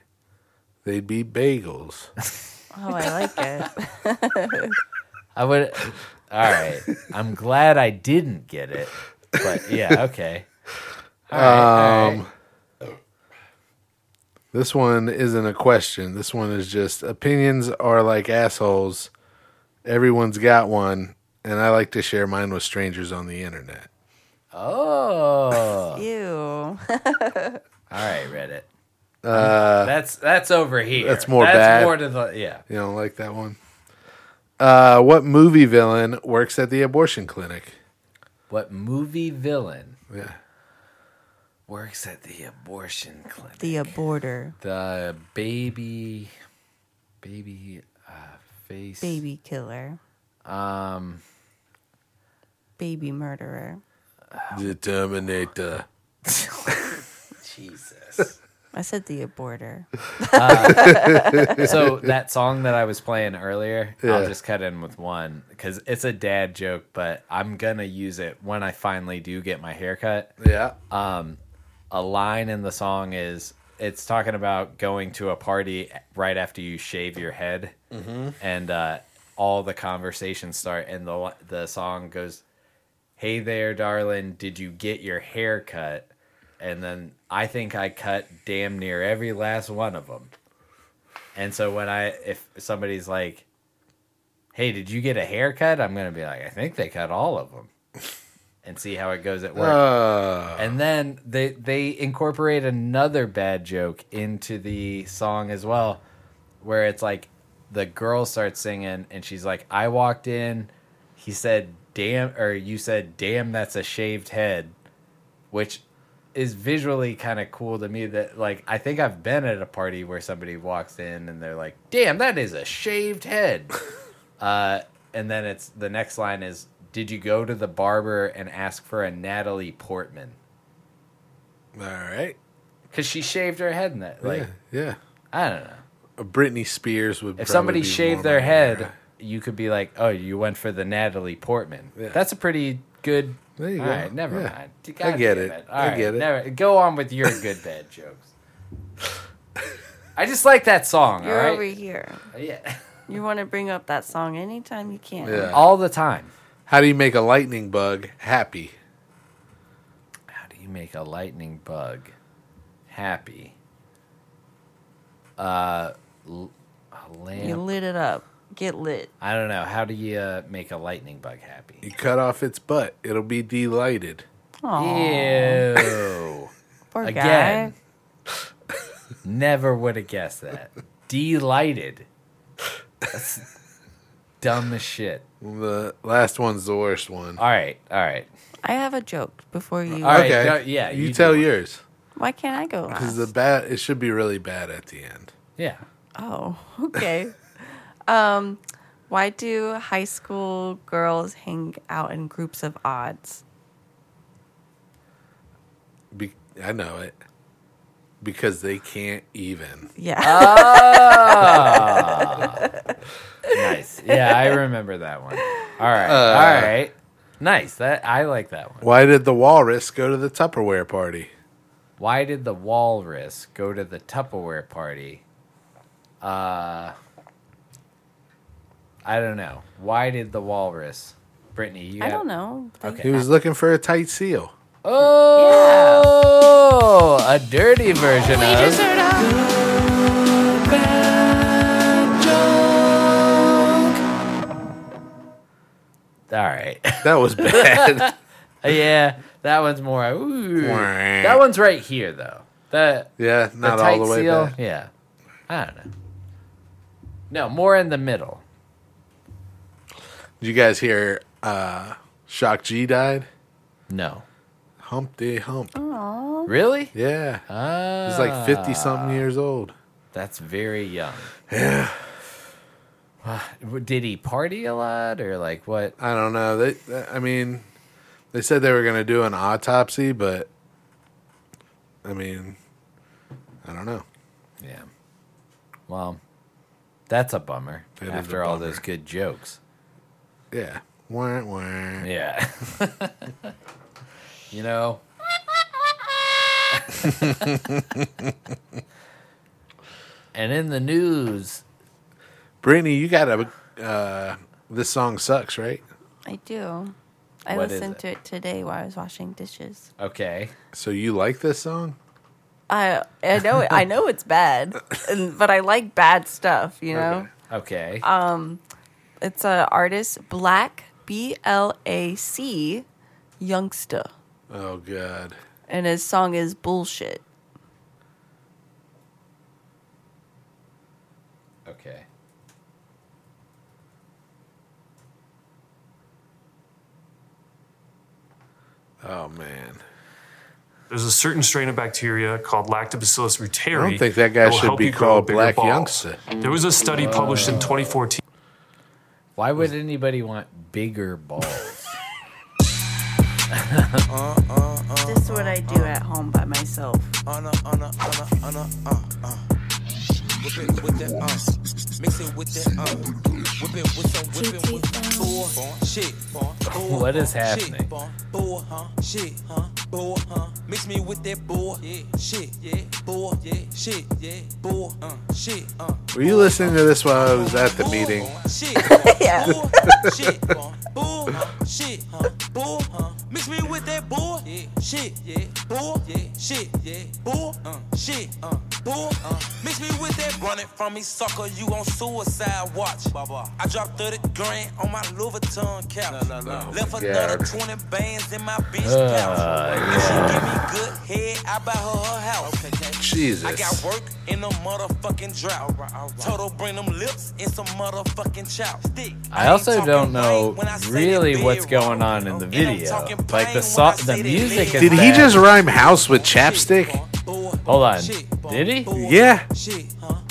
Speaker 3: they'd be bagels.
Speaker 2: Oh, I like [LAUGHS] it.
Speaker 4: I would. All right. I'm glad I didn't get it. But yeah, okay. All right, all right.
Speaker 3: This one isn't a question. This one is just opinions are like assholes. Everyone's got one, and I like to share mine with strangers on the internet.
Speaker 4: Oh.
Speaker 2: Ew.
Speaker 4: All right, Reddit. that's that's over here.
Speaker 3: Uh, that's more bad.
Speaker 4: more to the yeah.
Speaker 3: You don't like that one? Uh, what movie villain works at the abortion clinic?
Speaker 4: What movie villain
Speaker 3: Yeah.
Speaker 4: works at the abortion clinic?
Speaker 2: The aborter.
Speaker 4: The baby, baby uh, face.
Speaker 2: Baby killer.
Speaker 4: Um.
Speaker 2: Baby murderer.
Speaker 3: The Terminator.
Speaker 4: Jesus.
Speaker 2: I said the aborter.
Speaker 4: so that song that I was playing earlier,
Speaker 3: Yeah.
Speaker 4: I'll just cut in with one because it's a dad joke, but I'm gonna use it when I finally do get my haircut.
Speaker 3: Yeah.
Speaker 4: A line in the song is it's talking about going to a party right after you shave your head, and uh, all the conversations start, and the the song goes, "Hey there, darling, did you get your hair cut?" And then I think I cut damn near every last one of them. And so when I if somebody's like, "Hey, did you get a haircut?" I'm going to be like, "I think they cut all of them." And see how it goes at work.
Speaker 3: Uh,
Speaker 4: And then they they incorporate another bad joke into the song as well, where it's like the girl starts singing and she's like, "I walked in, he said, damn, or you said, damn, that's a shaved head," which is visually kind of cool to me. That like I think I've been at a party where somebody walks in and they're like, "Damn, that is a shaved head." Uh, and then it's the next line is, "Did you go to the barber and ask for a Natalie Portman?"
Speaker 3: all right.
Speaker 4: Because she shaved her head in that. Like
Speaker 3: yeah. Yeah.
Speaker 4: I don't know.
Speaker 3: Britney Spears would.
Speaker 4: If
Speaker 3: probably
Speaker 4: somebody
Speaker 3: be
Speaker 4: shaved
Speaker 3: more
Speaker 4: their
Speaker 3: my
Speaker 4: head,
Speaker 3: era.
Speaker 4: you could be like, "Oh, you went for the Natalie Portman."
Speaker 3: Yeah.
Speaker 4: That's a pretty good.
Speaker 3: There you
Speaker 4: All
Speaker 3: go.
Speaker 4: right, never
Speaker 3: Yeah.
Speaker 4: mind.
Speaker 3: I
Speaker 4: God
Speaker 3: get
Speaker 4: damn
Speaker 3: it. I get it.
Speaker 4: Never, go on with your good
Speaker 3: [LAUGHS]
Speaker 4: bad jokes. I just like that song.
Speaker 2: You're
Speaker 4: all
Speaker 2: over
Speaker 4: right,
Speaker 2: here.
Speaker 4: yeah,
Speaker 2: You want to bring up that song anytime you can.
Speaker 3: Yeah.
Speaker 4: all the time.
Speaker 3: How do you make a lightning bug happy?
Speaker 4: How do you make a lightning bug happy? Uh, l- a
Speaker 2: You
Speaker 4: lamp.
Speaker 2: lit it up. Get lit.
Speaker 4: I don't know. How do you uh, make a lightning bug happy?
Speaker 3: You cut off its butt; it'll be delighted.
Speaker 2: Aw,
Speaker 4: Ew.
Speaker 2: poor
Speaker 4: Again.
Speaker 2: guy.
Speaker 4: Never would have guessed that. Delighted. That's dumb as shit.
Speaker 3: The last one's the worst one.
Speaker 4: All right. All right.
Speaker 2: I have a joke before you.
Speaker 4: All right.
Speaker 3: okay,
Speaker 4: no, yeah.
Speaker 3: You,
Speaker 4: do
Speaker 3: tell
Speaker 4: one.
Speaker 3: yours
Speaker 2: Why can't I go
Speaker 3: because
Speaker 2: last?
Speaker 3: the bad. It should be really bad at the end.
Speaker 4: Yeah.
Speaker 2: Oh, [LAUGHS] okay. um, why do high school girls hang out in groups of odds?
Speaker 3: Be- I know it because they can't even.
Speaker 2: Yeah.
Speaker 4: Nice. Yeah. I remember that one. All right. all right. Nice. That I like that one.
Speaker 3: Why did the walrus go to the Tupperware party?
Speaker 4: Why did the walrus go to the Tupperware party? Uh, I don't know. Why did the walrus, Brittany? You
Speaker 2: [LAUGHS] I
Speaker 4: got-
Speaker 2: don't know. They-
Speaker 3: He was looking for a tight seal.
Speaker 4: Oh, a dirty version
Speaker 2: We
Speaker 4: of.
Speaker 2: just heard of-
Speaker 4: All right. [LAUGHS]
Speaker 3: That was bad.
Speaker 4: yeah, that one's more. Ooh.
Speaker 3: Wah.
Speaker 4: that one's right here though. The
Speaker 3: yeah,
Speaker 4: the
Speaker 3: not
Speaker 4: tight
Speaker 3: all the way
Speaker 4: seal.
Speaker 3: back.
Speaker 4: Yeah. I don't know. No, more in the middle.
Speaker 3: Did you guys hear uh Shock G died?
Speaker 4: No.
Speaker 3: Hump day hump.
Speaker 4: Really?
Speaker 3: Yeah.
Speaker 4: Oh. Ah,
Speaker 3: He's like 50 something years old.
Speaker 4: That's very young. Yeah. [SIGHS] Did he party a lot or like what?
Speaker 3: I don't know. They, they- I mean, they said they were going to do an autopsy, but I mean, I don't know.
Speaker 4: Yeah. Well, that's a bummer
Speaker 3: It is a
Speaker 4: after all
Speaker 3: bummer.
Speaker 4: those good jokes.
Speaker 3: Yeah. Wah, wah.
Speaker 4: Yeah. [LAUGHS] you know. [LAUGHS] and in the news,
Speaker 3: Brittany, you got a. Uh, this song sucks, right?
Speaker 2: I do. I
Speaker 4: What is
Speaker 2: listened
Speaker 4: it?
Speaker 2: to it today while I was washing dishes.
Speaker 4: okay.
Speaker 3: So you like this song?
Speaker 2: I I know
Speaker 4: [LAUGHS]
Speaker 2: I know it's bad, and, but I like bad stuff. You know,
Speaker 3: Okay.
Speaker 4: Okay.
Speaker 2: it's a artist Black B L A C Youngsta,
Speaker 3: Oh, God.
Speaker 2: and his song is bullshit.
Speaker 4: okay.
Speaker 3: Oh, man.
Speaker 10: There's a certain strain of bacteria called Lactobacillus reuteri.
Speaker 3: I don't think that guy
Speaker 10: will
Speaker 3: should
Speaker 10: help
Speaker 3: be
Speaker 10: you grow
Speaker 3: called
Speaker 10: bigger
Speaker 3: Black
Speaker 10: balls.
Speaker 3: Youngster.
Speaker 10: There was a study published in 2014.
Speaker 4: Why would anybody want bigger balls?
Speaker 2: This is what I do at home by myself.
Speaker 4: what is happening?
Speaker 3: Were you listening to this while I was at the meeting?
Speaker 2: [LAUGHS] yeah.
Speaker 11: Uh.
Speaker 3: Oh, God. Jesus.
Speaker 4: I also don't know really what's going on in the video. Like the so- the music is
Speaker 3: Did he
Speaker 4: bad.
Speaker 3: just rhyme house with chapstick?
Speaker 4: Hold on. Did he?
Speaker 3: Yeah.
Speaker 11: oh.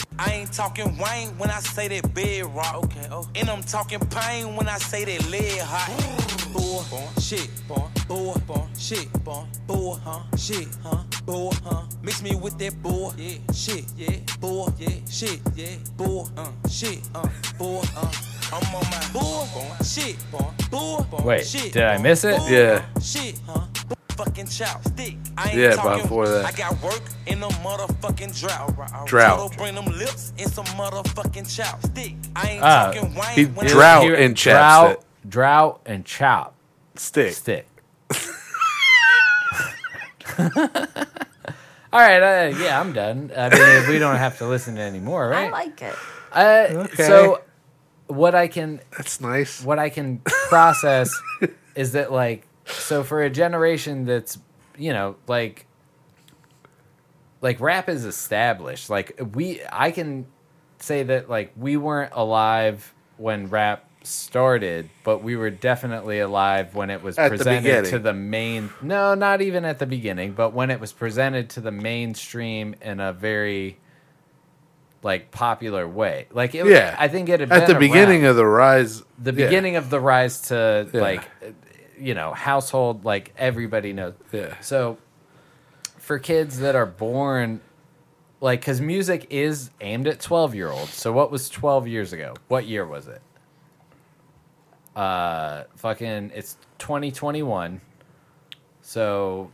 Speaker 7: And I'm talking pain when I say that lead hot.
Speaker 11: boy, shit, boy, boy, shit, boy, boy, huh, shit, huh, boy, huh. Mix me with that boy, yeah, shit, yeah, boy, yeah, shit, yeah, boy, uh, shit, uh, boy, uh. I'm on my boy, shit, boy, boy,
Speaker 4: Wait,
Speaker 11: shit,
Speaker 4: did I miss it?
Speaker 3: Yeah.
Speaker 11: shit, huh? Fucking chopstick. I ain't
Speaker 3: Yeah, about
Speaker 11: talking,
Speaker 3: before that.
Speaker 11: I got work in a motherfucking drought.
Speaker 3: Drought.
Speaker 11: So bring them lips in some motherfucking chopstick. I ain't
Speaker 4: Ah.
Speaker 11: talking wine.
Speaker 3: He
Speaker 11: when I-
Speaker 3: drought and chapstick.
Speaker 4: Drought, drought and chop.
Speaker 3: Stick.
Speaker 4: Stick. All right, uh, yeah, I'm done. I mean, we don't have to listen to any more, right?
Speaker 2: I like it.
Speaker 4: Uh,
Speaker 3: Okay.
Speaker 4: So, what I can
Speaker 3: that's nice.
Speaker 4: What I can process is that like so for a generation that's you know like like rap is established. Like we, I can say that like we weren't alive when rap started, but we were definitely alive when it was
Speaker 3: At the
Speaker 4: presented
Speaker 3: beginning.
Speaker 4: to the main. No, not even at the beginning, but when it was presented to the mainstream in a very like popular way. Like it,
Speaker 3: Yeah.
Speaker 4: yeah, I think it had
Speaker 3: At
Speaker 4: been
Speaker 3: the beginning
Speaker 4: around
Speaker 3: of the rise.
Speaker 4: the
Speaker 3: yeah.
Speaker 4: beginning of the rise to
Speaker 3: Yeah.
Speaker 4: like you know household like everybody knows
Speaker 3: Yeah.
Speaker 4: so for kids that are born like because music is aimed at 12 year olds so what was 12 years ago what year was it uh fucking it's 2021 so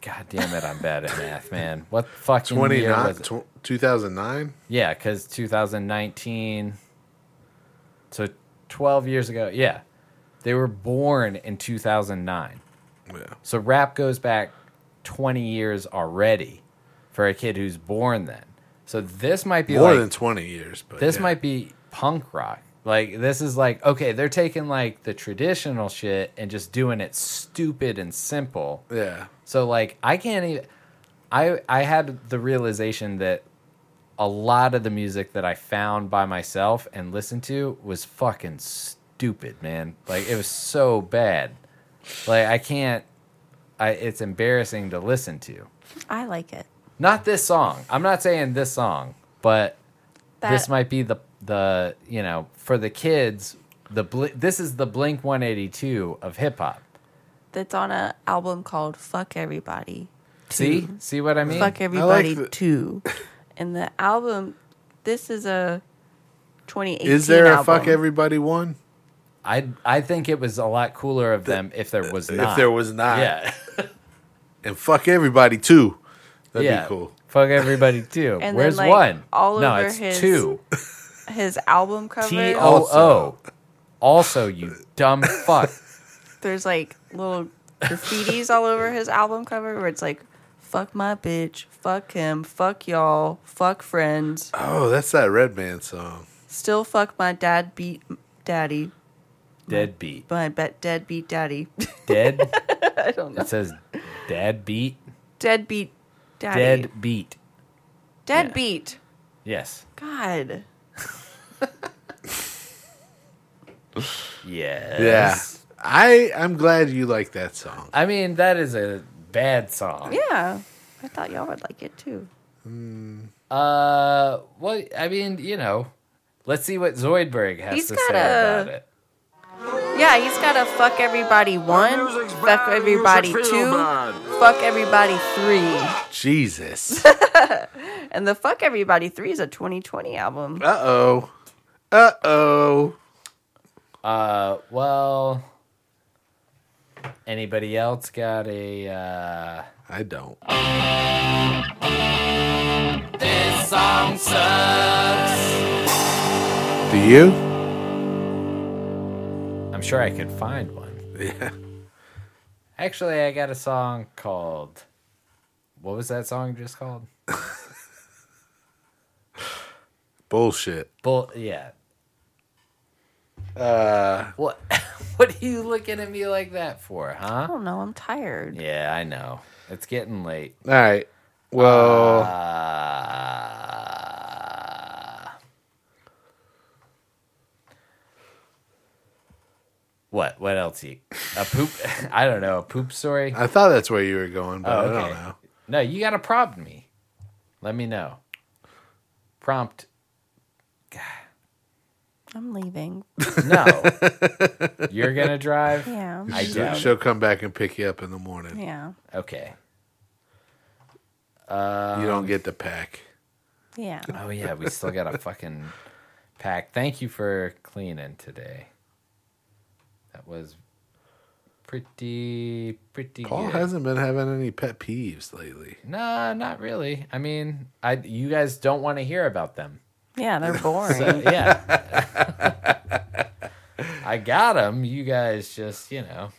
Speaker 4: god damn it i'm bad at math man what fucking year
Speaker 3: 29,
Speaker 4: was it?
Speaker 3: tw- 2009?
Speaker 4: Yeah, because 2019. So 12 years ago. Yeah. They were born in 2009.
Speaker 3: Yeah.
Speaker 4: So rap goes back 20 years already for a kid who's born then. So this might be
Speaker 3: More
Speaker 4: like-
Speaker 3: than 20 years. But
Speaker 4: this
Speaker 3: yeah.
Speaker 4: might be punk rock. Like this is like okay, they're taking like the traditional shit and just doing it stupid and simple.
Speaker 3: Yeah.
Speaker 4: So like I can't even I I had the realization that a lot of the music that I found by myself and listened to was fucking stupid, man. Like it was so bad. Like I can't I it's embarrassing to listen to.
Speaker 2: I like it.
Speaker 4: Not this song. I'm not saying this song, but
Speaker 2: That-
Speaker 4: this might be the the you know for the kids the bl- this is the Blink 182 of hip hop.
Speaker 2: That's on an album called "Fuck Everybody."
Speaker 4: See see what Mm. I mean?
Speaker 2: Fuck
Speaker 3: I
Speaker 2: Everybody
Speaker 3: like the-
Speaker 2: Two, and the album. This is a 2018.
Speaker 3: Is there a
Speaker 2: album.
Speaker 3: fuck everybody one?
Speaker 4: I I think it was a lot cooler of them if there was not.
Speaker 3: If there was not.
Speaker 4: yeah,
Speaker 3: And fuck everybody too. That'd
Speaker 4: yeah.
Speaker 3: be cool.
Speaker 4: Fuck everybody too.
Speaker 2: And then,
Speaker 4: Where's
Speaker 2: like,
Speaker 4: one?
Speaker 2: all
Speaker 4: no,
Speaker 2: over
Speaker 4: it's
Speaker 2: his
Speaker 4: two.
Speaker 2: His album cover.
Speaker 4: T O O. Also, you dumb
Speaker 3: [LAUGHS]
Speaker 4: fuck.
Speaker 2: There's like little graffitis all over his album cover where it's like, "Fuck my bitch," "Fuck him," "Fuck y'all," "Fuck friends,"
Speaker 3: Oh, that's that Red Man song.
Speaker 2: "Still fuck my dad beat daddy,"
Speaker 4: Deadbeat.
Speaker 2: my bet dead beat daddy, [LAUGHS]
Speaker 4: Dead.
Speaker 2: I don't know.
Speaker 4: It says dead beat.
Speaker 2: dead beat daddy,
Speaker 4: Dead beat.
Speaker 2: dead beat.
Speaker 4: Yes.
Speaker 2: God,
Speaker 4: Yes.
Speaker 3: Yeah. I I'm glad you like that song.
Speaker 4: I mean, that is a bad song.
Speaker 2: yeah. I thought y'all would like it too.
Speaker 4: Uh, well, I mean, you know, let's see what Zoidberg has
Speaker 2: He's
Speaker 4: to
Speaker 2: got
Speaker 4: say
Speaker 2: a-
Speaker 4: about it.
Speaker 2: Yeah, he's got a fuck everybody one, fuck everybody two, fuck everybody three.
Speaker 4: [LAUGHS]
Speaker 3: Jesus.
Speaker 2: And the fuck everybody three is a 2020 album.
Speaker 3: Uh oh. Uh oh.
Speaker 4: Uh, well, anybody else got a? Uh...
Speaker 3: I don't.
Speaker 4: This song sucks.
Speaker 3: Do you?
Speaker 4: I'm sure I could find one.
Speaker 3: Yeah.
Speaker 4: Actually, I got a song called. What was that song just called?
Speaker 3: Bullshit.
Speaker 4: Bull. Yeah.
Speaker 3: Uh
Speaker 4: What? [LAUGHS] what are you looking at me like that for,
Speaker 2: I
Speaker 4: huh?
Speaker 2: don't know, I'm tired.
Speaker 4: Yeah, I know. It's getting late.
Speaker 3: all right. Well,
Speaker 4: Uh, what? What else? You, a poop? [LAUGHS] I don't know. A poop story?
Speaker 3: I thought that's where you were going, but
Speaker 4: Oh,
Speaker 3: I
Speaker 4: okay.
Speaker 3: don't know.
Speaker 4: No, you gotta prompt me. Let me know. Prompt.
Speaker 2: I'm leaving.
Speaker 4: No. You're gonna drive?
Speaker 2: Yeah.
Speaker 4: I
Speaker 3: She-
Speaker 4: doubt
Speaker 3: She'll come back and pick you up in the morning.
Speaker 2: Yeah.
Speaker 4: Okay.
Speaker 3: you don't get to pack.
Speaker 2: Yeah.
Speaker 4: Oh yeah, we still got a fucking pack. Thank you for cleaning today. That was pretty pretty
Speaker 3: Paul
Speaker 4: good.
Speaker 3: hasn't been having any pet peeves lately.
Speaker 4: Nah, not really. I mean, I you guys don't want to hear about
Speaker 3: [LAUGHS]
Speaker 4: them.
Speaker 2: Yeah, they're boring.
Speaker 4: So, yeah. I got them. You guys just, you know.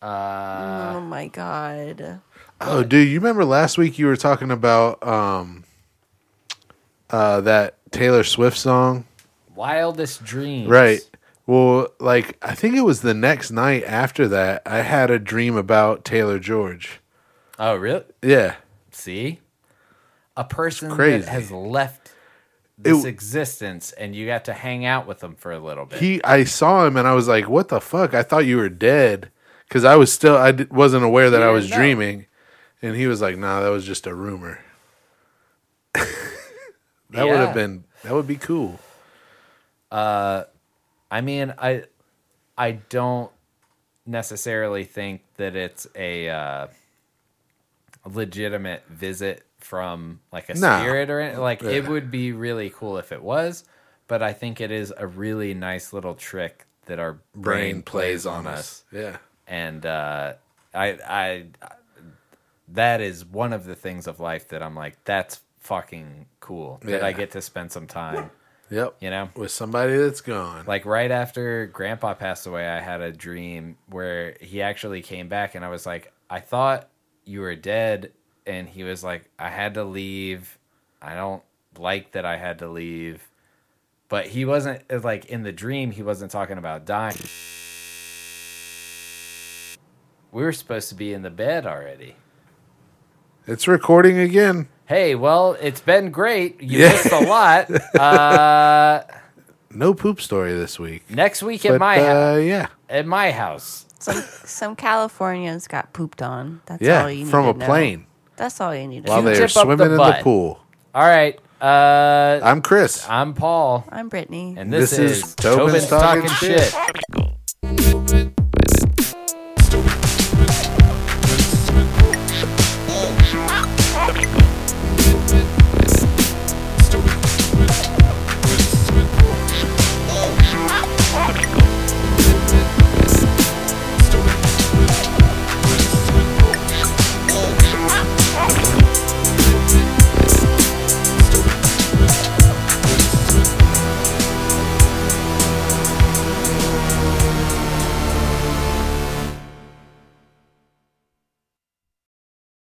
Speaker 4: Uh
Speaker 2: oh my god.
Speaker 3: Oh, dude, you remember last week you were talking about um, uh, that Taylor Swift song,
Speaker 4: wildest dreams.
Speaker 3: right? Well, like I think it was the next night after that, I had a dream about Taylor George.
Speaker 4: Oh, really?
Speaker 3: Yeah,
Speaker 4: See? A person
Speaker 3: crazy.
Speaker 4: that has left
Speaker 3: It-
Speaker 4: this existence and you got to hang out with them for a little bit.
Speaker 3: he. I saw him and I was like, "What the fuck?" I thought you were dead because I was still I d- wasn't aware that
Speaker 4: You
Speaker 3: I
Speaker 4: didn't
Speaker 3: was
Speaker 4: know.
Speaker 3: dreaming, and he was like, "Nah, that was just a rumor." [LAUGHS] that would
Speaker 4: Yeah.
Speaker 3: have been that would be cool.
Speaker 4: Uh I mean, I I don't necessarily think that it's a uh legitimate visit from like a
Speaker 3: No.
Speaker 4: spirit or anything. like it
Speaker 3: Yeah.
Speaker 4: would be really cool if it was, but I think it is a really nice little trick that our brain, plays on us.
Speaker 3: Yeah.
Speaker 4: and uh, I, I, that is one of the things of life that I'm like, that's fucking cool that I
Speaker 3: Yeah.
Speaker 4: get to spend some time.
Speaker 3: Yep.
Speaker 4: You know,
Speaker 3: with somebody that's gone.
Speaker 4: Like right after Grandpa passed away, I had a dream where he actually came back, and I was like, I thought you were dead, and he was like, I had to leave. I don't like that I had to leave. But he wasn't it's like in the dream. He wasn't talking about dying. We were supposed to be in the bed already.
Speaker 3: It's recording again.
Speaker 4: Hey, well, it's been great. You
Speaker 3: Yeah.
Speaker 4: missed a
Speaker 3: [LAUGHS]
Speaker 4: lot. Uh,
Speaker 3: No poop story this week.
Speaker 4: next week at
Speaker 3: But,
Speaker 4: my
Speaker 3: uh,
Speaker 4: house.
Speaker 3: yeah.
Speaker 4: At my house.
Speaker 2: Some some Californians got pooped on. That's
Speaker 3: Yeah,
Speaker 2: all you need
Speaker 3: from
Speaker 2: to
Speaker 3: a
Speaker 2: know.
Speaker 3: plane.
Speaker 2: That's all you need to
Speaker 3: While
Speaker 2: know.
Speaker 3: they are
Speaker 4: Q-tip up the
Speaker 3: swimming in the
Speaker 4: butt.
Speaker 3: pool.
Speaker 4: All right. Uh,
Speaker 3: I'm Chris.
Speaker 4: I'm Paul.
Speaker 2: I'm Brittany.
Speaker 4: And this,
Speaker 3: This is
Speaker 4: is Tobin's,
Speaker 3: Tobin's Talking
Speaker 4: Talking Shit.
Speaker 3: Shit.